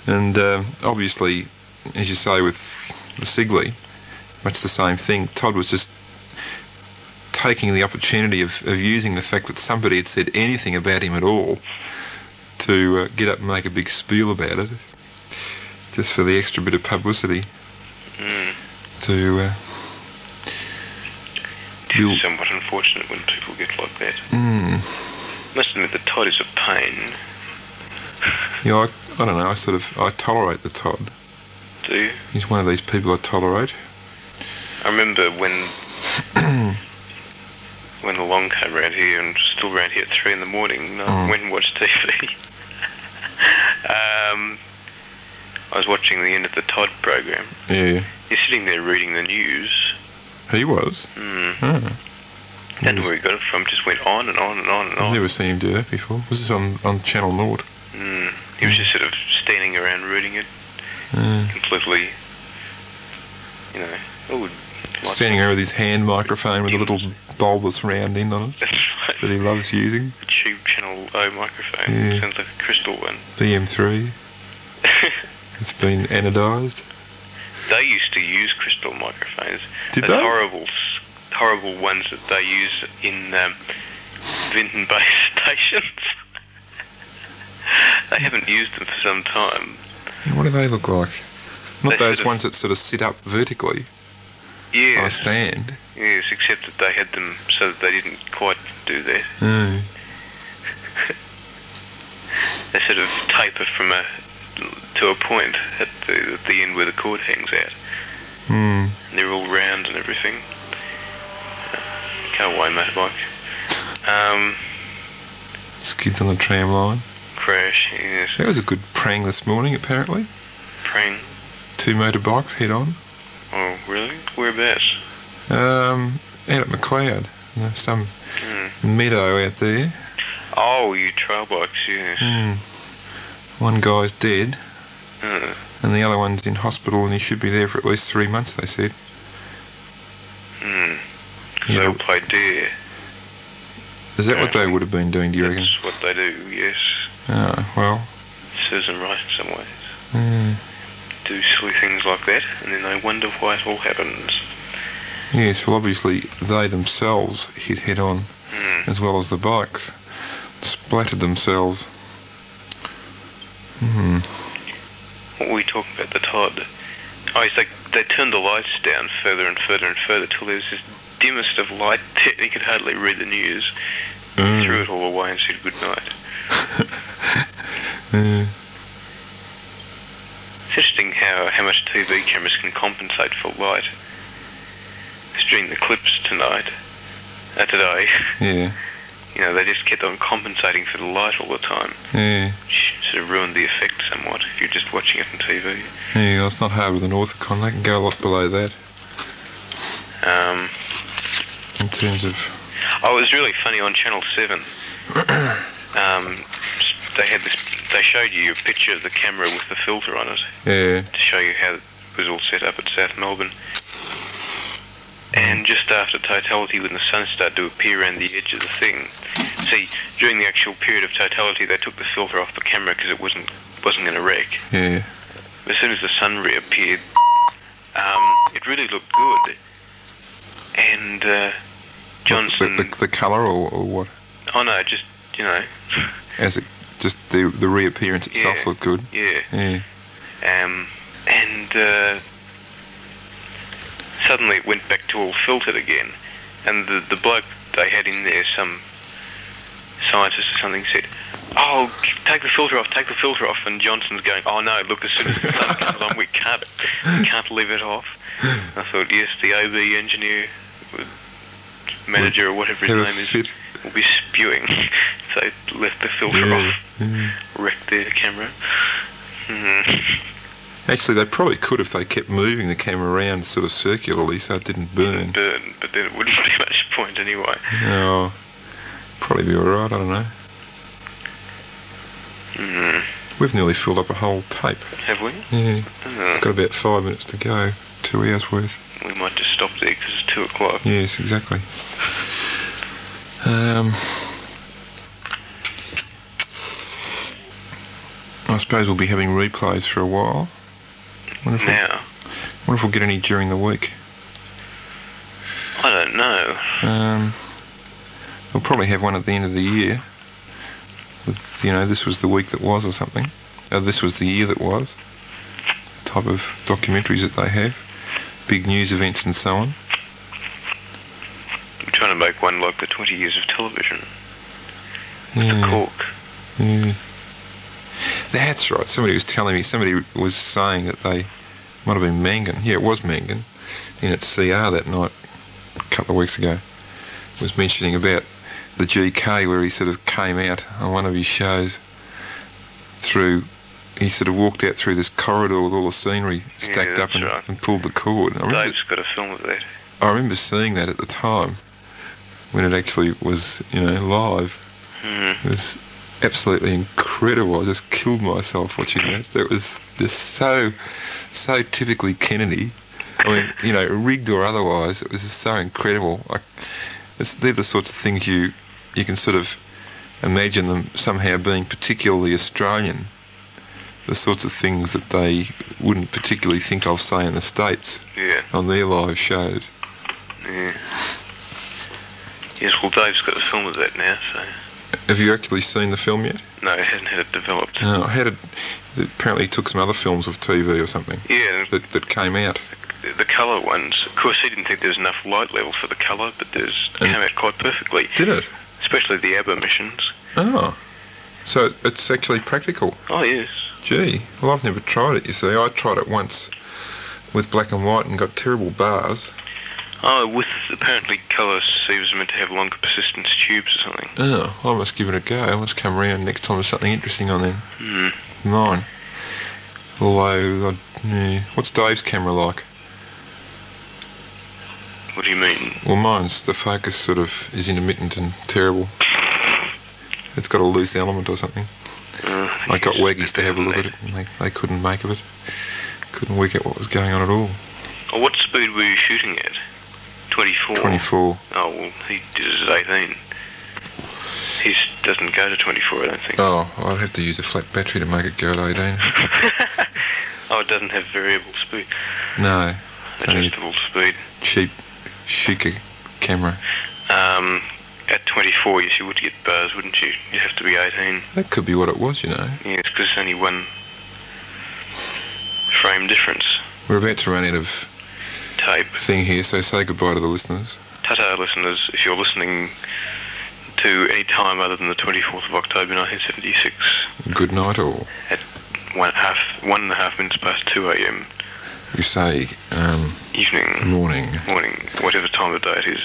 Speaker 2: And um, obviously, as you say with Sigley, much the same thing. Todd was just taking the opportunity of, of using the fact that somebody had said anything about him at all to uh, get up and make a big spiel about it, just for the extra bit of publicity. To uh, build.
Speaker 1: It's somewhat unfortunate when people get like that. Mm. Must admit that Todd is a pain.
Speaker 2: You know, I, I don't know. I sort of I tolerate the Todd.
Speaker 1: Do you?
Speaker 2: He's one of these people I tolerate.
Speaker 1: I remember when when the long came round here and still round here at three in the morning. And
Speaker 2: Mm.
Speaker 1: I went and watched TV. um, I was watching the end of the Todd program.
Speaker 2: Yeah,
Speaker 1: He's sitting there reading the news.
Speaker 2: he was. Ah.
Speaker 1: Don't know where Hmm. he got it from. Just went on and on and on and
Speaker 2: I've
Speaker 1: on.
Speaker 2: never seen him do that before. Was this on on Channel Nord?
Speaker 1: He was just sort of standing around reading it,
Speaker 2: Hmm.
Speaker 1: completely, you know. Oh, like-
Speaker 2: Standing there with his hand microphone with a little bulbous round end on it
Speaker 1: That's right.
Speaker 2: that he loves using.
Speaker 1: The tube channel O microphone.
Speaker 2: Yeah.
Speaker 1: Sounds like a crystal one.
Speaker 2: BM3. It's been anodised.
Speaker 1: They used to use crystal microphones.
Speaker 2: Did
Speaker 1: Those
Speaker 2: they?
Speaker 1: Horrible, s- horrible ones that they use in um, Vinton Bay stations. they haven't used them for some time.
Speaker 2: Yeah, What do they look like? Not
Speaker 1: They
Speaker 2: those
Speaker 1: should've-
Speaker 2: ones that sort of sit up vertically on a
Speaker 1: Yes,
Speaker 2: stand.
Speaker 1: yes, except that they had them so that they didn't quite do that.
Speaker 2: Mm.
Speaker 1: They sort of taper from a to a point at the, at the end where the cord hangs out.
Speaker 2: Mm.
Speaker 1: And they're all round and everything. Go away, motorbike. Um,
Speaker 2: Skids on the tram line.
Speaker 1: crash. Yes,
Speaker 2: That was a good prang this morning, apparently.
Speaker 1: praying.
Speaker 2: Two motorbikes head on.
Speaker 1: Oh, really? Whereabouts?
Speaker 2: Um, out at McLeod. You know, some meadow out there.
Speaker 1: Oh, you trail bikes. Yes.
Speaker 2: One guy's dead,
Speaker 1: Uh,
Speaker 2: and the other one's in hospital, and he should be there for at least three months, they said.
Speaker 1: they
Speaker 2: You know,
Speaker 1: all play deer.
Speaker 2: is that what they would have been doing, do you reckon?
Speaker 1: That's what they do. Yes.
Speaker 2: Ah, well,
Speaker 1: Serves them right in some ways.
Speaker 2: Hmm.
Speaker 1: Do silly things like that, and then they wonder why it all happens.
Speaker 2: yes, well, obviously they themselves hit head on, as well as the bikes. Splattered themselves.
Speaker 1: What were we talking about? The Todd. Oh, it's like they turned the lights down further and further and further till there was this dimmest of light that he could hardly read the news.
Speaker 2: Mm.
Speaker 1: Threw it all away and said good night.
Speaker 2: Yeah.
Speaker 1: It's interesting how, how much TV cameras can compensate for light. 'Cause During the clips tonight, uh, today,
Speaker 2: yeah,
Speaker 1: you know, they just kept on compensating for the light all the time,
Speaker 2: yeah,
Speaker 1: which sort of ruined the effect somewhat if you're just watching it on TV.
Speaker 2: yeah. Well, it's not hard with an orthicon. They can go a lot below that
Speaker 1: Um,
Speaker 2: in terms of.
Speaker 1: Oh, it was really funny on Channel Seven. um, they had this. They showed you a picture of the camera with the filter on it
Speaker 2: Yeah,
Speaker 1: to show you how it was all set up at South Melbourne. And just after totality, when the sun started to appear around the edge of the thing, see, during the actual period of totality, they took the filter off the camera because it wasn't wasn't going to wreck.
Speaker 2: yeah.
Speaker 1: As soon as the sun reappeared, um, it really looked good. And uh, Johnson,
Speaker 2: The, the, the colour or, or what?
Speaker 1: oh no, just you know,
Speaker 2: As it just the the reappearance itself
Speaker 1: Yeah. um,
Speaker 2: looked good.
Speaker 1: yeah.
Speaker 2: Yeah.
Speaker 1: Um, and uh, suddenly it went back to all filtered again, and the, the bloke they had in there, some scientist or something, said, "Oh, take the filter off, take the filter off." And Johnson's going, "Oh no, look, as soon as the sun comes on, we can't, we can't leave it off." I thought, yes, the OB engineer, manager, or whatever his
Speaker 7: Have a
Speaker 1: name is,
Speaker 7: fit.
Speaker 1: will be spewing. so they left the filter
Speaker 7: Yeah,
Speaker 1: off, wrecked their camera. Hmm.
Speaker 2: Actually, they probably could if they kept moving the camera around sort of circularly so it didn't burn.
Speaker 1: burn, but then it wouldn't be much point anyway.
Speaker 2: Oh, probably be alright, I don't know. We've nearly filled up a whole tape.
Speaker 1: Have we?
Speaker 2: Yeah,
Speaker 1: Uh,
Speaker 2: got about five minutes to go. Two hours worth.
Speaker 1: we might just stop there because it's two o'clock.
Speaker 2: Yes, exactly. Um, I suppose we'll be having replays for a while. Wonder if, we'll,
Speaker 1: Now,
Speaker 2: wonder if we'll get any during the week.
Speaker 1: I don't know.
Speaker 2: Um, we'll probably have one at the end of the year. With you know, this was the week that was, or something. Uh, this was the year that was. Type of documentaries that they have, big news events and so on.
Speaker 1: I'm trying to make one like the 20 years of television.
Speaker 2: Yeah.
Speaker 1: The cork.
Speaker 2: Yeah. That's right. Somebody was telling me, somebody was saying that they might have been Mangan. Yeah, it was Mangan. In its CR that night, a couple of weeks ago, was mentioning about the GK where he sort of came out on one of his shows through. He sort of walked out through this corridor with all the scenery stacked up
Speaker 1: that's
Speaker 2: and,
Speaker 1: right.
Speaker 2: and pulled the cord. I remember,
Speaker 1: Dave's got a film of that.
Speaker 2: I remember seeing that at the time when it actually was, you know, live.
Speaker 1: Hmm.
Speaker 2: It was absolutely incredible. I just killed myself watching that. That was just so, so typically Kennedy. I mean, you know, rigged or otherwise, it was just so incredible. Like, it's, they're the sorts of things you, you can sort of imagine them somehow being particularly Australian. The sorts of things that they wouldn't particularly think of, say, in the States
Speaker 1: Yeah,
Speaker 2: on their live shows.
Speaker 1: yeah. Yes, well, Dave's got a film of that now, so.
Speaker 2: Have you actually seen the film yet?
Speaker 1: No, he hasn't had it developed.
Speaker 2: No, I had it. Apparently, took some other films of TV or something
Speaker 1: Yeah,
Speaker 2: that, that came out.
Speaker 1: the, the colour ones. Of course, he didn't think there was enough light level for the colour, but there's it
Speaker 2: And-
Speaker 1: came out quite perfectly.
Speaker 2: Did it?
Speaker 1: Especially the ABBA missions.
Speaker 2: Oh, so it's actually practical.
Speaker 1: Oh, yes.
Speaker 2: Gee, well, I've never tried it. You see, I tried it once with black and white and got terrible bars.
Speaker 1: Oh, with apparently colour seems meant to have longer persistence tubes or something.
Speaker 2: Oh, I must give it a go. I must come round next time with something interesting on them.
Speaker 1: Mm.
Speaker 2: Mine. Although, I, yeah. what's Dave's camera like?
Speaker 1: What do you mean?
Speaker 2: Well, mine's the focus sort of is intermittent and terrible. It's got a loose element or something.
Speaker 1: Uh,
Speaker 2: I got Waggies to have a look at it, and they, they couldn't make of it. Couldn't work out what was going on at all.
Speaker 1: Oh, what speed were you shooting at? 24.
Speaker 2: 24.
Speaker 1: Oh, well, he did it at 18. He doesn't go to 24, I don't think.
Speaker 2: Oh, I'd have to use a flat battery to make it go at 18.
Speaker 1: Oh, it doesn't have variable speed,
Speaker 2: No, it's only a
Speaker 1: adjustable speed.
Speaker 2: cheap, chic camera.
Speaker 1: Um, at 24, yes, you would get bars, wouldn't you? You'd have to be 18.
Speaker 2: That could be what it was, you know.
Speaker 1: Yes, because it's only one frame difference.
Speaker 2: We're about to run out of
Speaker 1: Tape.
Speaker 2: thing here, so say goodbye to the listeners.
Speaker 1: Tata listeners, if you're listening to any time other than the 24th of October 1976
Speaker 2: Good night, all.
Speaker 1: at one half one and a half minutes past 2 a.m.
Speaker 2: You say um,
Speaker 1: evening,
Speaker 2: morning.
Speaker 1: morning, whatever time of day it is.